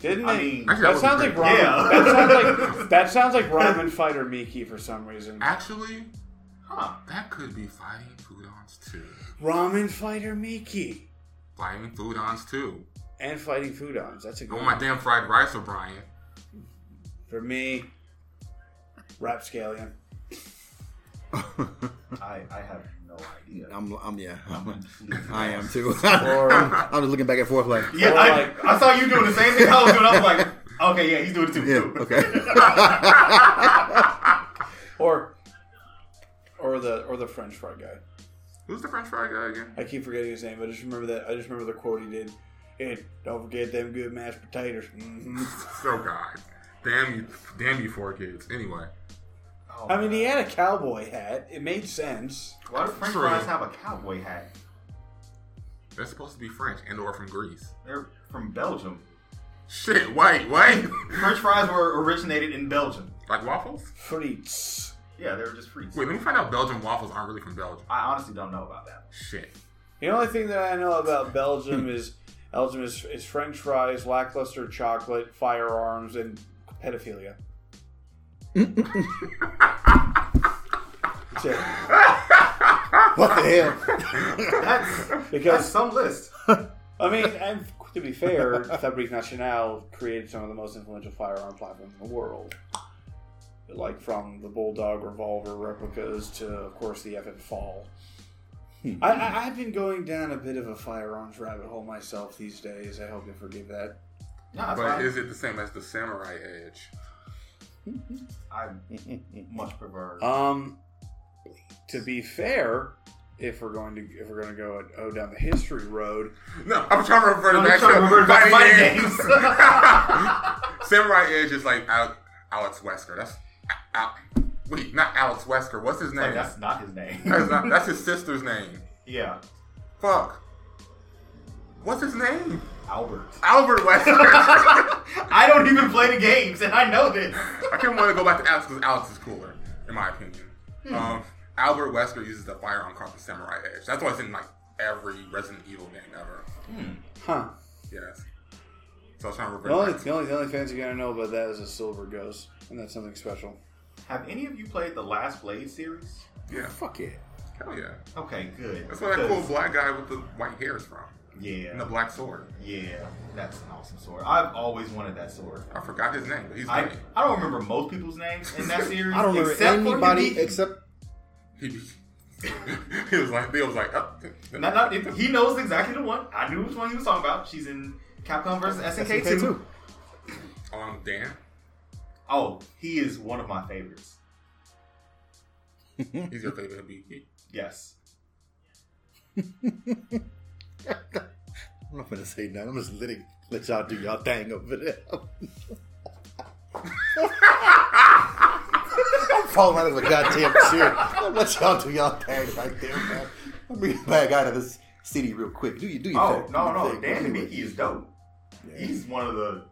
D: didn't
C: I
D: they?
C: mean,
A: Actually,
D: that
A: would be
D: sounds
A: pretty
D: like
A: cool.
D: ramen. That sounds
C: Yeah.
D: like that sounds like ramen fighter Miki for some reason.
A: Actually,
C: huh?
A: that could be fighting Foodons too.
D: Ramen fighter Miki
A: Fighting Foodons too.
D: and fighting foodons. That's a
A: I
D: good
A: want Oh my
D: one
A: damn fried rice, O'Brien.
D: for me. Rapscallion.
C: I I have no idea.
B: I'm, I'm yeah, I'm, I am too. I'm just looking back and forth like,
C: Yeah,
D: Or
C: I,
D: like-
C: I saw you doing the same thing I was doing. I was like, okay, yeah, he's doing it too.
B: yeah,
C: too.
B: okay.
D: or or the or the French fry guy.
A: Who's the French fry guy again?
D: I keep forgetting his name, but I just remember that. I just remember the quote he did. And don't forget them good mashed potatoes. hmm
A: So God, damn you, damn you, four kids. Anyway,
C: Oh,
D: I mean, he had a cowboy hat. It made sense.
C: why do French
A: True.
C: fries have a cowboy hat?
A: they're supposed to be French and/or from Greece.
C: They're from Belgium.
A: Shit, wait, wait.
C: French fries were originated in Belgium.
A: like waffles?
D: Frites.
C: Yeah, they were just frites.
A: Wait, let me find out. Belgian waffles aren't really from Belgium.
C: I honestly don't know about that.
A: Shit.
D: The only thing that I know about Belgium is Belgium is, is French fries, lackluster chocolate, firearms, and pedophilia. That's it.
B: what the hell?
C: That's, that's
D: Because
C: some list.
D: I mean, and to be fair, Fabrique Nationale created some of the most influential firearm platforms in the world, like from the Bulldog revolver replicas to, of course, the Evan Fall. I, I, I've been going down a bit of a firearms rabbit hole myself these days. I hope you forgive that.
C: No, that's
A: but
C: fine.
A: is it the same as the samurai edge?
C: I much prefer.
D: Um, to be fair, if we're going to if we're going to go oh, down the history road,
A: No, I'm trying to refer to
C: I'm
A: back
C: trying to revert back to fighting
A: Edge. samurai edge is like Al- Alex Wesker. That's Al- wait, not Alex Wesker. What's his name?
C: Like, that's not his name.
A: That's not- that's his sister's name.
C: yeah,
A: Fuck. What's his name?
C: Albert.
A: Albert Wesker.
C: I don't even play the games, and I know this.
A: I can't want to go back to Alex because Alex is cooler, in my opinion.
C: Hmm.
A: Um, Albert Wesker uses the firearm called the Samurai Edge. That's why it's in like every Resident Evil game ever.
D: huh?
A: Yes. So I was trying to
D: The only
A: revert back.
D: the only, the only fancy going to know about that is a silver ghost, and that's something special.
C: Have any of you played the Last Blade series?
A: Yeah.
B: Fuck it.
A: Hell yeah.
C: Okay, good.
A: That's where that cool
C: because-
A: black guy with the white hair is from.
C: Yeah.
A: And the black sword.
C: Yeah, that's an awesome sword. I've always wanted that sword.
A: I forgot his name, but he's
C: I,
A: funny.
C: I don't remember most people's names in that series.
B: I don't remember
C: except for
B: anybody
C: Hideki.
B: except
A: He, he was like, he was like, oh.
C: Not, not, if- he knows exactly the one. I knew which one he was talking about. She's in Capcom versus SNK,
B: SNK
C: 2.
B: two.
A: Um, Dan.
C: Oh, he is one of my favorites.
A: He's your favorite Hibiki.
C: Yes.
B: I'm not gonna say nothing. I'm just letting let y'all do y'all thing over there. I'm falling out of a goddamn chair. Let y'all do y'all thing right there, man. I'm being a bad guy to this city real quick. Do you do your
C: Oh
B: thing.
C: no
B: Do your
C: no,
B: thing.
C: Dan
B: Anyway.
C: DiMicchi is dope.
B: Yeah.
C: He's one of the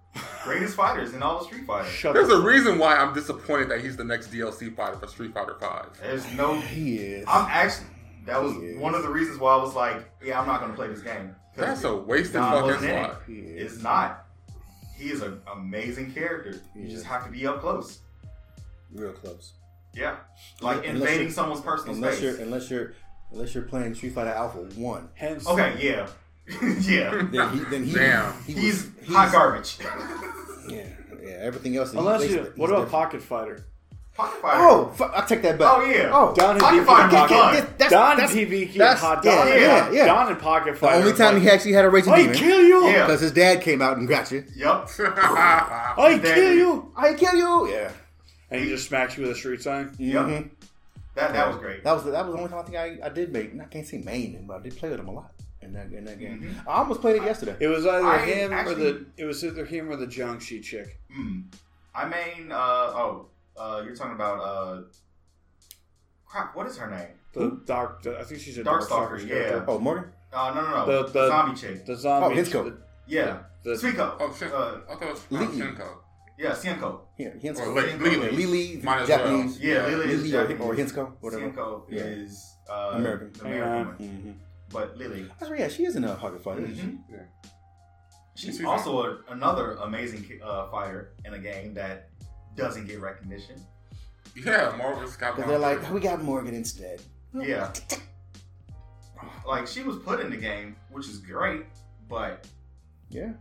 C: greatest fighters in all the Street Fighters.
H: Shut
A: There's a
H: the
A: reason why I'm disappointed that he's the next DLC fighter for Street Fighter Five.
C: There's no.
B: He is.
C: I'm actually. That was
B: Yes.
C: one of the reasons why I was like, yeah, I'm not gonna play this game. 'Cause
A: That's a wasted
C: Nah,
A: fucking
C: wasn't it?
A: slot.
B: He is.
C: It's not. He is an amazing character. You
B: Yeah.
C: just have to be up close.
B: real close.
C: Yeah, like
B: Unless
C: invading
B: you're-
C: someone's personal
B: Unless you're
C: space.
B: unless you're unless you're playing Street Fighter Alpha One.
H: Hence,
C: Okay, yeah, yeah.
B: Then he then he
A: Damn.
B: he was-
C: He's
B: he
C: hot
B: was-
C: garbage.
B: Yeah, yeah. Everything else. is-
H: Unless
B: he's-
H: you,
B: he's
H: what about
B: different.
H: Pocket Fighter?
C: Pocket Fire.
B: Oh, fuck, I take that back.
C: Oh, yeah.
B: Oh,
H: Don
C: Pocket
H: and
C: Fire
H: Pocket
C: was
H: Fighter.
C: fun.
B: Get- that's-
H: Don
B: that's-
H: DiBicchi and
B: that's-
H: Hot
B: yeah,
H: Don.
B: yeah, yeah.
H: Don and Pocket
B: the
H: Fighter.
B: only
H: is
B: time
H: like,
B: he actually had a raging
H: I
B: demon
H: kill you.
C: Yeah.
B: because his dad came out and got you.
C: Yep.
A: Oh,
H: I
C: Then-
H: kill you.
B: I kill you. Yeah.
H: And he just smacks you with a street sign.
C: Yep.
B: Mhm.
C: That that was great.
B: That was that was the only time I think I, I did make. and I can't say main him, but I did play with him a lot in that in that game.
C: Mm-hmm.
A: Mm.
B: I almost played it yesterday.
H: It was either
C: I
H: him or the
C: actually-
H: it was either him or the Jiangxi chick.
C: Hmm. I mean, uh, oh, uh, you're talking about uh, crap. What is her name?
H: The dark. I think she's a dark
C: Darkstalker.
H: stalker.
C: Yeah.
B: oh, Morgan.
C: Uh, no, no,
H: The-
C: no.
H: the-
C: The, zombie chick.
H: The zombie.
B: Oh, Hitchcock.
C: yeah.
H: the-
C: Suiko.
A: Oh shit!
C: Uh,
A: I thought it was
B: Lee.
A: Shinko.
C: yeah, Sienko.
B: Yeah, Hinsko.
A: Or Lee. Lee.
B: Lily, Lily,
A: Might as
B: Japanese.
A: well.
C: Yeah, Lily is
B: Lily or,
C: Japanese.
B: or Hinsko, whatever.
C: Sienko
B: Yeah.
C: is uh,
B: American.
C: the American
H: Yeah.
C: one.
B: Mhm.
C: But Lily,
B: That's right. Yeah, she is in a pocket fighter. isn't she?
C: Mhm.
A: Yeah.
C: she's
A: She's
C: also a, another amazing ki- uh, fighter in a game that doesn't get recognition.
A: Yeah, Marvel's got.
B: But they're like, we got Morgan instead.
C: Yeah. Like she was put in the game, which is great, but
B: Yeah,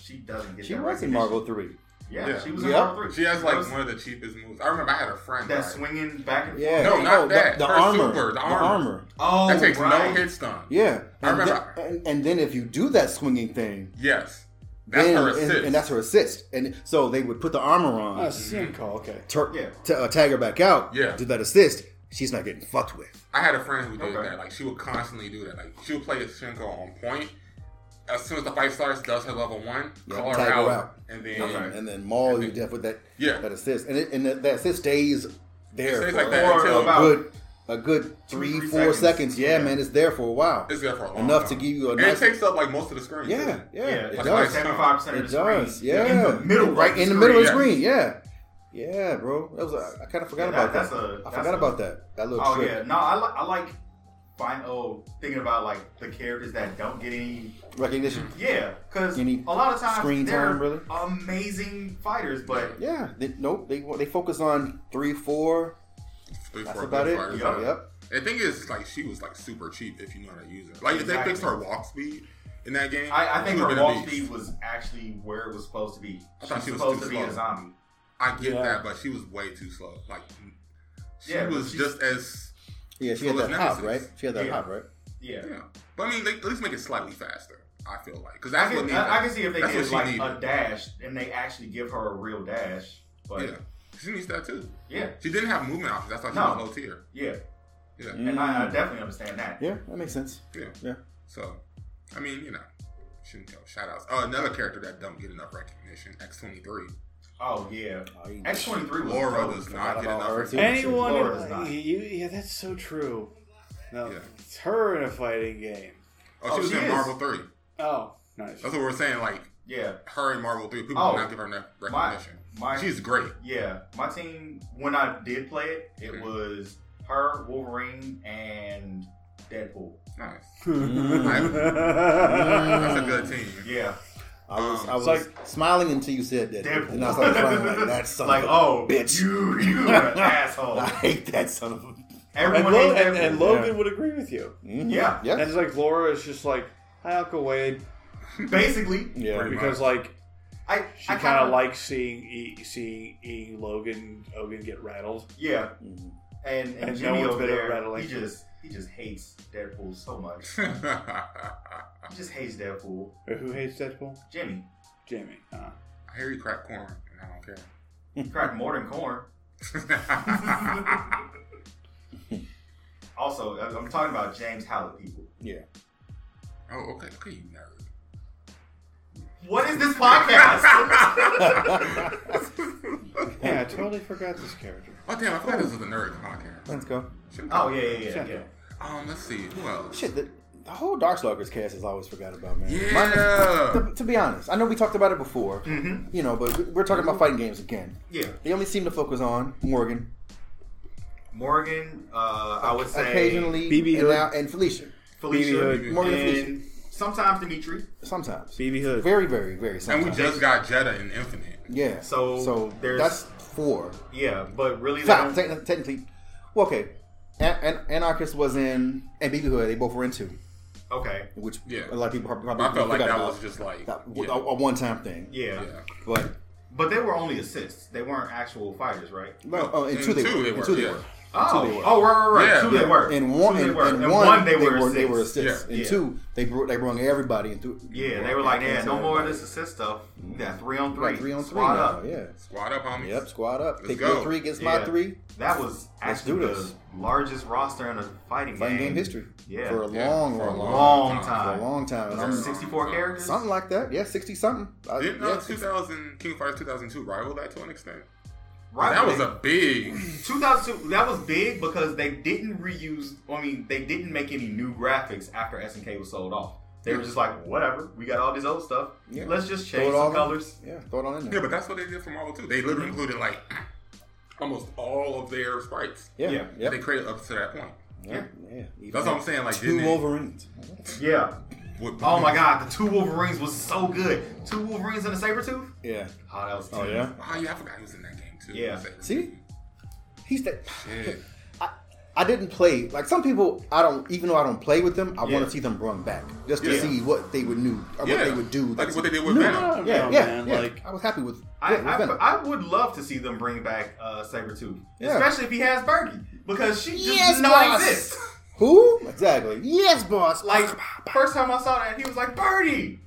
C: she doesn't get.
B: she
C: that
B: was in
C: recognition.
B: Marvel Three.
C: Yeah,
A: Yeah.
C: she was in
B: Yep.
C: Marvel Three.
A: She has like
C: Those-
A: one of the cheapest moves. I remember I had a friend
C: that
A: right?
C: swinging back and
B: Yeah, Oh,
C: forth.
A: No, not
B: the-
A: that.
B: The,
A: Her
B: armor,
A: super, the
B: the
A: armor.
B: armor.
C: Oh,
A: that takes
C: right.
A: no hit stun.
B: Yeah,
A: I
B: and
A: remember-
B: then- and, and then if you do that swinging thing,
A: Yes, that's
B: then-
A: her
B: and-
A: assist.
B: and, that's her assist. And so they would put the armor on.
D: Oh,
H: Uh, Sienko, okay.
B: tur-
C: Yeah.
B: t- uh, tag her back out,
A: Yeah.
B: do that assist, she's not getting fucked with.
A: I had a friend who did
C: Okay.
A: that. Like she would constantly do that. Like she would play Shinko on point. As soon as the fight starts, does her level one,
B: Yeah,
A: call her
B: tag her
A: out,
B: out.
A: and then
C: Okay.
B: And then maul you to death with that
A: Yeah.
B: that assist, and it, and that, that assist stays there
A: stays
B: for
A: like
B: a,
A: that
C: Or
A: until
C: about-
B: good a good three,
C: three
B: four seconds.
C: seconds.
B: Yeah,
C: Yeah.
B: man, it's there for a while.
A: it's there for a long
B: Enough to
A: time.
B: give you a
A: And
B: nice-
A: it takes up like most of the screen.
B: yeah,
A: too.
B: yeah,
C: Yeah,
B: it
A: like
C: it's
B: does.
C: like seventy-five percent of
B: It
C: the screen.
B: does, yeah.
C: in the middle,
B: right
C: of
B: in the middle of the
A: yeah.
B: screen. Yeah, yeah, bro. That was I, I kind of forgot
C: Yeah,
B: about
C: that-
B: that.
C: that's a-
B: I
C: that's
B: forgot
C: a-
B: about that. That little
C: Oh
B: trick.
C: yeah, no, I like I like find oh thinking about like the characters that don't get any
B: recognition.
C: yeah because a
B: Any
C: lot of times
B: screen
C: they're
B: time, really?
C: amazing fighters, but
B: Yeah, they, nope. They they focus on three, four.
A: Three,
B: That's
A: four
B: about it.
A: fighters.
C: Yeah.
B: Yep.
A: The thing is, like she was like super cheap if you know how to use her. Like if they
C: Exactly.
A: fixed her walk speed in that game,
C: I, I think
A: she would've
C: her
A: been a
C: walk
A: beast.
C: speed was actually where it was supposed to be.
A: I
C: She
A: thought
C: was
A: she was
C: supposed
A: too
C: to be
A: slow.
C: a zombie.
A: I get
H: Yeah.
A: that, but she was way too slow. Like she
C: Yeah, but
A: was
C: she's-
A: just as
B: Yeah, she
A: So
B: had
A: was
B: that hop, right?
A: Nemesis.
B: She had that
C: Yeah.
B: hop, right?
C: Yeah.
A: yeah. But I mean, like, at least make it slightly faster. I feel like because
C: I
A: that's what
C: can,
A: needed.
C: I, I can see if they
A: That's what
C: did
A: she
C: like
A: needed.
C: a dash and they actually give her a real dash. But
A: yeah, she needs that too.
C: yeah,
A: She didn't have movement options. That's why she
C: No.
A: was low tier.
C: yeah,
A: Yeah,
C: and I, uh, I definitely understand that.
B: Mm. Yeah, that makes sense.
A: yeah,
B: Yeah.
A: So, I mean, you know, Shinko, shout outs. Oh, another character that don't get enough recognition, X twenty three.
C: Oh yeah,
B: Oh, you-
C: X twenty three was
A: Laura
C: dope.
A: does not get
B: about
A: enough
B: her,
A: recognition.
B: too.
H: Anyone?
C: Laura's not.
H: you- yeah, that's so true. No,
A: Yeah.
H: it's her in a fighting game.
A: Oh, she
C: Oh,
A: was
C: she
A: in
C: is.
A: Marvel three.
H: Oh, nice.
A: That's what we're saying. Like
C: Yeah,
A: her in Marvel three, people
C: Oh,
A: do not give her enough
C: my
A: recognition.
C: my
A: She's great.
C: yeah my team when I did play it, it was her, Wolverine, and Deadpool.
A: Nice. That's a
H: That's
A: good team.
C: Yeah,
B: I
C: Um,
B: was, I was
H: It's
B: smiling until you said that,
C: Deadpool.
B: and I started crying like that son
C: like
B: of a
C: oh
B: bitch.
C: you you are an
B: I
C: asshole.
B: hate that son of a.
H: And,
C: Everyone
H: Lo-
C: hates
H: and, and
C: Deadpool.
H: Logan would agree with you.
B: Mhm.
C: Yeah.
H: And
B: yeah,
H: it's like Laura is just like, hi, Uncle Wade,
C: basically.
B: yeah.
A: Pretty
H: because
A: much.
H: like
C: I
H: she
C: I
H: kind
C: kind
H: of likes seeing e- seeing e- Logan Logan get rattled.
C: yeah.
B: Mhm.
C: And and,
H: And no
C: Jimmy
H: one's
C: over
H: been
C: there,
H: rattling.
C: he just he just hates Deadpool so much.
A: I
C: He just hates Deadpool.
H: Who hates Deadpool?
C: Jimmy
H: Jamie.
D: Ah.
H: Uh,
A: hear you crack corn, and I don't care.
C: cracked more than corn. Also, I- I'm talking about James Howlett people.
B: yeah.
A: oh, okay, okay, you nerd.
C: What is this podcast?
A: Oh,
H: yeah, I totally forgot this character.
A: Oh damn, I forgot this was a nerd podcast.
B: Let's go.
A: Should've-
C: oh yeah, yeah, yeah, yeah.
A: Um, let's see. Who else?
B: Oh, Shit, the, the whole Darkstalkers cast is always forgot about, man.
A: Yeah.
B: To, to be honest, I know we talked about it before, you know, but we- we're talking about fighting games again.
C: Mm-hmm. Yeah.
B: They only seem to focus on Morgan,
C: Morgan, uh, I would say
B: occasionally,
D: BB
B: and,
D: Hood.
B: now, and Felicia
C: Felicia,
D: Hood.
B: Morgan
C: and sometimes Dimitri.
B: sometimes.
D: BB Hood.
B: Very, very, very
A: and
B: sometimes.
A: we just got Jetta in Infinite.
B: yeah.
C: So,
B: so
C: there's-
B: that's four.
C: Yeah, but really, they
B: Fact,
C: don't-
B: techni- technically, well, okay. An- An- Anarchist was in, and BB Hood. They both were in two,
C: okay,
B: which
A: Yeah.
B: a lot of people probably,
A: I felt like
B: forgot
A: that
B: about.
A: was just like
B: That- Oh,
A: yeah.
B: a, a one-time thing.
C: yeah.
A: Yeah.
B: But
C: but they were only assists. They weren't actual fighters, right?
B: no, oh, in
A: in
B: two they
A: two
B: were.
A: they
B: In
A: were,
B: two they
A: yeah.
B: were.
C: Oh,
B: two they were.
C: oh, right, right, right.
A: Yeah.
C: Two they were.
B: In one,
C: two they
B: and,
C: were.
B: and
C: In
B: one, they, were,
C: assists.
B: they were assists.
A: Yeah.
B: In
C: Yeah.
B: two, they brought they brought everybody and threw.
C: Yeah, they were like, yeah, no more of
B: everybody.
C: this assist stuff. Yeah, three on three,
B: Like three on three
C: Squad
B: now,
C: up.
B: Yeah.
A: squad up, homies.
B: Yep, squad up.
A: Let's
B: Pick
A: go.
B: your three against my
C: Yeah.
B: three.
C: That was
B: Let's
C: actually
B: do
C: the
B: this.
C: largest roster in a fighting,
B: Fighting game history.
C: Yeah.
B: For a
A: Yeah,
B: long,
A: for a
B: long,
A: long
B: long,
C: Long
B: for a
C: time.
B: long time. And
C: Was it
B: I'm-
A: uh,
C: 64 characters?
B: Um, Something like that. Yeah, 60 something. I-
A: Didn't
B: yeah,
A: uh,
B: 60
A: 2000 King of Fighters 2002 rival that to an extent?
C: Right.
A: that was
C: they-
A: a big.
C: 2002. That was big because they didn't reuse. I mean, they didn't make any new graphics after SNK was sold off. They were just like, whatever. We got all this old stuff.
B: Yeah.
C: Let's just
B: Throw it
C: change
B: all
C: some
B: in.
C: colors.
B: Yeah, throw it all in
A: Yeah,
B: there.
A: but that's what they did for Marvel too. They literally
B: Mm-hmm.
A: included like almost all of their sprites.
B: Yeah,
C: Yeah.
B: yeah,
A: that
B: yeah.
A: They created up to that point.
B: yeah. Even
A: That's what I'm saying. Like
B: Two
A: didn't they-
B: Wolverines.
C: Yeah.
A: would-
C: Oh my God, the two Wolverines was so good. Two Wolverines and a saber tooth.
B: Yeah.
C: Oh, that was.
B: Oh
C: tense.
B: yeah.
A: Oh yeah, I forgot he was in that game too.
C: Yeah.
B: See, he's that.
A: Shit.
B: I, I didn't play like some people. I don't even though I don't play with them. I
C: Yeah.
B: want to see them run back just to
A: Yeah.
B: see what they would do or
A: Yeah.
B: what they would do.
A: Like
B: that's
A: what they did with
B: new.
A: Venom.
B: Yeah,
H: No,
B: yeah,
H: man,
B: yeah.
H: like-
B: I was happy with.
C: I,
B: yeah, with
C: I,
B: Venom.
C: I would love to see them bring back uh, Sabretooth.
B: Yeah.
C: Especially if he has Birdie. Because she just
B: Yes,
C: does not
B: boss.
C: exist.
B: Who exactly? Yes, boss.
C: Like, first time I saw that, he was like, Birdie!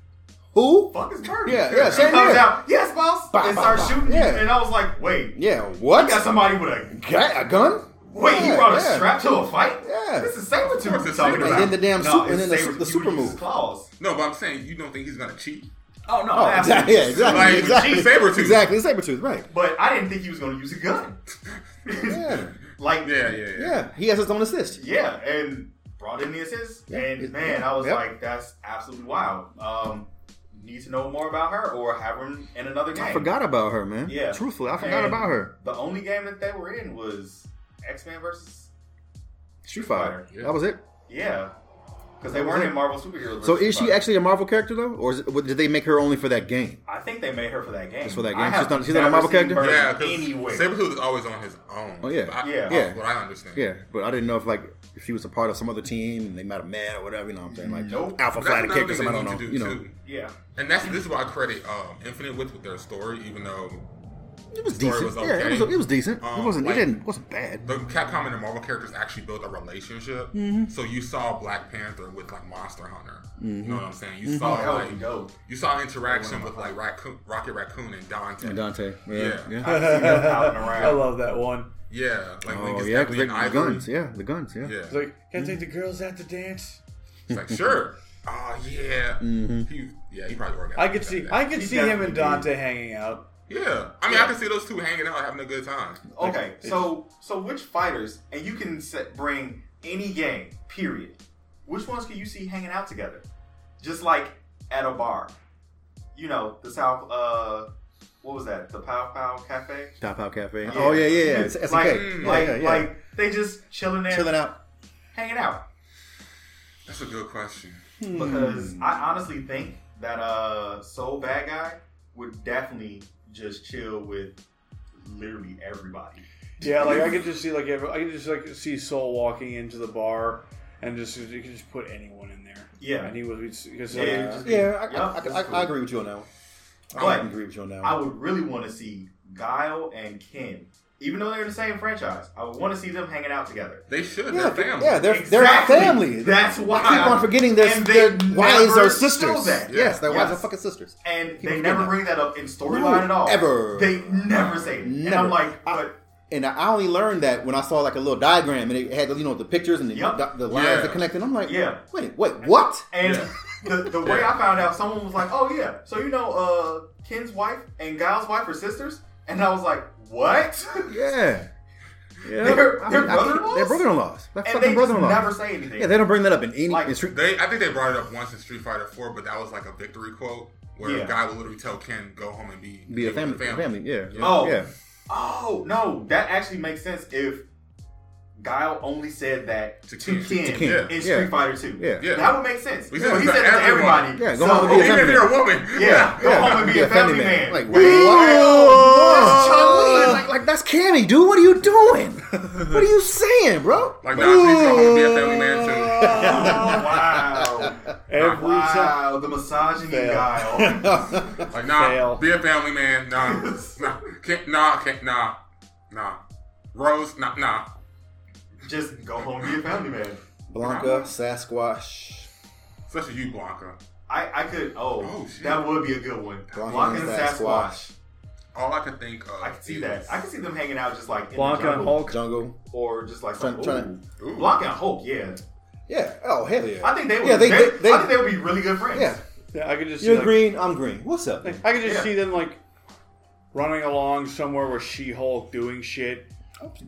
B: who?
C: Fuck is Birdie?
B: Yeah, yeah, same
C: He comes
B: here.
C: out, yes, boss!
B: Bah,
C: and
B: bah,
C: starts
B: bah.
C: shooting.
B: Yeah.
C: And I was like, wait, you
B: Yeah. What?
C: got somebody with a.
B: Got a gun?
C: Wait,
B: yeah,
C: he brought a
B: yeah.
C: strap to a fight?
B: Yeah.
C: This is Sabretooth
A: it's
C: talking
A: Saber-
C: about.
B: And then the damn
C: no,
B: super-
C: it's
B: and then the su-
C: Sabretooth.
B: the
C: He
B: super
C: would use
B: move.
C: Claws.
A: No, but I'm saying you don't think he's gonna cheat.
C: Oh, no.
B: Oh,
C: absolutely.
B: exactly. Yeah, exactly.
A: Like,
B: exactly.
A: Sabertooth.
B: Exactly. Sabretooth, right.
C: But I didn't think he was going to use a gun.
B: Yeah.
C: like,
A: Yeah, yeah, yeah.
B: Yeah. He has his own assist.
C: Yeah, and brought in the assist.
B: Yeah.
C: And man, I was
B: Yep.
C: like, that's absolutely wild. Um, need to know more about her or have her in another game.
B: I forgot about her, man.
C: Yeah.
B: Truthfully, I forgot
C: And
B: about her.
C: The only game that they were in was X Men versus.
B: Street Fighter.
A: Fighter, yeah.
B: That was it.
C: Yeah, because they weren't in Marvel superheroes.
B: So
C: versus
B: is she
C: Spider-
B: actually a Marvel character though, or is it, did they make her only for that game?
C: I think they made her for that game.
B: Just for that
C: I
B: game?
C: have
B: She's not- she's not a
C: never
B: Marvel
C: seen
B: character?
C: Bird
A: Yeah, because
C: anywhere.
A: Sabretooth is always on his own.
B: Oh, yeah.
A: I,
C: Yeah.
A: that's what I understand.
B: Yeah, but I didn't know if like if she was a part of some other team and they might have met or whatever. You know what I'm saying? Like
C: Nope.
B: Alpha
A: But that's
B: Flight
A: another
B: character,
A: thing
B: something I
A: they
B: don't
A: need
B: know.
A: to do
B: you know,
A: too.
C: yeah,
A: And that's this is why I credit um, Infinite with, with their story, even though
B: it was
A: Story was
B: decent. Yeah, it
A: okay.
B: was, it was decent.
A: Um,
B: it wasn't.
A: like-
B: it didn't. wasn't bad.
A: the Capcom and the Marvel characters actually built a relationship.
B: Mm-hmm.
A: So you saw Black Panther with like Monster Hunter. You
B: Mm-hmm.
A: know what I'm saying? You saw
C: that would be
A: like
C: dope.
A: you saw interaction with like Raccoon, Rocket Raccoon and Dante.
B: And Dante.
A: Yeah.
B: Yeah. Yeah.
C: I've seen her out and
D: I
C: around.
D: love that one.
A: Yeah, like when
B: Oh
A: it's
B: yeah,
A: Ebony
B: because the
A: and Ivory.
B: guns. Yeah, the guns. Yeah.
A: Yeah,
D: It's like, can I take the
C: Mm-hmm.
D: girls out to dance?
A: it's like sure. Oh yeah,
B: Mm-hmm.
A: he, yeah, he probably worked out.
D: I could see, I could
C: He
D: see him
C: definitely
D: and Dante hanging out.
A: yeah, I mean,
C: Yeah.
A: I could see those two hanging out, having a good time.
C: Okay, so so which fighters and you can set, bring any game, period. Which ones can you see hanging out together, just like at a bar? You know the South. Uh, what was that? The Pow Pow Cafe.
B: Top Out Cafe. Oh yeah, yeah, yeah. It's SNK.
C: like,
B: yeah,
C: like,
B: yeah, yeah.
C: like they just chilling there,
B: chilling out.
C: hanging out.
A: That's a good question.
C: Hmm.
B: Hmm.
C: Because I honestly think that uh, Soul Bad Guy would definitely just chill with literally everybody.
D: Yeah, like I could just see like every, I could just like see Soul walking into the bar, and just you could just put anyone in there.
C: Yeah.
D: and he would because
C: Yeah, yeah, just-
B: Yeah, I,
C: Yeah,
B: I, I,
C: that's
B: I,
C: cool.
B: I agree with you on that one. I
C: But-
B: agree with you on that
C: I
B: one.
C: would really want to see Guile and Ken, even though they're in the same franchise. I would want to see them hanging out together.
A: They should.
B: Yeah,
A: they're family.
B: yeah, they're
C: Exactly.
B: they're family.
C: That's why
B: keep on forgetting their,
C: And
B: their
C: they
B: wives
C: never
B: are
C: show
B: sisters.
C: that.
B: Yes, their wives
C: Yes.
B: are fucking sisters.
C: And
B: Keep
C: they
B: on
C: never bring
B: forgetting
C: that up in storyline at all.
B: Ever.
C: They never say it. And I'm
B: Never.
C: like,
B: I-
C: but
B: And I only learned that when I saw like a little diagram and it had you know the pictures and the,
C: Yup.
B: the, the lines
A: Yeah.
B: that connected. I'm like,
C: Yeah.
B: wait, wait, what?
C: and
A: Yeah.
C: the, the way
A: Yeah.
C: I found out, someone was like, "Oh yeah, so you know, uh, Ken's wife and Guile's wife are sisters," and I was like, "What?"
B: Yeah,
C: They're,
B: I
C: they're
B: mean, I can't-
C: brother-in-laws?
B: They're brother-in-laws. They're
C: And
B: fucking
C: they just
B: brother-in-laws.
C: never say anything.
B: yeah, they don't bring that up in any.
C: Like,
B: in street,
A: They, I think they brought it up once in Street Fighter Four, but that was like a victory quote where
C: Yeah.
A: a guy would literally tell Ken, "Go home and be
B: be a
A: with the
B: family, family. Yeah. yeah.
C: Oh.
B: yeah.
C: oh, no. That actually makes sense if Guile only said that
A: To
C: to,
A: Ken.
C: Ken,
A: To
B: Ken,
C: in
B: yeah.
C: Street Fighter 2.
B: Yeah.
A: Yeah.
C: That would make sense.
A: We
C: We
A: said
C: said, he
A: it's
C: said
A: to
C: that to
A: everyone.
C: everybody.
B: Yeah, go
C: so,
B: home and be a
A: Even if
B: family
A: you're a woman,
C: Yeah, go home and be, a family, man.
B: Like,
C: Wow.
B: Whoa. Like, like, that's canny, dude. What are you doing? what are you saying, bro?
A: Like, nah, please go home and be a family man
B: Oh,
A: too.
C: wow.
D: Every time.
C: Wow, the misogyny guile.
A: Like, nah,
D: Fail.
A: be a family man. Nah, nah, can't, nah, can't, nah, nah. Rose, nah, nah.
C: Just go home and be a family man.
B: Blanca, Sasquatch.
A: Such as you, Blanca.
C: I, I could, oh,
A: Oh, shit.
C: that would be a good one.
B: Blanca
C: Blanca and
B: and
C: Sasquatch.
B: Sasquatch.
A: All I could think of.
C: I could see
A: is-
C: that. I could see them hanging out just like in
D: Blanca
C: the
D: and
C: jungle,
D: Hulk.
B: Jungle.
C: or just like
B: Tryna-
C: some-
B: tryna-
C: ooh.
A: Ooh.
C: Blanca and Hulk. Yeah,
B: Yeah. Oh, hell yeah.
C: I think they would.
B: Yeah, they-
C: they,
B: they- they-
C: I think they would be really good friends.
B: yeah.
D: Yeah, I could just see
B: You're
D: like,
B: green, I'm green. What's up?
D: Like, I could just
C: Yeah.
D: see them like running along somewhere with She Hulk doing shit,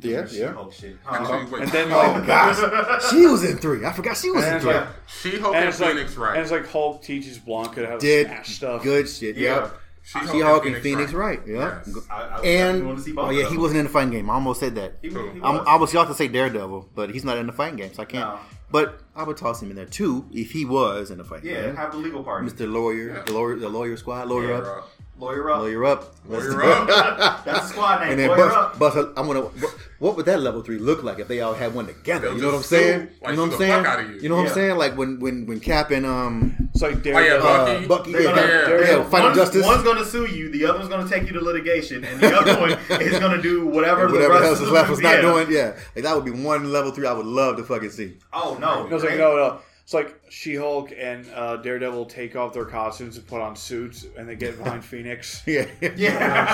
B: Yeah, yeah.
C: Oh shit.
A: Actually, wait,
D: and then like,
C: Oh.
B: She was in three. I forgot she was
D: and
B: in
D: it's
B: three.
C: uh,
D: like,
A: She Hulk
D: and
A: and,
D: it's like,
A: Phoenix,
D: and
A: right?
D: it's like Hulk teaches Blanca how to
B: Did
D: smash stuff.
B: good shit.
C: yeah.
B: Yep.
A: She
B: She-Hulk and Phoenix Wright. Yep.
A: Yes.
C: I, I,
B: And
C: want to see both.
B: oh yeah, he wasn't in the fighting game. I almost said that.
C: He, was- he
B: I'm,
C: was.
B: I was y'all to say Daredevil, but he's not in the fighting game, so I can't.
C: No.
B: But I would toss him in there too if he was in the fighting
C: yeah,
B: game.
C: have the legal party.
B: Mr. Lawyer, the lawyer, the lawyer squad, lawyer
A: You're
B: up,
A: up.
C: Lawyer up.
B: lawyer up,
A: You're uh, up.
C: That's the squad name.
B: and then
C: Lawyer
B: bust,
C: up.
B: bust. a- I'm gonna. What, what would that level three look like if they all had one together?
A: They'll
B: you know what I'm
A: just sue,
B: saying?
A: like,
B: you know what
A: sue
B: I'm
A: the
B: saying?
A: fuck outta you.
B: know what
C: Yeah.
B: I'm saying? Like when when when Cap and um
D: It's
A: Oh,
D: like
A: yeah,
D: Daredevil.
A: Bucky.
B: uh, Bucky,
C: They're
B: yeah,
C: gonna-
B: yeah,
C: they're-
B: yeah, Final
C: one's,
B: Justice.
C: One's gonna sue you. The other's gonna take you to litigation, and the other one is gonna do whatever, the
B: Whatever
C: rest
B: else
C: of
B: is
C: the
B: left was not
C: yeah.
B: doing, yeah. Like that would be one level three I would love to fucking see.
C: Oh no!
D: I was like, no, no. It's like She Hulk and uh, Daredevil take off their costumes and put on suits, and they get behind Phoenix.
B: Yeah,
C: Yeah.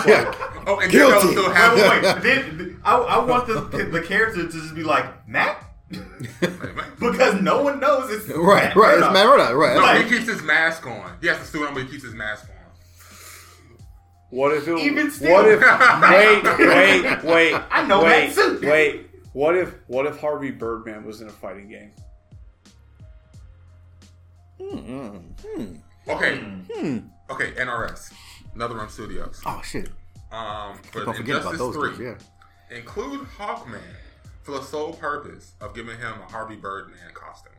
B: yeah.
A: Oh, and Daredevil
B: Guilty.
A: still
C: Wait,
A: have
C: wait, wait. Then, I, I want the, the character to just be like Matt, because no one knows it's
B: Right,
C: Matt
B: right. It's
C: Murdock.
B: Matt Murdock, right?
A: No,
C: Like-
A: he keeps his mask on. He has to sue him, but he keeps his mask on.
D: What if it?
C: Even still.
D: What if? Wait, wait, wait.
C: I know
D: wait,
C: that suit.
D: Wait. What if? What if Harvey Birdman was in a fighting game?
A: Okay.
B: Hmm.
D: Hmm.
A: Okay, NRS. Another Run Studios.
B: Oh shit!
A: Um, but
B: Don't forget about
A: Injustice
B: those
A: 3.
B: dudes. Yeah.
A: Include Hawkman for the sole purpose of giving him a Harvey Birdman costume.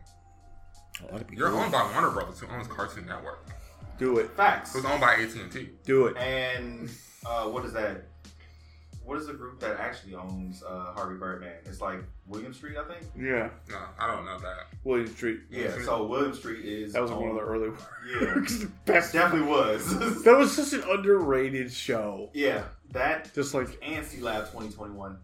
A: You're owned by Warner Brothers, who owns Cartoon Network.
D: Do it.
C: facts.
A: Who's owned by AT&T.
D: Do it.
C: And uh, what is that? What is the group that actually owns uh, Harvey Birdman? It's like William Street, I think.
D: Yeah.
A: No, I don't know that.
D: William Street.
C: Yeah. Oh. So William Street is
D: That was
C: owned-
D: one of the early
C: Yeah,
D: works. Best.
C: definitely was.
D: That was just an underrated show.
C: yeah, that
D: Just like
C: and C Lab 2021.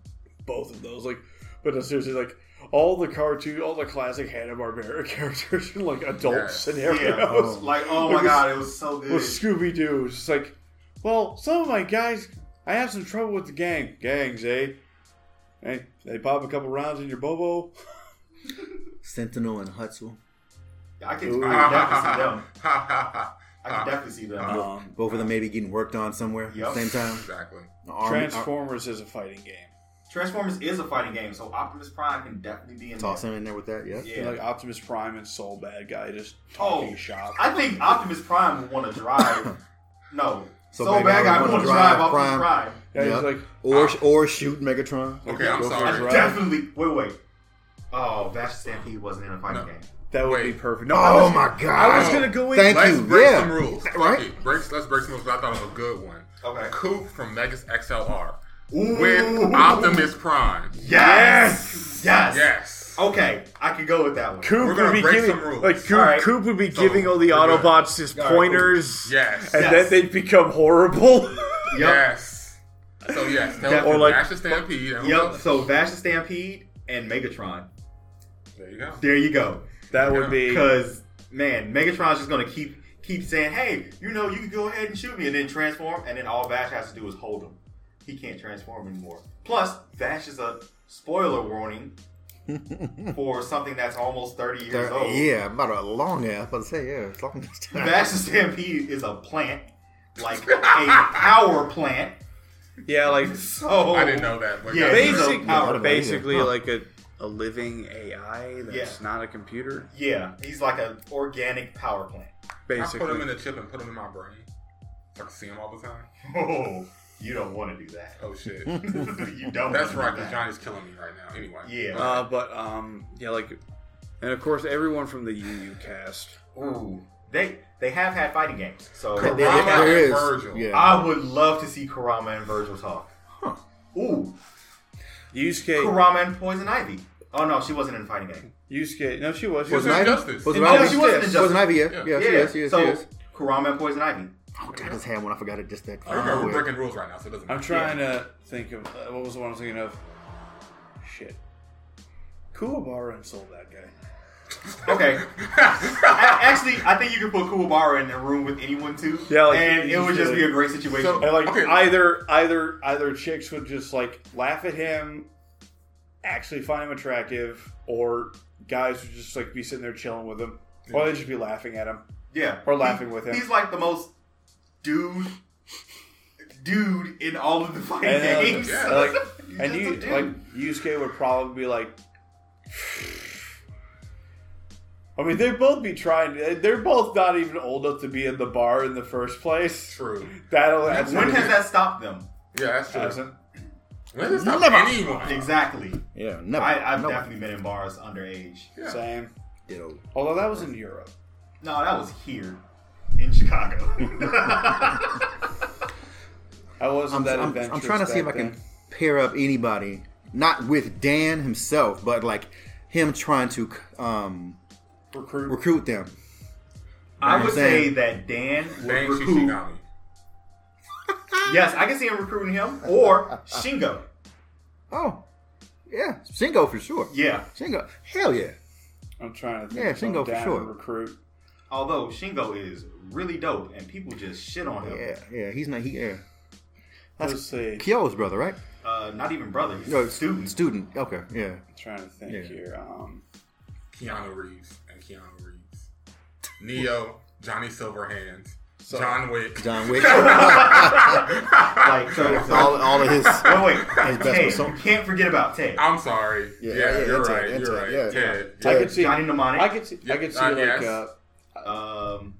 D: both of those. Like, but no, seriously, like all the cartoon, all the classic Hanna Barbera characters in like adult
A: Yes.
D: scenarios.
C: Yeah, like oh
D: It
C: my
D: was-
C: god, it was so good.
D: with Scooby Doo. It's just like, well, some of my guys, I have some trouble with the gang. Gangs, eh? Hey, they pop a couple rounds in your bobo.
B: Sentinel and Hutzel.
C: I can, I can definitely see them. I can definitely see them.
A: Uh-huh.
D: Um,
B: Both of them maybe getting worked on somewhere
C: Yep.
B: at the same time.
A: exactly.
B: An army- uh, ar-
D: Transformers is a fighting game.
C: Transformers is a fighting game, so Optimus Prime can definitely be in
B: toss
C: there.
B: him in there with that. Yeah.
C: Yeah.
D: Like Optimus Prime and Soul Bad Guy just talking
C: oh,
D: shop.
C: I think Optimus Prime would want to drive. no,
B: So
C: so,
B: maybe I
C: bad guy
B: would
C: would
B: wanna
C: want to drive,
B: drive
C: Optimus
B: Prime.
C: Prime.
D: Yeah, he's
B: Yep.
D: like,
B: Or or shoot Megatron.
A: Okay, I'm
D: go for
A: sorry.
D: it, Right.
C: Definitely. Wait, wait. Oh, Vash Stampede wasn't in a fighting
A: No.
C: game.
D: that would
A: Wait.
D: be perfect. No, I
B: Oh
D: was,
B: my god!
D: I was gonna go in.
B: Thank
A: Let's
B: you.
A: break
B: yeah.
A: some rules.
B: Right?
A: Okay, breaks, let's break some rules. 'cause I thought it was a good one.
C: Okay.
A: Coop from Megas XLR with Optimus Prime.
C: Yes. Yes. Oh.
A: Yes.
C: Okay, I could go with that one.
D: Coop
A: We're
D: would
A: gonna
D: be
A: break
D: giving
A: some rules.
D: like Coop,
C: All right.
D: Coop would be
A: So,
D: giving all the
A: we're good.
D: Autobots his
C: All right, cool.
D: pointers,
A: Yes.
D: and
C: Yes.
D: then they'd become horrible.
A: Yes. So yes, that
D: Or
A: was
D: like-
A: like, Ash the Stampede. and who
C: Yep.
A: else?
C: So Vash the Stampede and Megatron.
A: There you go.
C: There you go.
D: that would be
C: Because man, Megatron's just gonna keep keep saying, "Hey, you know, you can go ahead and shoot me," and then transform, and then all Vash has to do is hold him. He can't transform anymore. Plus, Vash is a spoiler warning for something that's almost thirty years
B: There-
C: old.
B: yeah, about a long ass. I was about to say yeah, it's long as
C: Vash the Stampede is a plant, like a power plant.
D: Yeah, like
C: So
A: I didn't know that. But
C: Yeah.
A: yeah.
D: basic,
B: Yeah, I don't know
D: basically
B: either.
D: like a, a living AI that's
C: Yeah.
D: not a computer.
C: Yeah, he's like an organic power plant.
A: I put them
D: Basically,
A: in a chip and put them in my brain. So I can see them all the time.
C: Oh, you don't want to do that.
A: Oh shit.
C: you don't.
A: That's
C: wanna
A: right, because
C: do that.
A: Johnny's killing me right now. Anyway.
C: Yeah.
D: uh, but um, yeah, like, and of course everyone from the UU cast.
C: Ooh, they they have had fighting games, so
A: Karama
C: they
A: and
C: have-
B: there is.
A: Virgil.
B: Yeah.
C: I would love to see Karama and Virgil talk. Ooh,
D: Yusuke,
C: Karama and Poison Ivy. Oh no, she wasn't in a fighting game.
D: Yusuke, no, she was. She
A: Was
D: was
A: not-
B: Ivy?
A: Justice.
B: Was it
D: No,
B: Ivy?
D: she wasn't in
B: Was it
D: Justice.
B: Ivy?
A: Yeah.
B: Yeah, yeah, she is. She is.
C: so
B: she is.
C: Karama and Poison Ivy.
B: Oh, damn, his hand when I forgot it just Oh, that.
A: I remember we're
B: quick.
A: breaking rules right now, so it doesn't
D: I'm
A: matter.
D: trying to think of uh, what was the one I was thinking of. Shit, Kuwabara and sold that guy.
C: Okay. A- Actually, I think you could put Kuwabara in the room with anyone too.
D: Yeah, like,
C: and
D: you uh,
C: it would just
D: should.
C: be a great situation.
D: And like
A: Okay.
D: either either either chicks would just like laugh at him, actually find him attractive, or guys would just like be sitting there chilling with him, or they'd just be laughing at him.
C: yeah,
D: Or laughing with him.
C: He's like the most dude, dude in all of the fighting
D: And, uh,
C: games.
A: yeah,
D: like-
C: He's
D: and
C: just
D: you
C: a dude.
D: like Yusuke would probably be like. I mean, they'd both be trying. They're both not even old enough to be in the bar in the first place.
A: True.
D: That'll that's
C: when has that stopped them?
A: Yeah, that's true.
D: hasn't.
A: When does that
B: Never.
A: anyone?
C: Exactly.
B: Yeah, never.
C: I, I've
B: No,
C: definitely been in bars underage.
A: Yeah.
D: Same.
B: you know,
D: Although that was in Europe.
C: No, that was here in Chicago.
D: I wasn't
B: I'm,
D: that
B: I'm,
D: adventurous.
B: I'm trying to see if I
D: back
B: can
D: then.
B: pair up anybody, not with Dan himself, but like him trying to um,
D: recruit.
B: recruit them.
C: I would say
B: Same.
C: that Dan would
A: Bang
C: recruit.
A: Shishigami.
C: Yes, I can see him recruiting him or Shingo.
B: Oh, yeah, Shingo for sure.
C: Yeah,
B: Shingo, hell yeah.
D: I'm trying to think.
B: Yeah,
D: of something
B: Shingo for
D: down
B: sure.
D: and Recruit.
C: although Shingo is really dope and people just shit on him.
B: Yeah, yeah, he's not. He yeah.
D: Let's see.
B: Kyo's brother, right?
C: Uh, not even brother, he's a
B: No,
C: student.
B: Student. Okay, yeah.
D: I'm trying to think
B: Yeah.
D: here. Um,
A: Keanu Reeves and Keanu Reeves. Neo, Johnny Silverhand, John Wick.
B: John Wick.
C: like so.
B: It's all, all of his.
C: Oh wait,
B: best
C: Ted.
B: persona.
C: You can't forget about Ted.
A: I'm sorry. Yeah,
B: Yeah, yeah,
A: you're
B: that's it,
A: right.
B: that's
A: You're
B: it,
A: right.
B: yeah.
A: Ted.
D: I could see.
C: Johnny Mnemonic.
D: I could see. I could see
A: Uh,
D: like.
C: E
A: yes.
D: Uh,
C: um,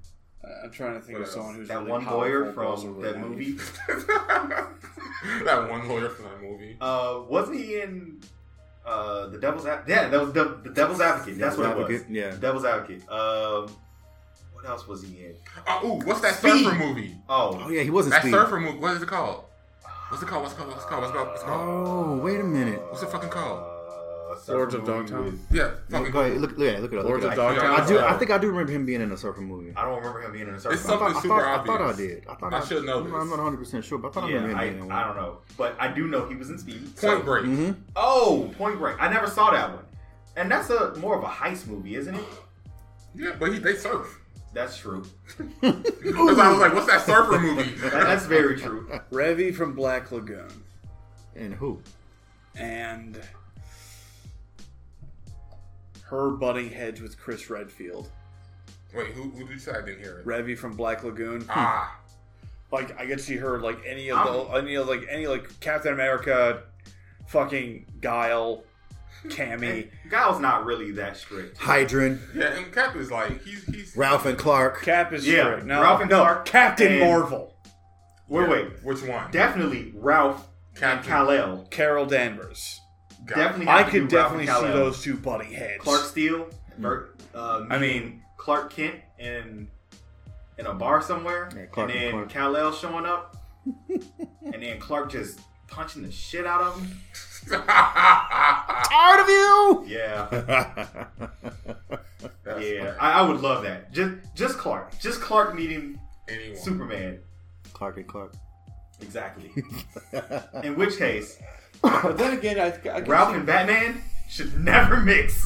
D: I'm trying to think
A: What
D: of someone
A: else?
D: who's
C: that
D: really
C: one lawyer
D: powerful, but also
C: from
D: really
C: that
D: naive.
C: movie.
A: that one lawyer from that movie.
C: Uh, wasn't he in uh, the Devil's Advocate? Yeah, that was the, the Devil's Advocate. That's what it was.
B: Advocate, yeah.
C: The Devil's Advocate. Um, what else was he in?
A: Oh, ooh, what's that
C: Speed.
A: surfer movie?
C: Oh,
B: Oh yeah, he wasn't
A: That
B: Speed.
A: surfer movie. What is it called? What's it called? What's it called? What's it called? What's it called? What's it called?
B: Oh wait a minute.
A: What's it fucking called?
C: uh, surfer
D: Lords of
C: movie
D: Dogtown?
C: with-
A: Yeah, fucking.
B: Go ahead, look, look at it. Look at it. Look
D: Lords
B: at
D: of
B: it.
A: Dogtown.
D: Dogtown.
B: I do.
A: Dogtown.
B: I think I do remember him being in a surfer movie.
C: I don't remember him being in a
A: It's
C: surfer.
A: something
B: I thought,
A: super
B: I thought I
A: obvious.
B: did. I thought
A: I should know
B: I'm not- I'm
A: this.
B: not 100 percent sure, but I thought I
C: yeah,
B: remember
C: I,
B: him being in one.
C: I don't know, but I do know he was in Speed. so-
A: Point Break.
C: Oh, Point Break. I never saw that one, and that's a more of a heist movie, isn't it?
B: Mm-hmm.
A: Yeah, but he, they surf.
C: That's true.
B: Mm-hmm.
A: Because I was like, what's that surfer movie?
C: That- that's very true.
D: Revy from Black Lagoon
B: And who?
D: and her butting heads with Chris Redfield.
A: Wait, who, who did you say? I didn't hear it.
D: Revy from Black Lagoon.
A: Ah,
D: Like I could see her like any
C: Ah.
D: of the any of like any like Captain America, fucking Guile, Cammy.
C: Guile's not really that strict.
B: Hydran,
A: yeah, and Cap is like, he's he's.
B: Ralph and Clark.
D: Cap is
C: Yeah,
D: strict. No,
C: Ralph and
D: no,
C: Clark
D: Captain
C: and-
D: Marvel.
C: Wait, wait.
A: Which one?
C: Definitely Ralph
A: Captain.
C: and Kal-El.
D: Carol Danvers.
A: Got it.
C: Definitely,
D: I
C: have to
D: could
C: do Ralph and
D: definitely see
C: Kal-El.
D: those two butting heads.
C: Clark Steele. Bert, uh,
D: I
C: I
D: mean-
C: mean Clark Kent and in a bar somewhere,
B: Yeah, Clark
C: and
B: and
C: then
B: Clark.
C: Kal-El showing up, and then Clark just punching the shit out of him.
B: Tired of you!
C: Yeah,
A: That's
C: yeah.
A: what-
C: I, I would love that. Just, just Clark. Just Clark meeting
A: anyone.
C: Superman.
B: Clark and Clark.
C: Exactly. In which case,
D: But then again, I, I could
C: Ralph
D: see
C: and Batman should never mix.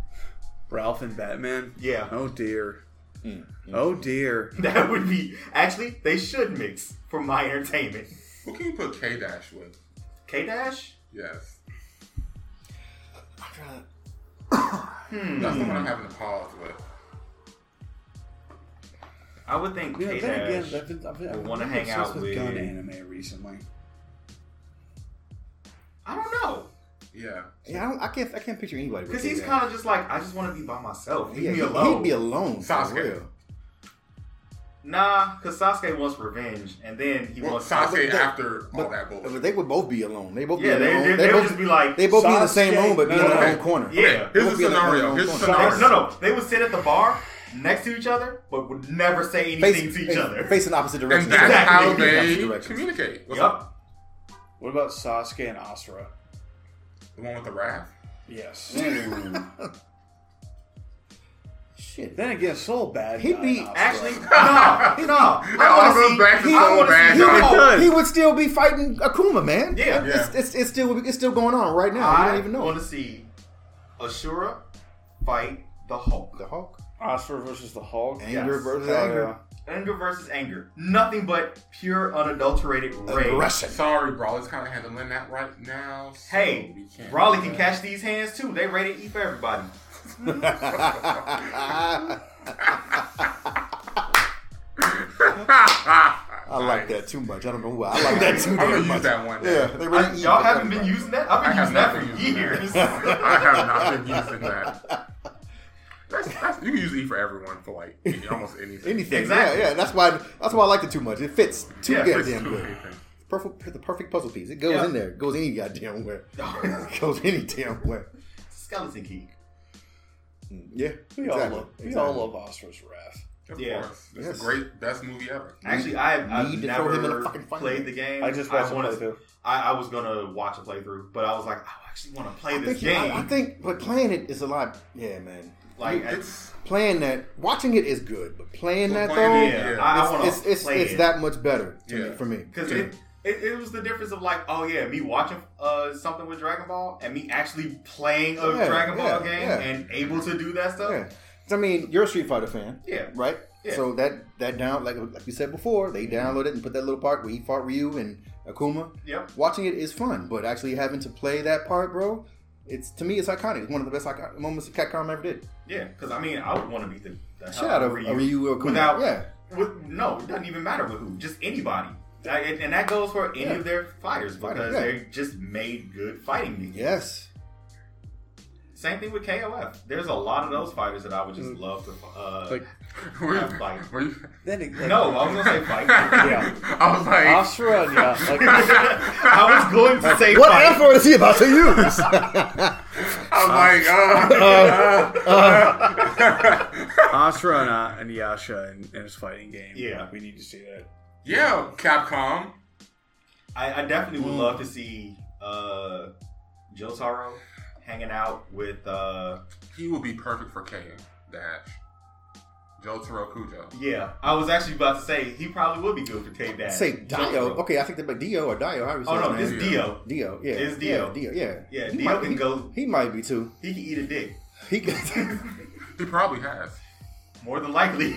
D: Ralph and Batman.
C: yeah.
D: Oh dear. Oh dear.
C: That would be actually they should mix for my entertainment.
A: Who can you put K Dash with?
C: K Dash?
A: Yes.
C: Hmm.
A: That's the one I'm having to pause with.
C: I would think
D: Yeah,
C: K
D: then
C: Dash.
D: again, I've been, I've been,
C: would
D: I've
C: wanna
D: been
C: hang
D: obsessed
C: out
D: with gun
C: with-
D: anime recently.
C: I don't know.
A: Yeah.
B: Yeah, I, don't, I can't. I can't picture anybody.
C: Because he's kind of just like, I just want to be by myself. Leave me
B: he'd,
C: alone.
B: he'd be alone. For
A: Sasuke.
B: real.
C: Nah, because Sasuke wants revenge, and then he
A: Well,
C: wants
A: Sasuke
B: but-
A: after all
B: But,
A: that bullshit.
B: but they would both be alone. They both
C: Yeah,
B: be
C: they,
B: alone.
C: they,
B: They
C: they'll
B: both-
C: just be like,
B: They both be in the same
H: Sasuke-
B: room, but be
H: no,
B: in
H: no,
B: their
A: no.
B: own corner.
C: yeah.
A: Here's
B: It
A: the
B: would be like
A: scenario.
B: that
A: Here's the
B: on
C: No,
A: scenario.
C: no, no. They would sit at the bar next to each other, but would never say anything
B: Face,
C: to each other.
B: face in opposite directions.
A: And that's
C: Exactly.
A: how
B: Opposite
A: they
B: directions.
A: communicate. What's
C: Yup.
A: up?
H: What about Sasuke and Asura?
A: The one with the raft?
H: Yes.
B: Shit.
H: then again, Soul Bad.
B: He'd
H: guy
B: be-
H: and Asura.
C: Actually, no, no. I
A: all
C: want to
A: goes
C: see.
A: back to
C: I
A: Soul
C: wanna
A: Bad
C: see-
A: Guy.
C: No,
F: It does.
B: He would still be fighting Akuma, man.
C: Yeah.
A: Yeah.
B: It's, it's, it's still it's still going on right now. I
C: I
B: don't even know.
C: want to see Ashura fight the Hulk.
B: The Hulk.
H: Asura versus the Hulk.
B: Anger
C: Yes.
B: versus
H: Hell
B: anger.
C: Anger versus anger. Nothing but pure, unadulterated rage.
B: Aggression.
A: Sorry, Brawley's kind of handling that right now. so
C: Hey,
A: we can't-
C: Brawley can catch these hands too. They rated E for everybody.
B: I like that too much. I don't know why. I like that too
A: I'm gonna
B: damn
A: use
B: much.
A: that one.
B: Yeah,
A: day.
B: they
C: I-
B: really eat
C: y'all
B: it.
C: haven't been using that. I've
A: I
C: been
A: have
C: using
A: not
C: that
A: been
C: for
A: using
C: years.
A: that. I have not been using that. That's, that's, you can use E for everyone for like almost anything.
B: anything.
C: Exactly.
B: Yeah, yeah. That's why. That's why I liked it too much. It fits too
C: Yeah, it fits
B: goddamn
A: Do
B: good.
A: anything.
B: Perfect, the perfect puzzle piece. It goes
C: Yeah.
B: in there. It goes any goddamn where. It goes any damn where.
C: Skeleton King.
B: Yeah.
H: We all
B: exactly,
H: love. We
B: exactly.
H: all love Asura's wrath.
A: Of
C: Yeah.
A: course, it's
B: Yes.
A: the great best movie ever.
C: Actually, I have I've
B: Need to throw him in the
C: never
B: fucking final.
C: played the game.
H: I just watched a
C: wanna-
H: playthrough.
C: I, I was gonna watch a playthrough, but I was like, I actually want to play
B: I
C: this
B: think, you-
C: game.
B: I, I think, but playing it is a lot. Yeah, man.
C: like, I-
A: It's
B: Playing that, watching it is good, but playing that
A: playing
B: though,
A: it,
C: yeah, I, I want to
B: it's it's,
C: play
B: it's
C: it.
B: that much better to me,
A: Yeah.
B: for me.
C: because it, it, it was the difference of like, oh yeah, me watching uh, something with Dragon Ball and me actually playing a
B: Yeah,
C: Dragon Ball
B: yeah,
C: game
B: yeah.
C: and able to do that stuff.
B: Yeah. I mean, you're a Street Fighter fan,
C: Yeah.
B: right?
C: Yeah. Mm-hmm.
B: So that that down like like you said before, they downloaded and put that little part where he fought Ryu and Akuma.
C: Yep.
B: Watching it is fun, but actually having to play that part, bro, it's to me it's iconic. It's one of the best icon- moments Capcom ever did.
C: Yeah, because I mean, I would want to beat the, the
B: Shit out of Ryu, Ryu or Akuma.
C: Uh, without.
B: yeah,
C: With, no, it doesn't even matter with who, just anybody. That- and, and that goes for any
B: Yeah.
C: of their fighters because
B: yeah.
C: they just made good fighting games.
B: yes,
C: Same thing with KOF. There's a lot of those fighters that I would
B: Mm.
C: just love to. Uh,
H: Like-
A: were you,
C: Yeah, like-
A: were you,
H: Then again,
C: no, I was gonna say fight.
H: Yeah.
A: I was like,
H: Asura, and yeah, like
C: I was going to say
B: What
C: fight.
B: effort is he about to use?
A: I was like, uh,
D: uh. Asura and, uh, and Yasha in, in his fighting game.
C: Yeah.
H: we need to see that.
A: yeah, Capcom.
C: I, I definitely would
B: Mm.
C: love to see uh, Jotaro hanging out with uh,
A: He would be perfect for Kane Dash. Jotaro Kujo.
C: yeah. I was actually about to say he probably would be good for K Dad.
B: Say Dio. Okay, I think they're Dio or Dio. How do you say
C: Oh no,
B: his
C: this
B: name?
C: Dio.
B: Dio. Yeah,
C: It's Dio.
B: Yeah, Dio. Yeah,
C: Yeah,
B: He
C: Dio
B: might-
C: can
B: he-
C: go.
B: He might be too.
C: He can eat a dick.
B: He could.
A: He probably has.
C: More than likely.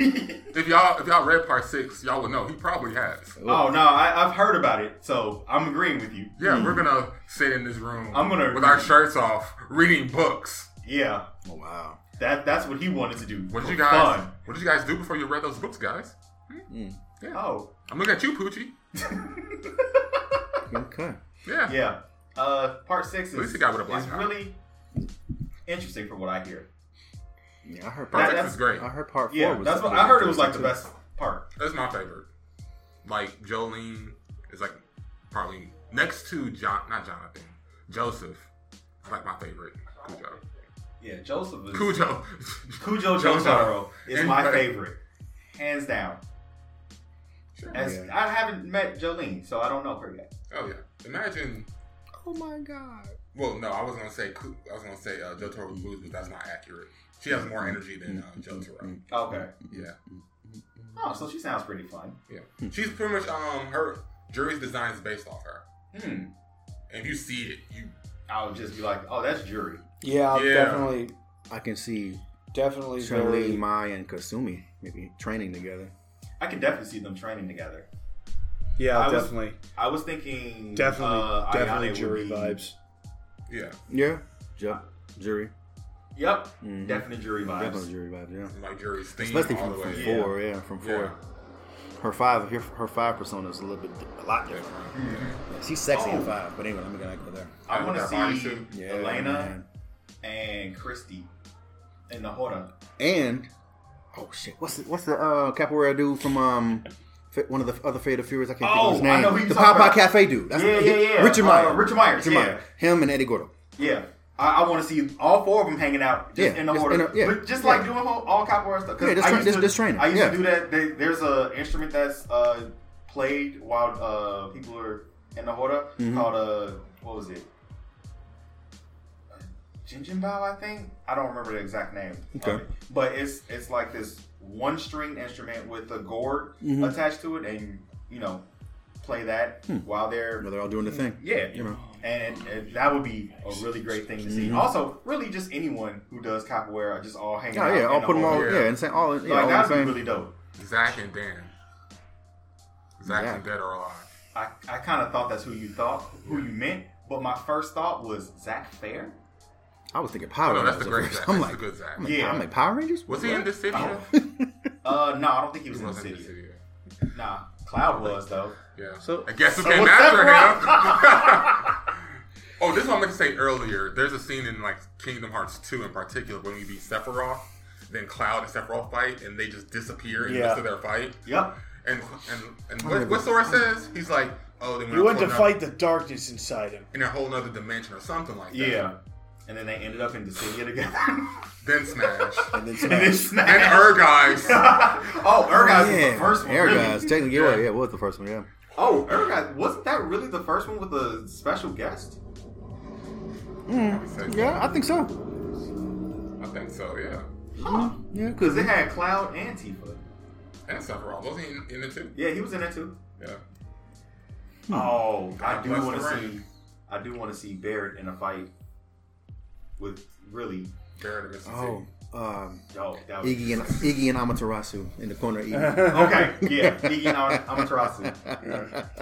A: If y'all if y'all read part six, y'all would know he probably has.
C: oh no, I, I've heard about it, so I'm agreeing with you.
A: Yeah, we're gonna sit in this room.
C: Hmm. I'm gonna-
A: with our shirts off, reading books.
C: Yeah,
B: oh, wow.
C: that that's what he wanted to do.
A: What did
C: for
A: you guys?
C: Fun.
A: What did you guys do before you read those books, guys?
C: Oh
A: I'm looking at you, Poochie.
B: Okay.
A: Yeah.
C: yeah. Uh, part six
A: least
C: is,
A: he got with a black
C: is
A: eye.
C: really interesting from what I hear.
B: Yeah, I heard
A: Part
B: part.
C: That-
A: six is great.
B: I heard part four.
C: Yeah,
B: was
C: that's what I heard. It was like the best part.
A: That's my favorite. Like Jolene is like probably next to John, not Jonathan, Joseph. It's like my favorite Cujo.
C: Yeah, Joseph is
A: Cujo.
C: Cujo
A: Jotaro.
C: Jotaro is my
A: Anybody-
C: favorite, hands down.
A: Sure.
C: As I haven't met Jolene, so I don't know her yet.
A: Oh yeah. Imagine.
B: Oh my god.
A: Well, no, I was gonna say Cu- I was gonna say uh, Jotaro Blues, but that's not accurate. She has
C: Mm-hmm.
A: more energy than uh, Jotaro.
C: Okay.
A: Yeah.
C: Oh, so she sounds pretty fun.
A: Yeah. She's pretty much um her jury's design is based off her.
C: Hmm.
A: And if you see it, you
C: I would just be like, oh, that's Jury.
H: Yeah,
A: Yeah.
H: definitely,
B: I can see
H: definitely
B: Chun-Li,
H: very.
B: Mai, and Kasumi maybe training together.
C: I can definitely see them training together.
D: Yeah,
C: I was-
D: definitely,
C: I was thinking
D: definitely,
C: uh, Ayane
D: definitely
C: would
D: jury
C: be-
D: vibes.
A: yeah.
B: Yeah. Ju- jury.
C: Yep,
B: Mhm.
C: definitely jury vibes.
B: Definitely jury vibes. Yeah.
A: Like jury's theme
B: Especially
A: all
B: from,
A: the
B: from
A: way.
C: Yeah.
B: four. Yeah, from
A: Yeah.
B: four. Her five, her, her five persona is a little bit, a lot different. Yeah, she's sexy in
C: Oh.
B: five, but anyway, I'm gonna go there.
C: I
A: I
C: want to
A: want that body
C: see
A: suit.
B: Yeah,
C: Elena
B: man.
C: and Christy in the Horda.
B: And oh shit, what's the, what's the uh, capoeira dude from um Fa- one of the other Fate of Furies? I can't think
C: Oh,
B: of his
C: I
B: name.
C: know who you
B: the
C: talking
B: Popeye
C: about.
B: Cafe dude. That's
C: Yeah, yeah, yeah.
B: Richard
C: Uh,
B: Meyer.
C: Richard Myers, yeah.
B: Him and Eddie Gordo.
C: Yeah. I, I want to see all four of them hanging out just
B: Yeah,
C: in the
B: just
C: order.
B: in a- yeah,
C: but just
B: yeah.
C: like doing whole, all capoeira stuff. 'Cause
B: Yeah, just
C: I
B: tra-
C: used
B: just-
C: to,
B: just training.
C: I used
B: Yeah.
C: to do that. They, there's a instrument that's uh, played while uh, people are in the Horda
B: Mm-hmm.
C: called, uh, what was it? Uh, Jinjin Bao, I think. I don't remember the exact name. of
B: Okay.
C: it. But it's it's like this one string instrument with a gourd
B: Mm-hmm.
C: attached to it, and you know, play that while they're
B: Where they're all doing the thing.
C: yeah,
B: Hmm. You know.
C: and, and that would be a really great thing to see.
B: Mm-hmm.
C: Also, really, just anyone who does capoeira, just all hanging
B: Oh
C: out.
B: yeah,
C: in
B: I'll
C: the
B: put them all.
C: hallway.
A: yeah.
B: Yeah, and say all. in- Yeah,
C: Like
B: all in the
C: that would be
B: same.
C: really dope.
A: Zach and Dan. Zach
B: Yeah.
A: and Dead are alive.
C: I, I kind of thought that's who you thought, who you meant, but my first thought was Zach Fair.
B: I was thinking Power
A: Oh, no,
B: Rangers.
A: that's the
B: at
A: great
B: first.
A: Zach.
B: I'm
A: That's
B: like,
A: the good Zach.
B: I'm like,
C: Yeah.
B: I'm like Power Rangers.
A: Was he in this city?
C: Oh. Uh, no, I don't think he was
A: He
C: in the
A: wasn't in this
C: city.
A: city.
C: Nah, Cloud was though.
A: Yeah.
D: So-
A: I guess who
C: so
A: came
C: what's
A: after
C: that
A: him? oh, this is what I meant to say earlier. There's a scene in like Kingdom Hearts 2 in particular when we beat Sephiroth, then Cloud and Sephiroth fight, and they just disappear in the midst
H: Yeah.
A: of their fight.
C: Yep.
A: And and and what, what Sora says? He's like, oh, they went,
D: You went
A: to
D: to fight the darkness inside him.
A: in a whole other dimension or something like that.
C: Yeah. And then they ended up in the city together.
A: Then Smash.
B: And then
C: and then
B: Smash.
A: and
C: Snap.
A: Erguys.
C: oh, Ergot was
B: yeah,
C: the first one.
B: Air
C: really.
B: guys. Technically, yeah, yeah, it was the first one. Yeah.
C: Oh, Ergot, wasn't that really the first one with a special guest?
B: Yeah, I think so.
A: I think so, yeah.
C: Huh.
B: Yeah,
C: Because
B: because
C: they had Cloud and Tifa.
A: And Sephiroth. Wasn't he in, in it too?
C: Yeah, he was in that too.
A: Yeah.
B: Hmm.
C: Oh, I
A: God
C: do
A: bless
C: want
A: the
C: to see.
A: ring.
C: I do want to see Barrett in a fight with really.
A: Barrett and Mississippi.
B: oh, um,
C: Oh, that was
B: Iggy and Iggy and Amaterasu in the corner. Eating.
D: Oh.
C: okay. Yeah, Iggy and Am- Amaterasu.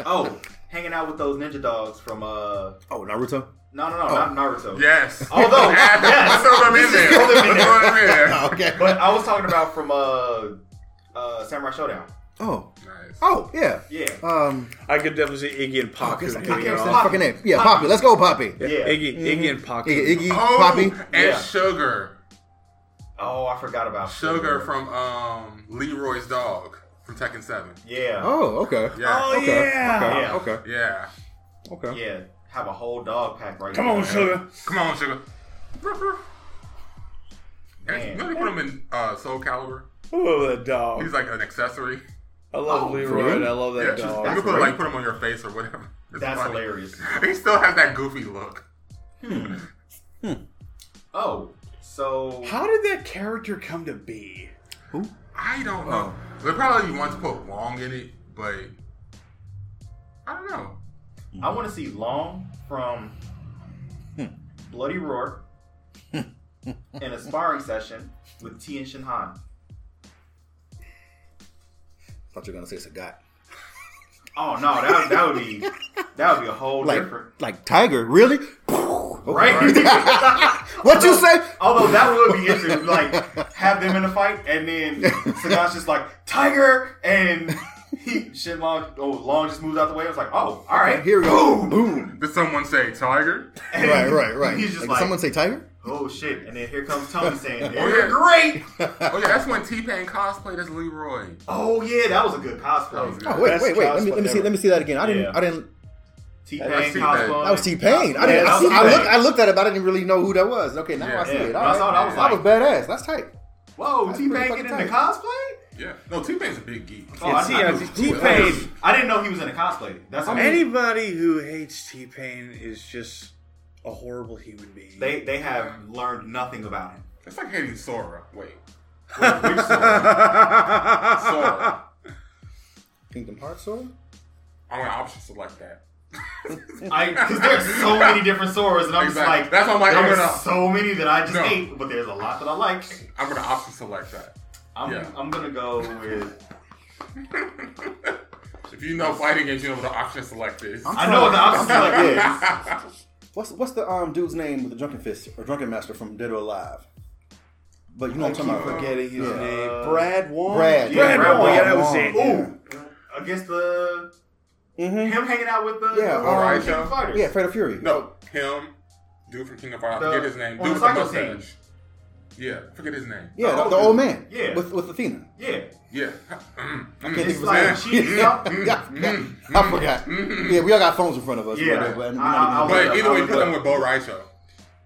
C: Oh, hanging out with those ninja dogs from uh.
B: Oh, Naruto.
C: No, no, no,
A: Oh.
C: not Naruto.
A: Yes.
C: Although-
A: Add-
C: yes.
A: Let's throw them in there.
C: Throw them in
A: Let's throw them in there.
B: okay.
C: But I was talking about from uh, uh, Samurai Showdown.
B: Oh,
A: Nice.
B: oh, yeah.
C: Yeah.
B: Um,
D: I could definitely see Iggy and
B: fuck,
D: Poppy.
B: it's- I
D: hitting
B: can't
D: it
B: say
D: off.
B: the fucking name. Yeah, Poppy. Let's go, Poppy.
C: Yeah.
D: Iggy, Iggy and Pocky.
B: Iggy, Iggy
A: Oh,
B: Poppy.
A: and
C: Yeah.
A: Sugar.
C: Oh, I forgot about
A: Sugar from um, Leroy's dog from Tekken 7.
C: Yeah.
B: Oh, okay.
A: Yeah.
D: Oh,
B: Okay.
D: yeah.
B: Okay.
C: Yeah.
B: Okay.
A: Yeah.
B: Okay.
C: Yeah. Have a whole dog pack right
D: Come
C: there.
D: on, sugar.
A: Come on, Sugar. And
C: Man.
A: you know they put him in uh, Soul Calibur?
D: Oh, that dog.
A: He's like an accessory.
D: I love
C: Oh,
D: Leroy. and I love
A: Yeah,
D: that
A: you
D: dog.
A: can
C: that's
A: put,
C: great.
A: like, put him on your face or whatever. It's
C: That's
A: funny.
C: hilarious.
A: He still has that goofy look.
C: Oh, so
D: How did that character come to be?
A: I don't know. They probably want to put Wong in it, but I don't know.
C: I want to see Long from
B: Hmm.
C: Bloody Roar in a sparring session with T and Shinhan.
B: thought you were gonna say it's a guy.
C: Oh no, that, that would be that would be a whole
B: Like,
C: different
B: like Tiger. Really?
C: right.
B: What you say?
C: Although that would be interesting, like have them in a fight and then Sagat's just like Tiger and he Shin Long oh Long just moves out the way. I was like, oh, all right,
B: Here we go. Boom. Boom.
A: Did someone say tiger?
C: And
B: Right, right, right.
C: He's just
B: Like,
C: like,
B: someone say Tiger?
C: oh shit, and then here comes Tony saying,
A: Oh, yeah.
C: "They're great.
A: Oh yeah, that's when T Pain cosplayed as Leroy.
C: Oh yeah, that was a good
A: That was
C: cosplay.
A: good.
B: Oh wait,
D: Best
B: wait, wait. Let me
D: cosplay
B: let me see
D: ever.
B: let me see that again. I didn't
C: Yeah.
B: I didn't
C: T
A: That
C: Pain
A: was T-Pain.
C: cosplay.
B: that was T Pain. I didn't
C: Yeah,
B: I, see,
C: that
B: I
C: was
B: looked
C: T-Pain.
B: I looked at it but I didn't really know who that was. Okay, now
A: Yeah.
B: I see
C: Yeah.
B: it.
C: When
B: All
C: I
B: right.
C: saw it, I was
B: That was
C: like,
B: badass. That's tight.
C: "Whoa,
B: That's
C: T Pain
B: pretty
C: getting in
B: fucking
C: the cosplay."
A: Yeah. No, T Pain's a big geek.
C: Oh, I-
D: See,
C: I
D: I
C: knew
D: see
C: who it
D: T-Pain.
C: was. I didn't know he was in a cosplay. That's what I mean.
D: Anybody who hates T Pain is just a horrible human being.
C: They they have learned nothing about him.
A: It's like hating Sora. Wait,
C: Which song?
A: Sora.
B: Kingdom Hearts Soul?
A: I'm gonna option select that.
C: I because there's so many different Soras, and I'm
A: Exactly.
C: just like,
A: That's why I'm like, I'm
C: there's
A: gonna-
C: so many that I just
A: No.
C: hate, but there's a lot that I like.
A: I'm gonna option select that.
C: I'm
A: Yeah.
C: I'm gonna go with.
A: If you know fighting games, you know what the option select is.
C: I know what the options
B: I'm
C: like
B: sorry.
C: is.
B: What's what's the um dude's name with the drunken fist or drunken master from Dead or Alive? But you know what I'm talking about.
D: Forgetting his name.
C: Uh,
D: Brad Wong.
B: Brad.
D: Brad,
C: Yeah, Brad
D: Wong. Yeah, that
B: Wong.
D: was it.
B: Ooh.
C: Ooh, against the
B: Mm-hmm.
C: him hanging out with the
B: Yeah,
C: the
A: alright,
C: King of
A: yeah.
C: Fighters.
B: Yeah, Fatal Fury.
A: No, him, dude from King of Fighters.
C: The-
A: I forget his name.
C: on
A: Dude with
C: the
A: the
C: cycle team.
A: mustache. Yeah, forget his name.
B: Yeah,
C: the
B: the, the
C: old
B: old man.
C: Yeah.
B: With with Athena.
C: yeah.
A: Yeah. Mm.
B: think
C: It's
B: of
C: like
B: his
C: she jumped.
B: Yeah, yeah. I forgot. Yeah, we all got phones in front of us.
C: Yeah.
B: But, but,
C: I- I-
A: But either way,
C: I'll
A: put him with
C: look
A: Bo Raicho.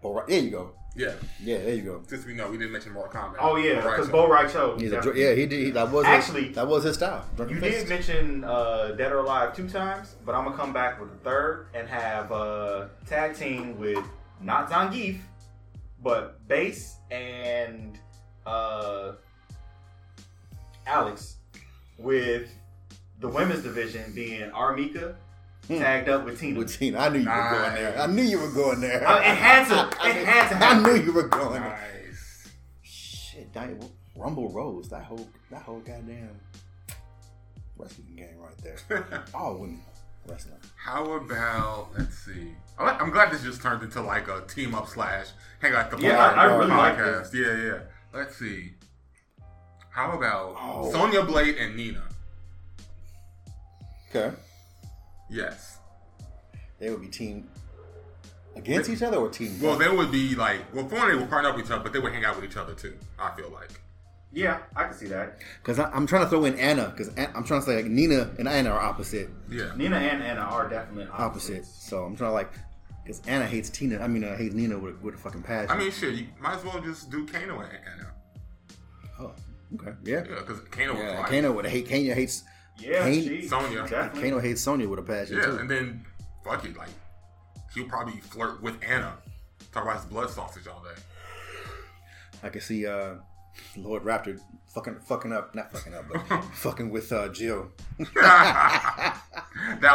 B: All right, there you go.
A: Yeah,
B: Yeah, there you go.
A: since we know we didn't mention Mortal Kombat.
C: Oh yeah, because
A: Raicho.
C: Bo Raicho.
B: He's a, dr- yeah, he did. He, that was
C: Actually,
B: his, that was his style. Drunken
C: You
B: Fist.
C: did mention uh, Dead or Alive two times, but I'm gonna come back with a third and have uh, tag team with not Zangief, but Base and uh, Alex, with the women's division being Armika tagged up with Tina.
B: Hmm. with Tina. I knew you were going there. I knew you were going there.
C: Uh, it had to.
B: I,
C: It had to
B: I
C: happen.
B: knew you were going there.
A: Nice.
B: Shit, Diamond, Rumble Rose, that whole that whole goddamn wrestling game right there. Oh, All women wrestling.
A: How about let's see? I like- I'm glad this just turned into like a team up slash hang out at the
C: Yeah,
A: bar
C: I- I really like
A: podcast. yeah, yeah. Let's see. How about
B: Oh.
A: Sonya Blade and Nina?
B: Okay,
A: Yes.
B: they would be team against each other or team.
A: Well, they would be like well, for one, they would partner up with each other, but they would hang out with each other too. I feel like.
C: Yeah, I can see that.
B: because I'm trying to throw in Anna because I'm trying to say like Nina and Anna are opposite,
A: Yeah.
C: Nina and Anna are definitely
B: opposite.
C: opposites.
B: So I'm trying to like because Anna hates Tina. I mean, uh, hates Nina with, with a fucking passion.
A: I mean, shit. You might as well just do Kano and Anna.
B: oh, okay, yeah,
A: Yeah, because Kano was
B: yeah.
A: like
B: Kano would hate. Kano hates.
C: Yeah,
B: Kane-
C: she,
A: Sonya.
C: definitely.
B: Kano hates Sonya with a passion
A: Yeah,
B: too.
A: and then fuck it, like he'll probably flirt with Anna. Talk about his blood sausage all day.
B: I can see uh, Lord Raptor fucking fucking up, not fucking up, but fucking with uh, Jill.
A: That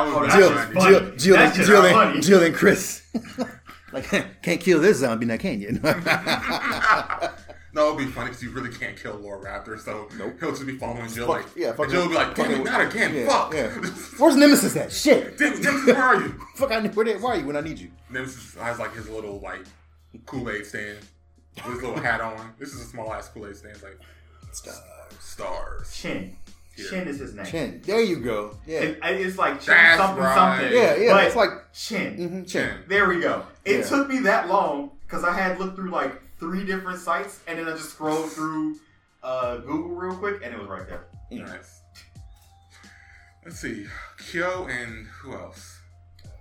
A: would be
B: Jill,
A: funny.
C: funny.
B: Jill, Jill, and,
C: That's just
B: Jill,
C: funny.
B: and, Jill and Chris. like, can't kill this zombie now, can you?
A: No, it'd be funny because you really can't kill Lord Raptor, so he'll just be following Jill. like,
B: yeah, fuck
A: and Jill will be like, damn it, not again,
B: Yeah,
A: fuck.
B: yeah.
A: Yeah.
B: Where's Nemesis at? Shit.
A: where are you?
B: Fuck, I, where, they, where are you when I need you?
A: Nemesis has like his little like Kool Aid stand with his little hat on. This is a small ass Kool Aid stand. It's like stars.
C: Chin. Chin is his name.
B: Chin. There you go. Yeah.
C: It- it's like chin
A: That's
C: something
A: right.
C: something.
B: Yeah, yeah,
C: But
B: it's like-
C: chin.
B: hmm Chin.
C: There we go. It
B: Yeah.
C: took me that long because I had looked through like three different sites and then I just scrolled through uh, Google real quick and it was right there.
A: Nice. Let's see. Kyo and who else?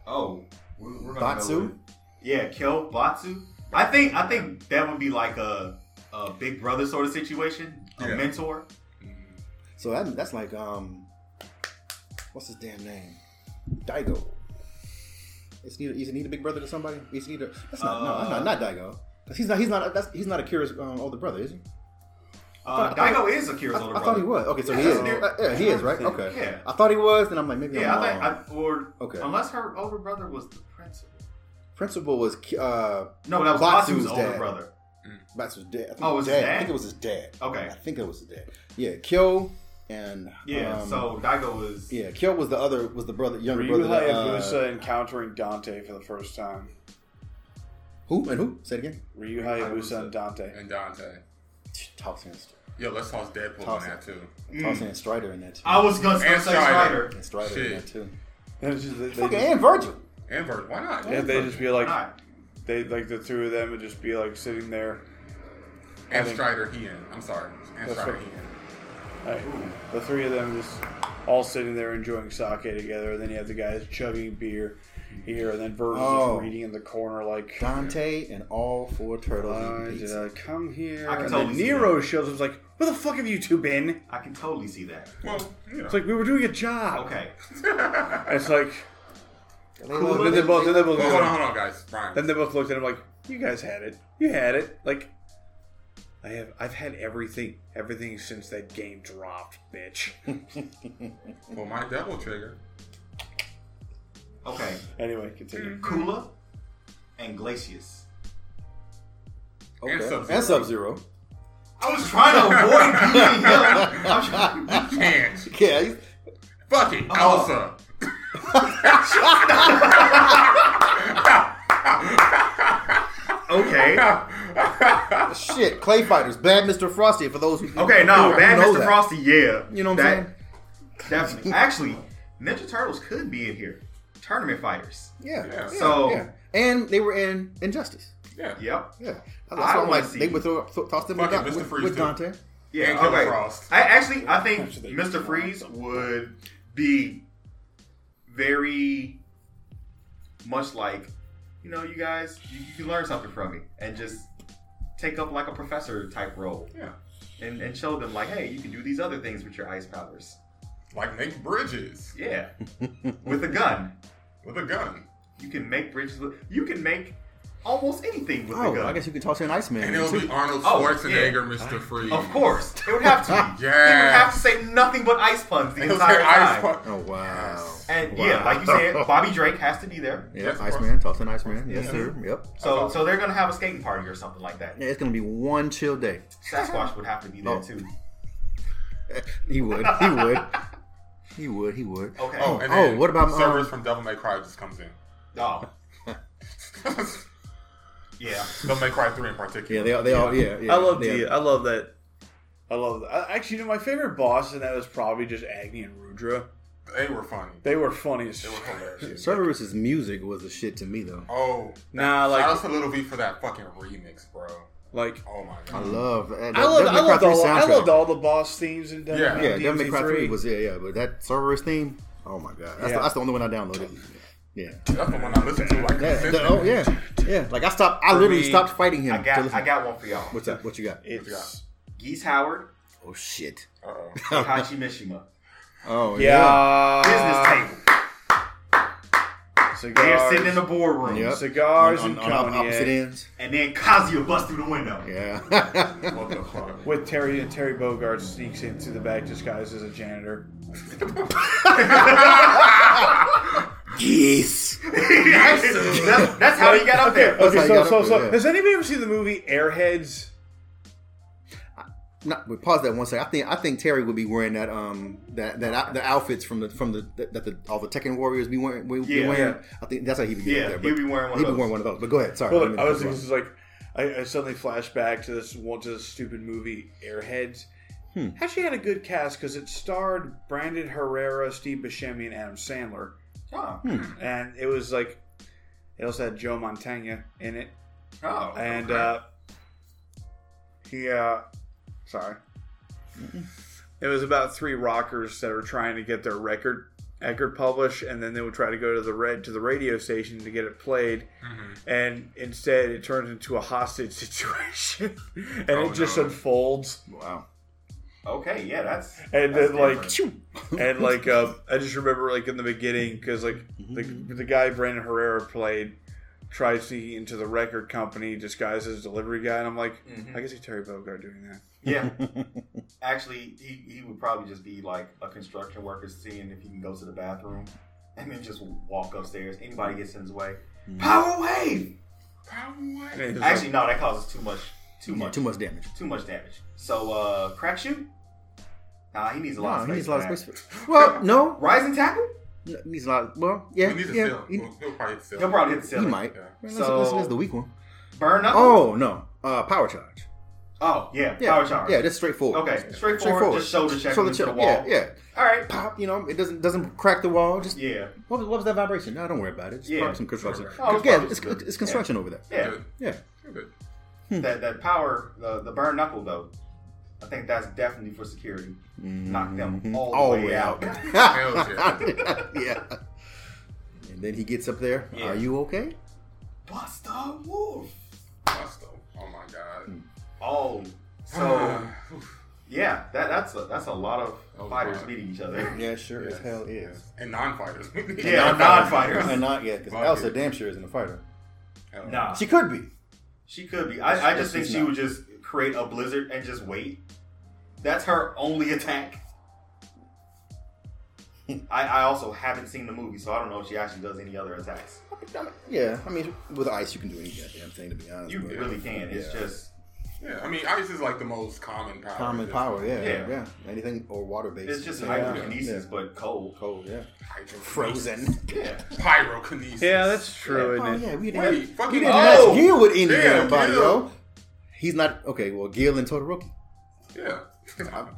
C: Oh, we're, we're gonna go with-
B: Batsu.
C: Yeah, Kyo Batsu. I think I think that would be like a a big brother sort of situation, a
A: Yeah.
C: mentor.
B: So that, that's like, um, what's his damn name? Daigo. Is he, is he need a big brother to somebody? Is he need a, that's not, no, that's not, not Daigo. 'Cause he's not, he's not, that's, he's not Akira's um, older brother, is he?
C: Uh,
B: I
C: Daigo is Akira's
B: I,
C: older
B: I
C: brother.
B: thought he was. Okay, so he
C: Yeah,
B: is.
C: they're-
B: Uh, yeah, he is, right?
C: they're-
B: Okay.
C: yeah.
B: I thought he was, then I'm like, maybe
C: Yeah,
B: I'm
C: I
B: wrong.
C: think I, or
B: Okay.
C: unless her older brother was the principal.
B: Principal was, Ki- uh,
C: No, that was
B: Batsu's
C: Batsu's older
B: dad.
C: brother.
B: that's his dad. I think
C: Oh, it was his
B: I
C: dad?
B: think it was his dad.
C: Okay.
B: I think it was his dad. Yeah, Kyo and,
C: Yeah,
B: um,
C: so Daigo is
B: yeah, Kyo was the other, was the brother, younger
D: Ryu
B: brother. that, uh,
D: Hayabusa encountering Dante for the first time.
B: who and who? Say it again.
D: Ryu Hayabusa
C: Hayabusa.
D: and Dante.
A: And Dante.
B: Tossing, and-
A: Yo, let's toss Deadpool
B: Toss
A: on
B: it.
A: that too.
B: tossing and Strider in that too.
C: I was gonna say
A: And Strider.
C: Strider.
B: and Strider in
A: Shit.
B: that too.
D: And it's just- they- they
B: Okay,
D: just-
B: and Virgil.
A: And Vert. Why not?
D: yeah, they just be
C: All
D: like
C: right.
D: they like the two of them would just be like sitting there.
A: and Strider Heehan. I'm sorry. And
D: That's
A: Strider
D: right.
A: Heehan.
D: like, the three of them just all sitting there enjoying sake together, and then you have the guys chugging beer here, and then Virgil's
B: Oh.
D: just reading in the corner like
B: Dante and all four turtles.
D: Why did
B: eat pizza.
D: I uh, come here?
C: I can
D: and
C: totally
D: then
C: see
D: Nero shows up is like, where the fuck have you two been?
C: I can totally see that.
A: Well, you know.
D: It's like we were doing a job.
C: Okay.
D: And it's like
B: Cool.
D: then they both then they both
A: Well, hold on, hold on, guys. Brian.
D: then they both looked at him like, You guys had it. You had it. Like I have I've had everything everything since that game dropped, bitch.
A: Well, my devil trigger.
C: Okay.
D: anyway,
C: Mm.
D: continue.
C: Kula and Glacius.
B: Okay.
A: And Sub-Zero.
B: And Sub Zero.
C: I was trying to avoid beating him. I'm trying-
A: Can't.
B: Yeah, he's-
A: Fuck it, Elsa.
C: Okay.
B: shit. Clay fighters. Bad Mr. Frosty. For those who
C: Okay, no,
B: who
C: Bad
B: know
C: Mr.
B: that.
C: Frosty, yeah.
B: You know what
C: That-
B: I'm saying?
C: Definitely. Actually, Ninja Turtles could be in here. Tournament fighters.
B: Yeah.
A: Yeah.
C: So-
B: yeah. and they were in Injustice.
A: Yeah.
C: Yep.
B: Yeah, that's
C: I
B: why I'm
C: wanna
B: like
C: see-
B: they would throw, throw toss them with,
A: Fucking
B: Don-
A: Mr.
B: with,
A: Freeze,
B: with
A: too.
B: Dante.
C: Yeah.
A: And Killer
C: okay.
A: Frost.
C: I actually I think Mr. Freeze would be very much like, you know, you guys, you, you can learn something from me and just take up like a professor type role
A: Yeah.
C: and, and show them like, hey, you can do these other things with your ice powers.
A: Like make bridges
C: Yeah. with a gun.
A: with a gun.
C: You can make bridges with you can make almost anything with a
B: Oh,
C: gun.
B: I guess you could toss in Iceman.
A: And
B: in
A: it'll
B: too.
A: be Arnold
C: Oh,
A: Schwarzenegger, Mr. Freeze.
C: Of course, it would have to be. He would
A: Yes.
C: have to say nothing but ice puns the
A: And he'll
C: entire
A: say ice
C: time.
A: pop.
B: oh wow.
C: And yeah, like you said, Bobby Drake has to be there.
B: Yeah,
A: Yes, of
B: Iceman, toss in Iceman. Yes,
A: Yeah.
B: sir. Yep.
C: So so they're gonna have a skating party or something like that.
B: Yeah, it's gonna be one chill day.
C: Sasquatch would have to be there too.
B: He would. He would. he would. He would.
C: Okay.
A: Oh,
C: Oh.
A: and
B: Oh,
A: then
B: what about,
A: Cerberus
B: um,
A: from Devil May Cry just comes in.
C: Yeah.
A: Devil May Cry three in particular.
B: Yeah, they all. They all. Yeah. yeah
D: I love
B: they,
D: the. I love that. I love that. I- Actually, you know, my favorite boss in that was probably just Agni and Rudra.
A: They were funny.
D: They were funny as
A: They were
D: shit.
A: hilarious.
B: Cerberus's music was the shit to me though.
A: Oh,
D: Nah,
A: shout
D: like,
A: out to Little V for that fucking remix, bro.
D: like
A: Oh my
B: I
A: god.
B: love. I
D: I loved, I loved all, I loved all the boss themes in Devil
A: Yeah.
D: May-
B: Yeah, Devil
D: DMC3.
B: May Cry three was yeah, yeah, but that Cerberus theme. Oh my god, that's,
D: Yeah.
B: the, that's the only one I downloaded. Yeah.
A: That's the one I listened to like
B: That-
A: consistently.
B: that- oh yeah, yeah. Like I stopped. I literally
D: me,
B: stopped fighting him.
C: I
B: to
C: got
B: listen.
C: I got one for y'all.
B: What's up? What you got?
D: It's
C: Geese Howard,
B: Oh shit.
A: Uh-oh.
C: Hachi Mishima.
B: Oh
D: yeah,
C: Business
D: Uh,
C: table. They're
D: Cigars,
C: sitting in the boardroom.
B: Yep.
D: cigars
B: On-
D: and
B: on- on
D: cognac
B: opposite ends.
C: And then Kazuya busts through the window.
B: Yeah.
C: What the fuck?
D: with Terry and Terry Bogard sneaks in through the back disguised as a janitor.
B: yes.
C: that's, that's how he got up there.
B: That's how
D: Okay,
B: you
D: so
B: got
D: so
B: up
D: so
B: there, yeah.
D: has anybody ever seen the movie Airheads?
B: No, but pause that one second. I think I think Terry would be wearing that um that that out- the outfits from the from the that the all the Tekken warriors be wearing. Be
C: Yeah.
B: wearing. I think that's how he'd be getting
C: Yeah,
B: there.
C: he'd be wearing one
B: He'd
C: of
B: be
C: those.
B: wearing one of those. But go ahead. Sorry.
D: Well,
B: I
D: look,
B: didn't
D: I
B: mean to
D: was
B: interrupt.
D: this is like I, I suddenly flash back to this one to this stupid movie Airheads.
B: Hmm.
D: Actually, had a good cast because it starred Brandon Herrera, Steve Buscemi, and Adam Sandler,
C: Oh,
D: and it was like it also had Joe Montana in it,
C: oh,
D: and
C: okay.
D: uh, he uh, sorry, it was about three rockers that were trying to get their record record published, and then they would try to go to the red to the radio station to get it played,
C: Mm-hmm.
A: Mhm.
D: and instead it turns into a hostage situation and
A: Oh,
D: it just
A: no.
D: unfolds
B: wow.
C: okay, yeah, that's
D: and
C: That's
D: then like
C: different.
D: and like uh, i just remember like in the beginning because like
B: Mm-hmm.
D: the,
C: Mm-hmm.
D: the guy brandon herrera played tries to get into the record company disguised as a delivery guy and i'm like
C: Mhm.
D: i can see terry bogard doing that
C: yeah. Actually, he, he would probably just be like a construction worker, seeing if he can go to the bathroom, and then just walk upstairs. Anybody gets in his way,
B: Mm-hmm.
C: power wave.
D: And it's like-
C: Actually, no, that causes too much, too
B: Yeah,
C: much,
B: too much damage.
C: too much damage. So, uh, crack shoot. Nah, he needs a lot.
B: No,
C: of
B: he
C: space
B: needs a lot
C: for
B: of
C: that.
B: space. Well, no,
C: Rising tackle.
B: No, he needs a lot. Of, well, yeah,
A: We need to
B: yeah.
A: sell.
B: He,
A: We'll, we'll probably hit sell.
C: He'll probably hit the
B: he
C: ceiling.
B: might.
A: Yeah.
B: Well,
C: So-
B: listen, listen, this is the weak one.
C: burn up.
B: Oh no, uh, power charge.
C: oh yeah,
B: Yeah,
C: power charge.
B: Yeah, just straightforward.
C: Okay, straightforward.
B: straightforward.
C: Just shoulder check
B: Shoulder
C: into the
B: check,
C: wall.
B: Yeah, yeah.
C: All right.
B: Pop. You know, it doesn't doesn't crack the wall. Just
C: Yeah,
B: What was, what was that vibration? No, don't worry about it. Just
C: Yeah.
B: yeah. some construction.
C: Oh, it's
B: yeah,
C: probably
B: it's,
C: good.
B: it's construction over there.
C: yeah.
A: Good.
B: Yeah.
A: Good.
C: that that power, the the burn knuckle though, I think that's definitely for security. Knock them all,
B: Mm-hmm. All
C: the way out.
A: Hell
B: yeah. And then he gets up there.
C: Yeah.
B: Are you okay?
C: Buster Wolf.
A: Busto. Oh my god.
C: Oh, so yeah, that that's a that's a lot of fighters meeting each other.
B: Yeah, sure
A: as hell
B: is.
A: and non-fighters.
C: Yeah, non-fighters.
B: And not yet, because
A: Fuck
B: Elsa
A: it.
B: damn sure isn't a fighter.
A: Hell
C: Nah,
B: She
C: she,
B: could be.
C: could be. I, I just think
B: She's
C: she
B: not.
C: would just create a blizzard and just wait. That's her only attack. I, I also haven't seen the movie, so I don't know if she actually does any other attacks.
B: Yeah, I mean, with ice, you can do any goddamn thing, to be honest.
C: You
B: but-
C: really can. It's
B: Yeah.
C: just
A: Yeah, I mean, ice is like the most common power.
B: common
A: It's
B: power. Yeah,
C: Yeah.
B: yeah, Anything or water based.
C: it's just
B: yeah.
C: hydrokinesis, but cold.
B: cold. Yeah,
A: hydro-
B: frozen.
C: Yeah.
A: Pyrokinesis.
D: yeah that's true
B: Oh
D: isn't it
B: yeah, we didn't.
A: Wait,
B: we
A: fucking
B: didn't
A: oh!
B: ask Gil with any
A: Yeah,
B: damn body,
A: Gil.
B: yo. He's not okay. Well, Gil and Todoroki.
A: Yeah.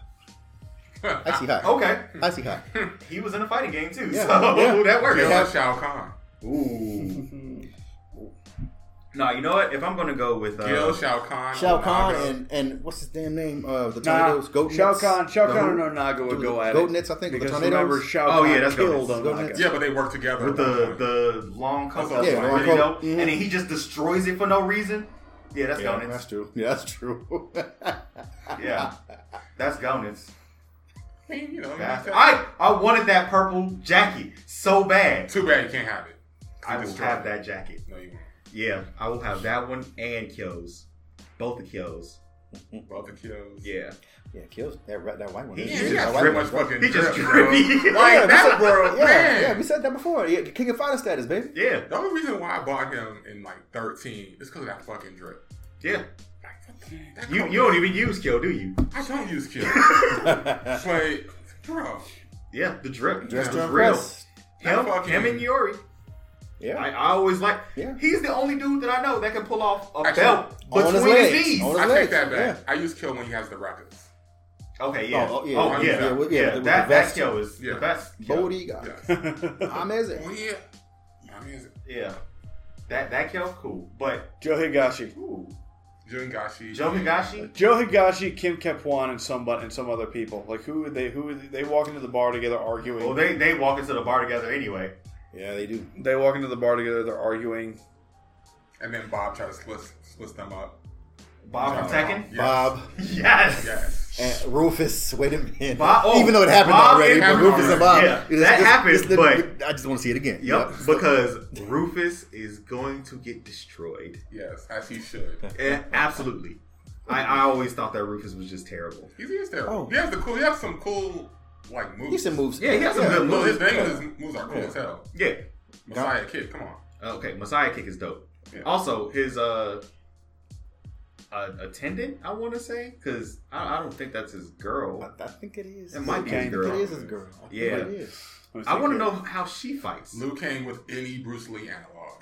B: Icy hot.
C: Okay.
B: Icy hot.
C: He was in a fighting game too,
B: Yeah,
C: so
B: yeah.
C: that works.
A: Kill yeah. Shao Kahn.
C: Ooh. no, you know what? If I'm gonna go with uh,
A: Kill Shao Kahn.
B: Shao Kahn
A: Onaga.
B: and, and what's his damn name? Uh, the
D: Nah,
B: tornadoes. goat
D: Shao
B: nuts?
D: Kahn, Shao
B: The
D: Kahn and
B: who-
D: Onaga would
B: the
D: go at
B: goat
D: it.
B: nits, I think, the
D: because
B: tornadoes?
D: remember Shao
C: Oh,
D: Kahn
C: yeah, that's goat
D: killed
C: nits.
B: Goat
D: Onaga.
B: nits.
A: Yeah, but they work together.
C: with
A: at one
C: the
A: point.
C: the long coat,
A: Yeah,
C: that's
A: long
C: really
B: coat.
C: dope.
B: Mhm.
C: and then he just destroys it for no reason. Yeah, that's
B: Yeah,
C: Gonitz.
B: that's true. Yeah, that's true.
C: yeah, that's Gonitz.
A: I mean, you know, you just-
C: I I wanted that purple jacket so bad.
A: Too bad you can't have it.
C: I will
A: Destroy
C: have
A: it.
C: that jacket.
A: No, you won't.
C: Yeah, I will have that one and Kyo's, both the Kyo's.
A: Both the kills.
C: Yeah.
B: yeah, kills that red, that white one.
C: He
B: That
A: Yeah,
C: just
B: shit-
A: you
B: that
A: got
B: white
A: pretty
B: one-
A: much fucking
C: He just
A: drip,
C: trippy.
A: bro. Like,
B: we
A: that
B: said-
A: world,
B: yeah,
A: man.
B: yeah, we said that before. Yeah, King of Fighter status, baby.
C: Yeah,
A: The only reason why I bought him in like 13 is because of that fucking drip.
C: yeah.
A: That
C: You
A: comes-
C: you don't even use Kyo, do you?
A: I don't use kill. it's like, bro.
C: Yeah, the drip.
B: Dressed
C: It was
B: to
C: real.
B: impress.
C: Him,
A: Fucking-
C: him and Yuri.
B: Yeah. Oh,
C: I, I always like.
B: Yeah.
C: He's the only dude that I know that can pull off a
A: Actually,
C: belt
B: on his
C: between his,
B: legs.
C: knees.
B: On his-
A: I
B: legs,
A: take that back.
B: yeah.
A: I use kill when he has the rockets.
C: okay, yeah.
B: Oh,
C: Oh,
B: oh,
C: yeah.
B: yeah,
C: yeah,
A: yeah,
B: with- yeah,
C: yeah,
B: with the
C: that, that
B: vest.
C: Kyo is
A: Yeah.
C: the best. Kyo.
B: Bodega.
A: Yes.
B: I'm as it.
A: oh, yeah. I mean,
C: Yeah. That that Kyo, cool. But
D: Joe Higashi.
C: ooh,
A: Jun Gashi.
C: Joe Higashi.
D: Joe Higashi, Kim Kepwan, and somebody and some other people. Like who would they who would they walk into the bar together arguing?
C: Well, they they walk into the bar together anyway.
B: Yeah, they do.
D: they walk into the bar together. They're arguing.
A: And then Bob tries to split, split them up.
C: Bob from Tekken.
A: Yes.
B: Bob
C: Yes.
A: Yes.
B: and Rufus. Wait a minute.
C: Bob- oh,
B: Even though it happened
C: Bob and-
B: already, but Rufus and Bob.
C: Yeah, that happened,
B: literally- I just want to see it again.
C: Yep. Because Rufus is going to get destroyed.
A: Yes, as he should.
C: Eh, absolutely. I, I always thought that Rufus was just terrible.
A: He's, he's there.
B: Oh.
A: He has the cool. He has some cool like moves.
B: He said moves.
C: Yeah, he has some
A: Yeah,
C: good
A: no, his
C: moves.
A: thing is his moves are cool as hell.
C: Yeah.
A: Messiah Kid, come on.
C: Oh, Okay, Messiah kick is dope.
A: Yeah.
C: Also, his uh, uh attendant, I want to say, because I, I don't think that's his girl.
B: I, I think it is.
C: It might be
B: I
C: his
B: think
C: girl.
B: It is his girl. I think
C: Yeah.
B: It is.
C: I want to know how she fights.
A: Liu Kang with any Bruce Lee analog.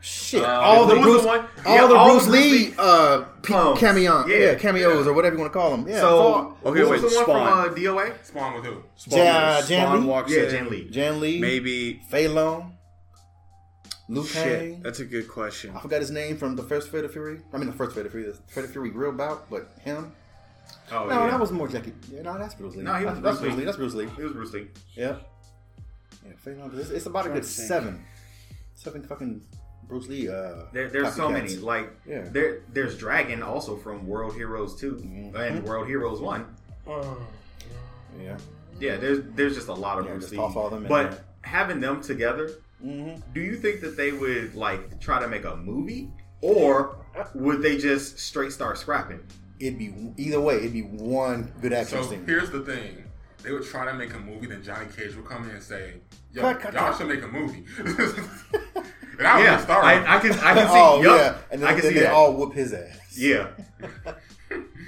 B: Shit.
C: Uh,
B: all the
C: who's
B: Bruce,
C: one-
B: all
C: yeah,
B: the
C: all
B: Bruce
C: the
B: Lee, uh, pe-
C: Clones.
B: cameo,
C: Yeah,
B: yeah, cameos or whatever you want to call them. Yeah.
C: so,
D: Okay,
C: who
D: wait,
C: was the one
D: Spawn.
C: from uh, DOA?
A: Spawn with who?
D: Spawn,
B: Ja- Jan
D: Spawn
B: Lee?
D: walks
C: Yeah,
D: in.
C: Jan
B: so,
C: Lee.
B: Jan Lee,
D: Maybe.
B: Fei Long, Liu
D: Shit,
B: Kang.
D: that's a good question.
B: I forgot his name from the first Fate of Fury. I mean, the first Fate of Fury, the Fate of Fury real bout, but him.
C: Oh,
B: no,
C: yeah.
B: that was more Jackie. Yeah, no, that's Bruce Lee.
C: No, he was
B: that's, that's
C: Bruce
B: Bruce
C: Lee.
B: Lee. That's Bruce Lee.
C: it was Bruce Lee.
B: Yeah. Yeah, Fei Long. It's, it's about a
D: Trying
B: good
D: to think.
B: seven, seven fucking Bruce Lee. Uh,
C: There, there's so
B: copycats.
C: many. Like
B: Yeah.
C: there, there's Dragon also from World Heroes Two
B: Mm-hmm.
C: and World Heroes One.
B: Yeah.
C: Yeah, there's there's just a lot of
B: Yeah,
C: Bruce
B: just
C: Lee.
B: toss all them in
C: but
B: there.
C: having them together,
B: Mm-hmm.
C: do you think that they would like try to make a movie, or would they just straight start scrapping?
B: It'd be either way. It'd be one good action
A: So
B: scene.
A: here's the thing. They would try to make a movie, then Johnny Cage would come in and say, Yo,
B: Cut, cut,
A: y'all
B: cut.
A: should make a movie. and I would
C: yeah,
A: get started.
C: I, I can, I can see.
B: oh
C: yup,
B: yeah, and then,
C: I can
B: then
C: see
B: they
C: that.
B: all whoop his ass.
C: Yeah.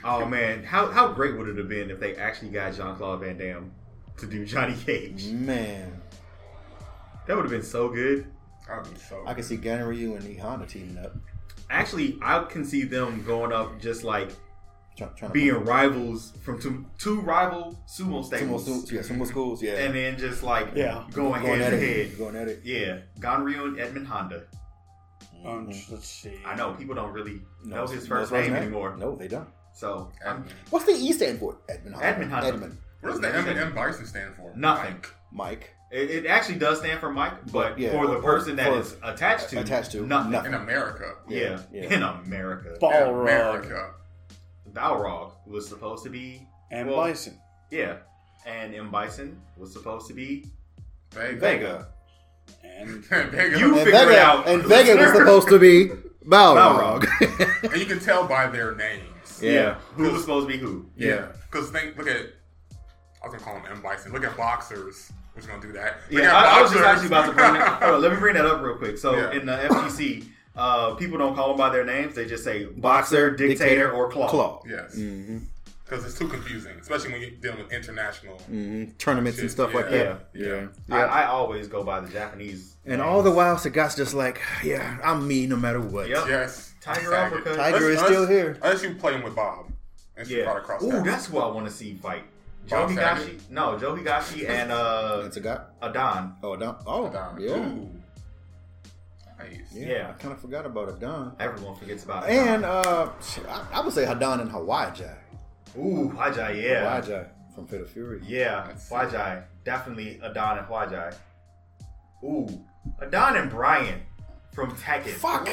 C: oh man, how how great would it have been if they actually got Jean Claude Van Damme to do Johnny Cage?
B: Mm-hmm. Man,
C: That would have been so good.
A: I'd be so.
B: I can see Gunner Ryu and E Honda teaming up,
C: Actually, I can see them going up just like
B: trying, trying to
C: being rivals from two, two rival sumo
B: sumo,
C: stables,
B: sumo, yeah, sumo schools, yeah,
C: and then just like
D: Yeah.
C: going,
B: going
C: head to
B: at it,
C: head.
B: going at it.
C: Yeah, Gonryu and Edmund Honda.
D: Um, let's see.
C: I know people don't really
B: Mm-hmm. No,
C: know
B: it's-
C: his
B: no,
C: first
B: it's
C: name anymore.
B: No, they don't.
C: So I'm,
B: What's the E stand for? Edmund. Hunter.
C: Edmund Hunter.
B: Edmund.
A: what does the M and M Bison stand for?
C: Nothing.
A: Like,
B: Mike.
C: it, it actually does stand for Mike, but
B: Yeah,
C: for the
B: or-
C: person that
B: or-
C: is attached to,
B: Attached to.
C: nothing.
B: Nothing.
A: in America.
C: Yeah.
B: Yeah, yeah.
C: in America.
D: Balrog
A: America.
C: Balrog was supposed to be
D: and
C: well,
D: Bison.
C: Yeah, and M Bison was supposed to be
A: Vega.
C: Vega.
D: And
A: Vega.
C: You
B: And
C: figure it
B: Vega,
C: out.
B: and Vega was
C: Sure.
B: supposed to be Balrog.
A: and you can tell by their names.
B: Yeah.
C: who was supposed to be who?
A: Yeah. Because think, look at, I was gonna call him M Bison. Look at boxers. We're just gonna do that. Look
C: Yeah,
A: at
C: I, I was just
A: boxers.
C: actually about to bring that. Hold on, let me bring that up real quick. So
A: Yeah.
C: in the FGC, uh, people don't call them by their names; they just say boxer, dictator, or claw.
B: Claw.
A: yes,
B: hmm
A: because it's too confusing, especially when you're dealing with international.
B: hmm Tournaments and stuff like
A: Yeah.
B: that.
A: Yeah.
C: I, I always go by the Japanese.
B: And
C: names.
B: all the while, Sagat's just like, yeah, I'm me no matter what.
C: Yep.
A: Yes,
C: Uh, Tiger
A: Exactly.
C: uppercut.
B: Tiger is still here.
A: Unless you playing with Bob and she
C: Yeah.
A: brought across.
C: Ooh,
A: that.
C: that's who I want to see fight. Joe
A: Bob Saget?
C: Higashi. No, Joe Higashi and uh,
B: That's a guy.
C: Adon.
B: Oh, Adon. Oh,
A: Adon.
B: Yeah.
A: Ooh. Nice.
B: yeah.
C: Yeah.
B: I kind of forgot about Adon.
C: Everyone forgets about Adon.
B: And uh, shit, I, I would say Adon and Hawaii Jai.
C: Ooh, Hwajai, yeah.
B: Hawaii Jai from Fit of Fury.
C: Yeah, Hwajai. Definitely Adon and Hwajai. Ooh, Adon and Brian from Tekken.
B: Fuck.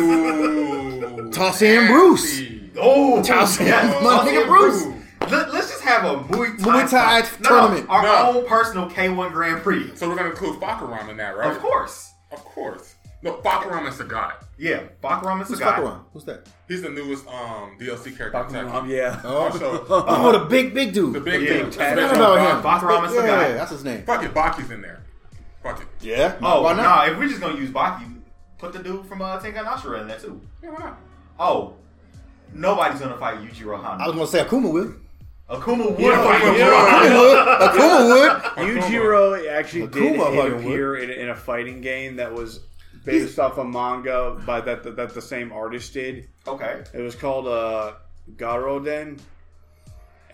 A: Ooh.
B: Toss in Bruce.
A: Nasty.
C: Oh,
B: Chelsea.
C: yes,
B: Motherfucker
C: Chelsea and
B: Bruce.
C: Let, us just have a Muay Thai,
B: Muay Thai
C: fight.
B: tournament.
C: No, our
A: No.
C: own personal K1 Grand Prix.
A: So we're gonna include Bakaram in that, right?
C: Of course.
A: Of course. No, Bakaram is the guy.
C: Yeah, Bakaram is
B: Who's
C: a guy.
B: Fakaran? Who's that?
A: He's the newest um, DLC character. in Tekken.
D: Um, yeah.
A: Also,
C: Uh-huh.
B: Oh, the big, big dude.
A: the big
C: Yeah.
A: dude.
C: Forgot
B: I forgot
A: Special-
B: about him.
C: Bakaram is the
B: yeah,
C: guy.
B: yeah, that's his name.
A: Fuck it, Baki's in there. Fuck it.
B: Yeah.
C: Oh,
B: Why
C: no,
B: not?
C: if we're just going to use Baki, put the dude from uh, Tenkan Ashura in there too.
A: Yeah, why not?
C: Oh, nobody's going to fight Yujiro
B: I
C: Hana.
B: was gonna say Akuma would.
C: Akuma would
A: Yeah,
C: fight
A: yeah.
C: Yujiro
B: Akuma
C: Hana.
B: would. Akuma would.
D: Yujiro actually did
B: Akuma fucking
D: appear in, in a fighting game that was based off a manga by that, that that the same artist did.
C: Okay.
D: It was called uh, Garoden,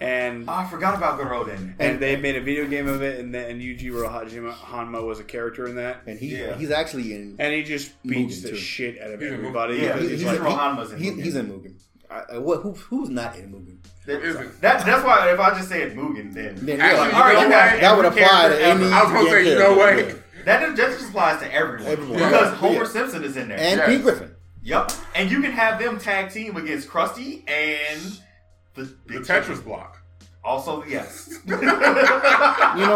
D: and
C: Oh, I forgot about Garoden.
D: and they made a video game of it, and then and Yujiro Hajima Hanma was a character in that,
B: And he
C: Yeah.
B: he's actually in.
D: and he just beats
B: Mugen,
D: the
B: too.
D: shit out of
A: He's in Mugen.
D: everybody.
C: Yeah,
D: because
C: he's
D: he's
C: in
D: like,
C: Mugen. Hanma's in
B: he-
C: Mugen.
B: he's in Mugen. I, I, what, who, who's not in Mugen?
A: Who isn't?
C: That, that's why if I just said Mugen, then.
B: Then,
A: Actually,
B: yeah,
A: all right,
B: that,
A: you
B: would-
A: guys-
B: that would
C: every
B: apply to
C: character
B: any.
C: ever.
A: I was gonna
B: damn
A: say, you know
B: character.
A: what?
B: Yeah.
C: That, just- that just applies to everyone.
B: Everyone.
C: Because
B: Yeah.
C: Homer
B: Yeah.
C: Simpson is in there.
B: And
A: Yes.
B: Pete Griffin.
C: Yep. And you can have them tag team against Krusty and the,
A: The
C: Big Chicken.
A: Tetris block.
C: Also, yes.
B: You know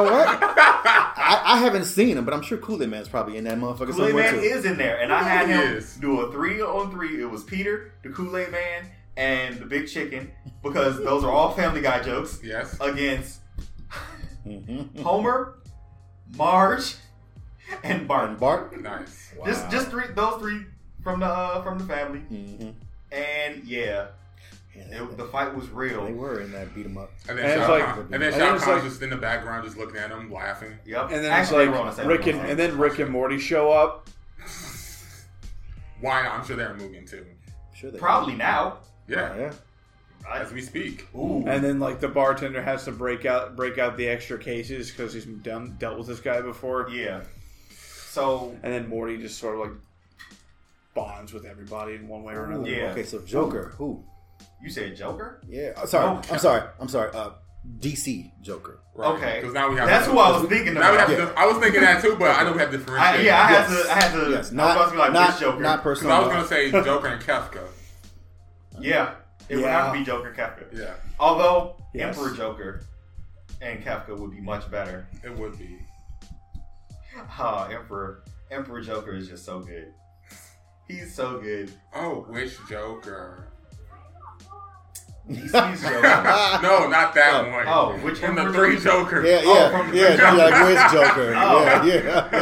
B: what? I, I haven't seen him, but I'm sure Kool Aid Man's probably in that motherfucker
C: Kool Aid
B: somewhere
C: Man
B: too.
C: is in there, and I had
A: He
C: him
A: is.
C: do a three on three. It was Peter, the Kool Aid Man, and the Big Chicken because those are all Family Guy jokes
A: Yes.
B: Uh,
C: against
B: Mm-hmm.
C: Homer, Marge, and Bart.
B: Bart.
A: Nice.
C: Just just three those three from the uh, from the family,
B: Mhm.
C: and yeah, it, the fight was
B: They
C: real.
B: were in that beat 'em up.
A: And then
D: And it's
A: Shao
D: like-
A: Kahn- and then
D: I think
A: Shao
D: it's
A: Kahn's
D: like-
A: just in the background, just looking at him, laughing.
C: Yep.
D: And then
C: Actually, they
D: it's
C: were on the
D: like
C: same
D: Rick and,
C: one.
D: and then Rick and Morty show up.
A: Why not? I'm sure they're moving too.
B: Sure they
C: probably now.
A: Yeah,
B: Yeah.
C: I-
A: as we speak.
C: ooh,
D: And then like the bartender has to break out break out the extra cases because he's done, dealt with this guy before.
C: yeah. So
D: And then Morty just sort of like bonds with everybody in one way or
B: Ooh,
D: another.
C: Yeah.
B: Okay, so Joker. Who?
C: you said Joker?
B: Yeah. uh, sorry.
C: Okay.
B: I'm sorry. I'm sorry. Uh, DC Joker.
C: Okay.
A: Because now we have.
C: That's
A: to,
C: who I was thinking
A: Now we have to,
C: about.
B: Yeah.
A: I was thinking that too, but I know we have
C: I,
A: differentiate.
C: yeah, I had
B: Yes.
C: to. I had to. I was
B: Yes.
C: about
B: Not
C: to be like
B: not
C: which Joker.
B: not
A: Because I was
B: persona.
A: gonna say Joker and Kefka.
C: yeah, it would
D: Yeah.
C: have to be Joker Kafka.
A: Yeah,
C: Although
D: Yes.
C: Emperor Joker and Kafka would be much better.
A: it would be.
C: Ah, Emperor Emperor Joker is just so good. He's so good.
A: Oh, which Joker?
C: He's, he's Joker.
A: no, not that one.
C: Oh, which
A: from the
C: Emperor
A: three
C: Joker?
A: Joker.
B: Yeah, yeah,
C: Oh, from-
B: yeah. yeah like, where's Joker?
C: Oh.
B: Yeah, yeah,
C: The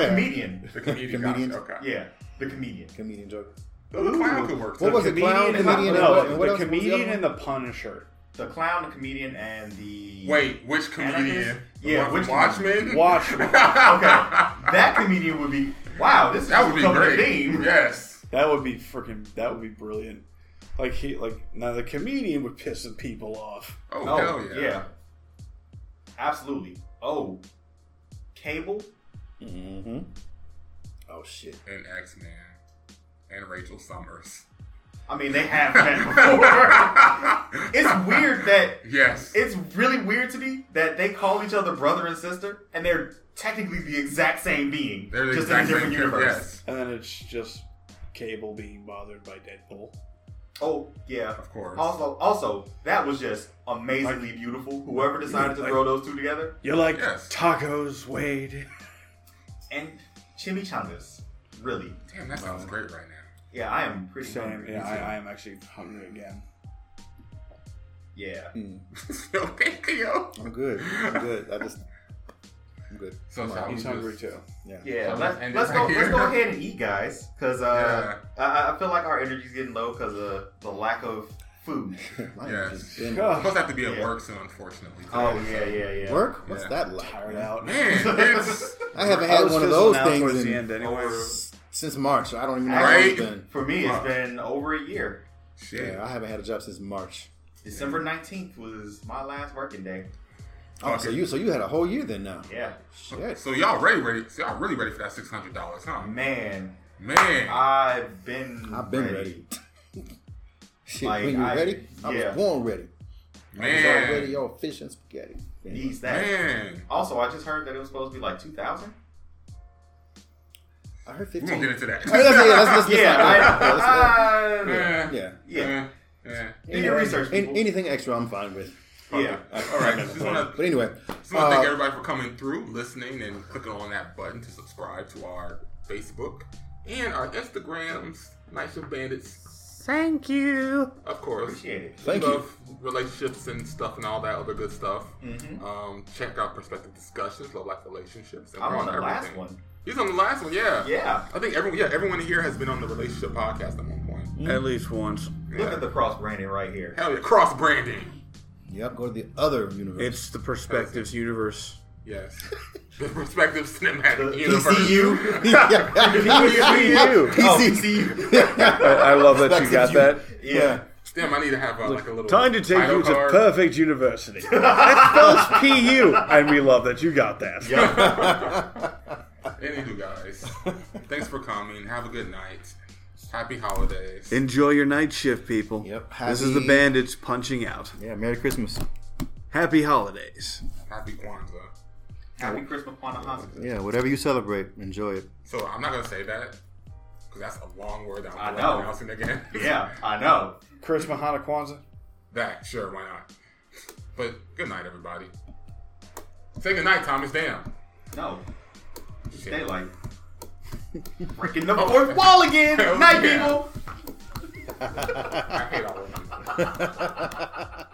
B: yeah.
C: comedian.
A: The comedian.
B: Comedian.
A: guy. Okay.
C: Yeah, the comedian.
B: Comedian Joker.
A: The clown could work too.
B: What was it? Clown,
D: and
B: comedian,
D: the,
B: and
D: no,
B: what- and what
D: the
B: else was the
D: comedian
B: other
D: and the Punisher.
C: The clown, the comedian, and the
A: Wait, which comedian?
C: Anarchist?
A: The
C: Yeah,
A: one
C: which
A: from Watchmen?
D: Watchmen.
C: Okay, that comedian would be wow. This is
A: That would be
C: becoming a
A: great.
C: theme.
A: Yes.
D: That would be freaking. That would be brilliant. Like he like now the comedian would piss the people off.
A: Oh,
C: Oh,
A: hell yeah.
C: yeah. Absolutely. Oh, Cable?
B: Mm-hmm. Oh shit.
A: And X Men. And Rachel Summers.
C: I mean, they have that before. it's weird that
A: Yes.
C: it's really weird to me that they call each other brother and sister, and they're technically the exact same being,
A: They're the
C: just
A: exact
C: in a different
A: same
C: universe.
A: Yes.
D: And then it's just Cable being bothered by Deadpool.
C: Oh yeah.
A: Of course.
C: Also, also that was just amazingly beautiful. Whoever decided to
D: like-
C: throw those two together
D: You like
A: Yes.
D: tacos, Wade?
C: and chimichangas, really.
A: Damn, that
C: uh,
A: sounds great right now.
C: Yeah, I am pretty
D: Same.
C: hungry.
D: Yeah, I, I am actually hungry again.
C: Yeah.
A: okay, yo.
B: I'm good. I'm good. I just. I'm good.
A: So
B: Come on.
A: shall we
D: He's
A: just-
D: Mm. hungry too.
B: Yeah.
C: Yeah,
A: So let's
C: let,
A: end
C: let's
A: it
C: go.
A: right
C: Let's go
A: here.
C: ahead and eat, guys, because uh, I, I feel like our energy's getting low because of the lack of food.
B: Mine
A: Yeah.
B: just been-
A: I'm supposed to have to be at
C: Yeah.
A: work soon, unfortunately.
C: oh yeah, yeah, yeah.
B: Work? What's
A: Yeah.
B: that like?
D: Tired
B: man?
D: out.
A: Man, it's
B: I haven't
D: Mm. I
B: had
D: was
B: one of
D: fizzling
B: those
D: out towards
B: things
D: the
B: in,
D: end anyway.
B: since March. I don't even know how
A: Right?
B: it's been.
C: For me,
A: Fuck.
C: it's been over a year.
A: shit.
B: Yeah, I haven't had a job since March.
C: December nineteenth was my last working day.
B: Oh, so you so you had a whole year then now.
C: Yeah.
B: Shit.
A: So y'all ready, ready? So y'all really ready for that six hundred dollars, huh?
C: Man,
A: Man,
C: I've been
B: I've been ready. Shit,
C: Like,
B: when you
C: I-
B: ready? I
C: yeah.
B: was born ready. I was already
A: man,
B: your fish and spaghetti.
C: Needs that.
A: man.
C: Also, I just heard that it was supposed to be like 2000.
B: I heard
A: We
B: 15.
A: won't get into that.
B: All right, let's- yeah, let's- let's- let's
C: Yeah,
B: not go there. Yeah, let's not-
C: I,
A: Yeah,
C: yeah,
B: yeah.
A: yeah.
C: Do your research,
B: An-
C: people.
B: anything extra, I'm fine with.
C: yeah.
A: All right. Just want to
B: But anyway,
A: just want to thank
B: uh,
A: everybody for coming through, listening, and clicking on that button to subscribe to our Facebook and our Instagrams, Night Shift Bandits,
I: Thank you.
A: of course.
C: Appreciate it.
B: thank you.
A: love relationships and stuff and all that other good stuff.
C: Mm.
A: Um, check out Perspective Discussions, Love Life Relationships. And
C: I'm
A: we're
C: on the last
A: everything.
C: one.
A: He's on the last one, yeah.
C: Yeah.
A: I think everyone, yeah, everyone here has been on the relationship podcast at one point.
D: Mm.
F: At least once.
C: Look at the cross branding right here.
A: Hell yeah, cross branding.
B: Yep, go to the other universe.
F: It's the perspectives universe.
A: Yes. the Perspective Cinematic Universe.
C: PCU.
B: yeah, yeah.
C: Oh.
B: PCU.
F: I, I love that you got that.
C: Yeah.
A: Damn, I need to have uh, like a little
F: Time to take
A: title
F: you to
A: card.
F: perfect university. That spells PU, and we love that you got that.
A: Anywho, guys, thanks for coming. Have a good night. Happy holidays.
F: Enjoy your night shift, people.
B: Yep,
F: This is the
B: happy-
F: bandits punching out.
B: yeah, Merry Christmas.
F: Happy holidays.
A: Happy Kwanzaa.
C: Happy Christmas upon the hospital.
I: Yeah, whatever you celebrate, enjoy it.
A: So I'm not gonna say that because that's a long word that
C: I
A: I'm
C: know.
A: pronouncing again.
C: Yeah, I know.
D: Chris Mahana Kwanzaa.
A: that sure, why not? But good night, everybody. Say good night, Thomas. Damn.
C: No. It's
A: Shit.
C: daylight. Breaking the fourth wall again.
A: Hell
C: Night,
A: yeah.
C: people.
A: I hate all of you.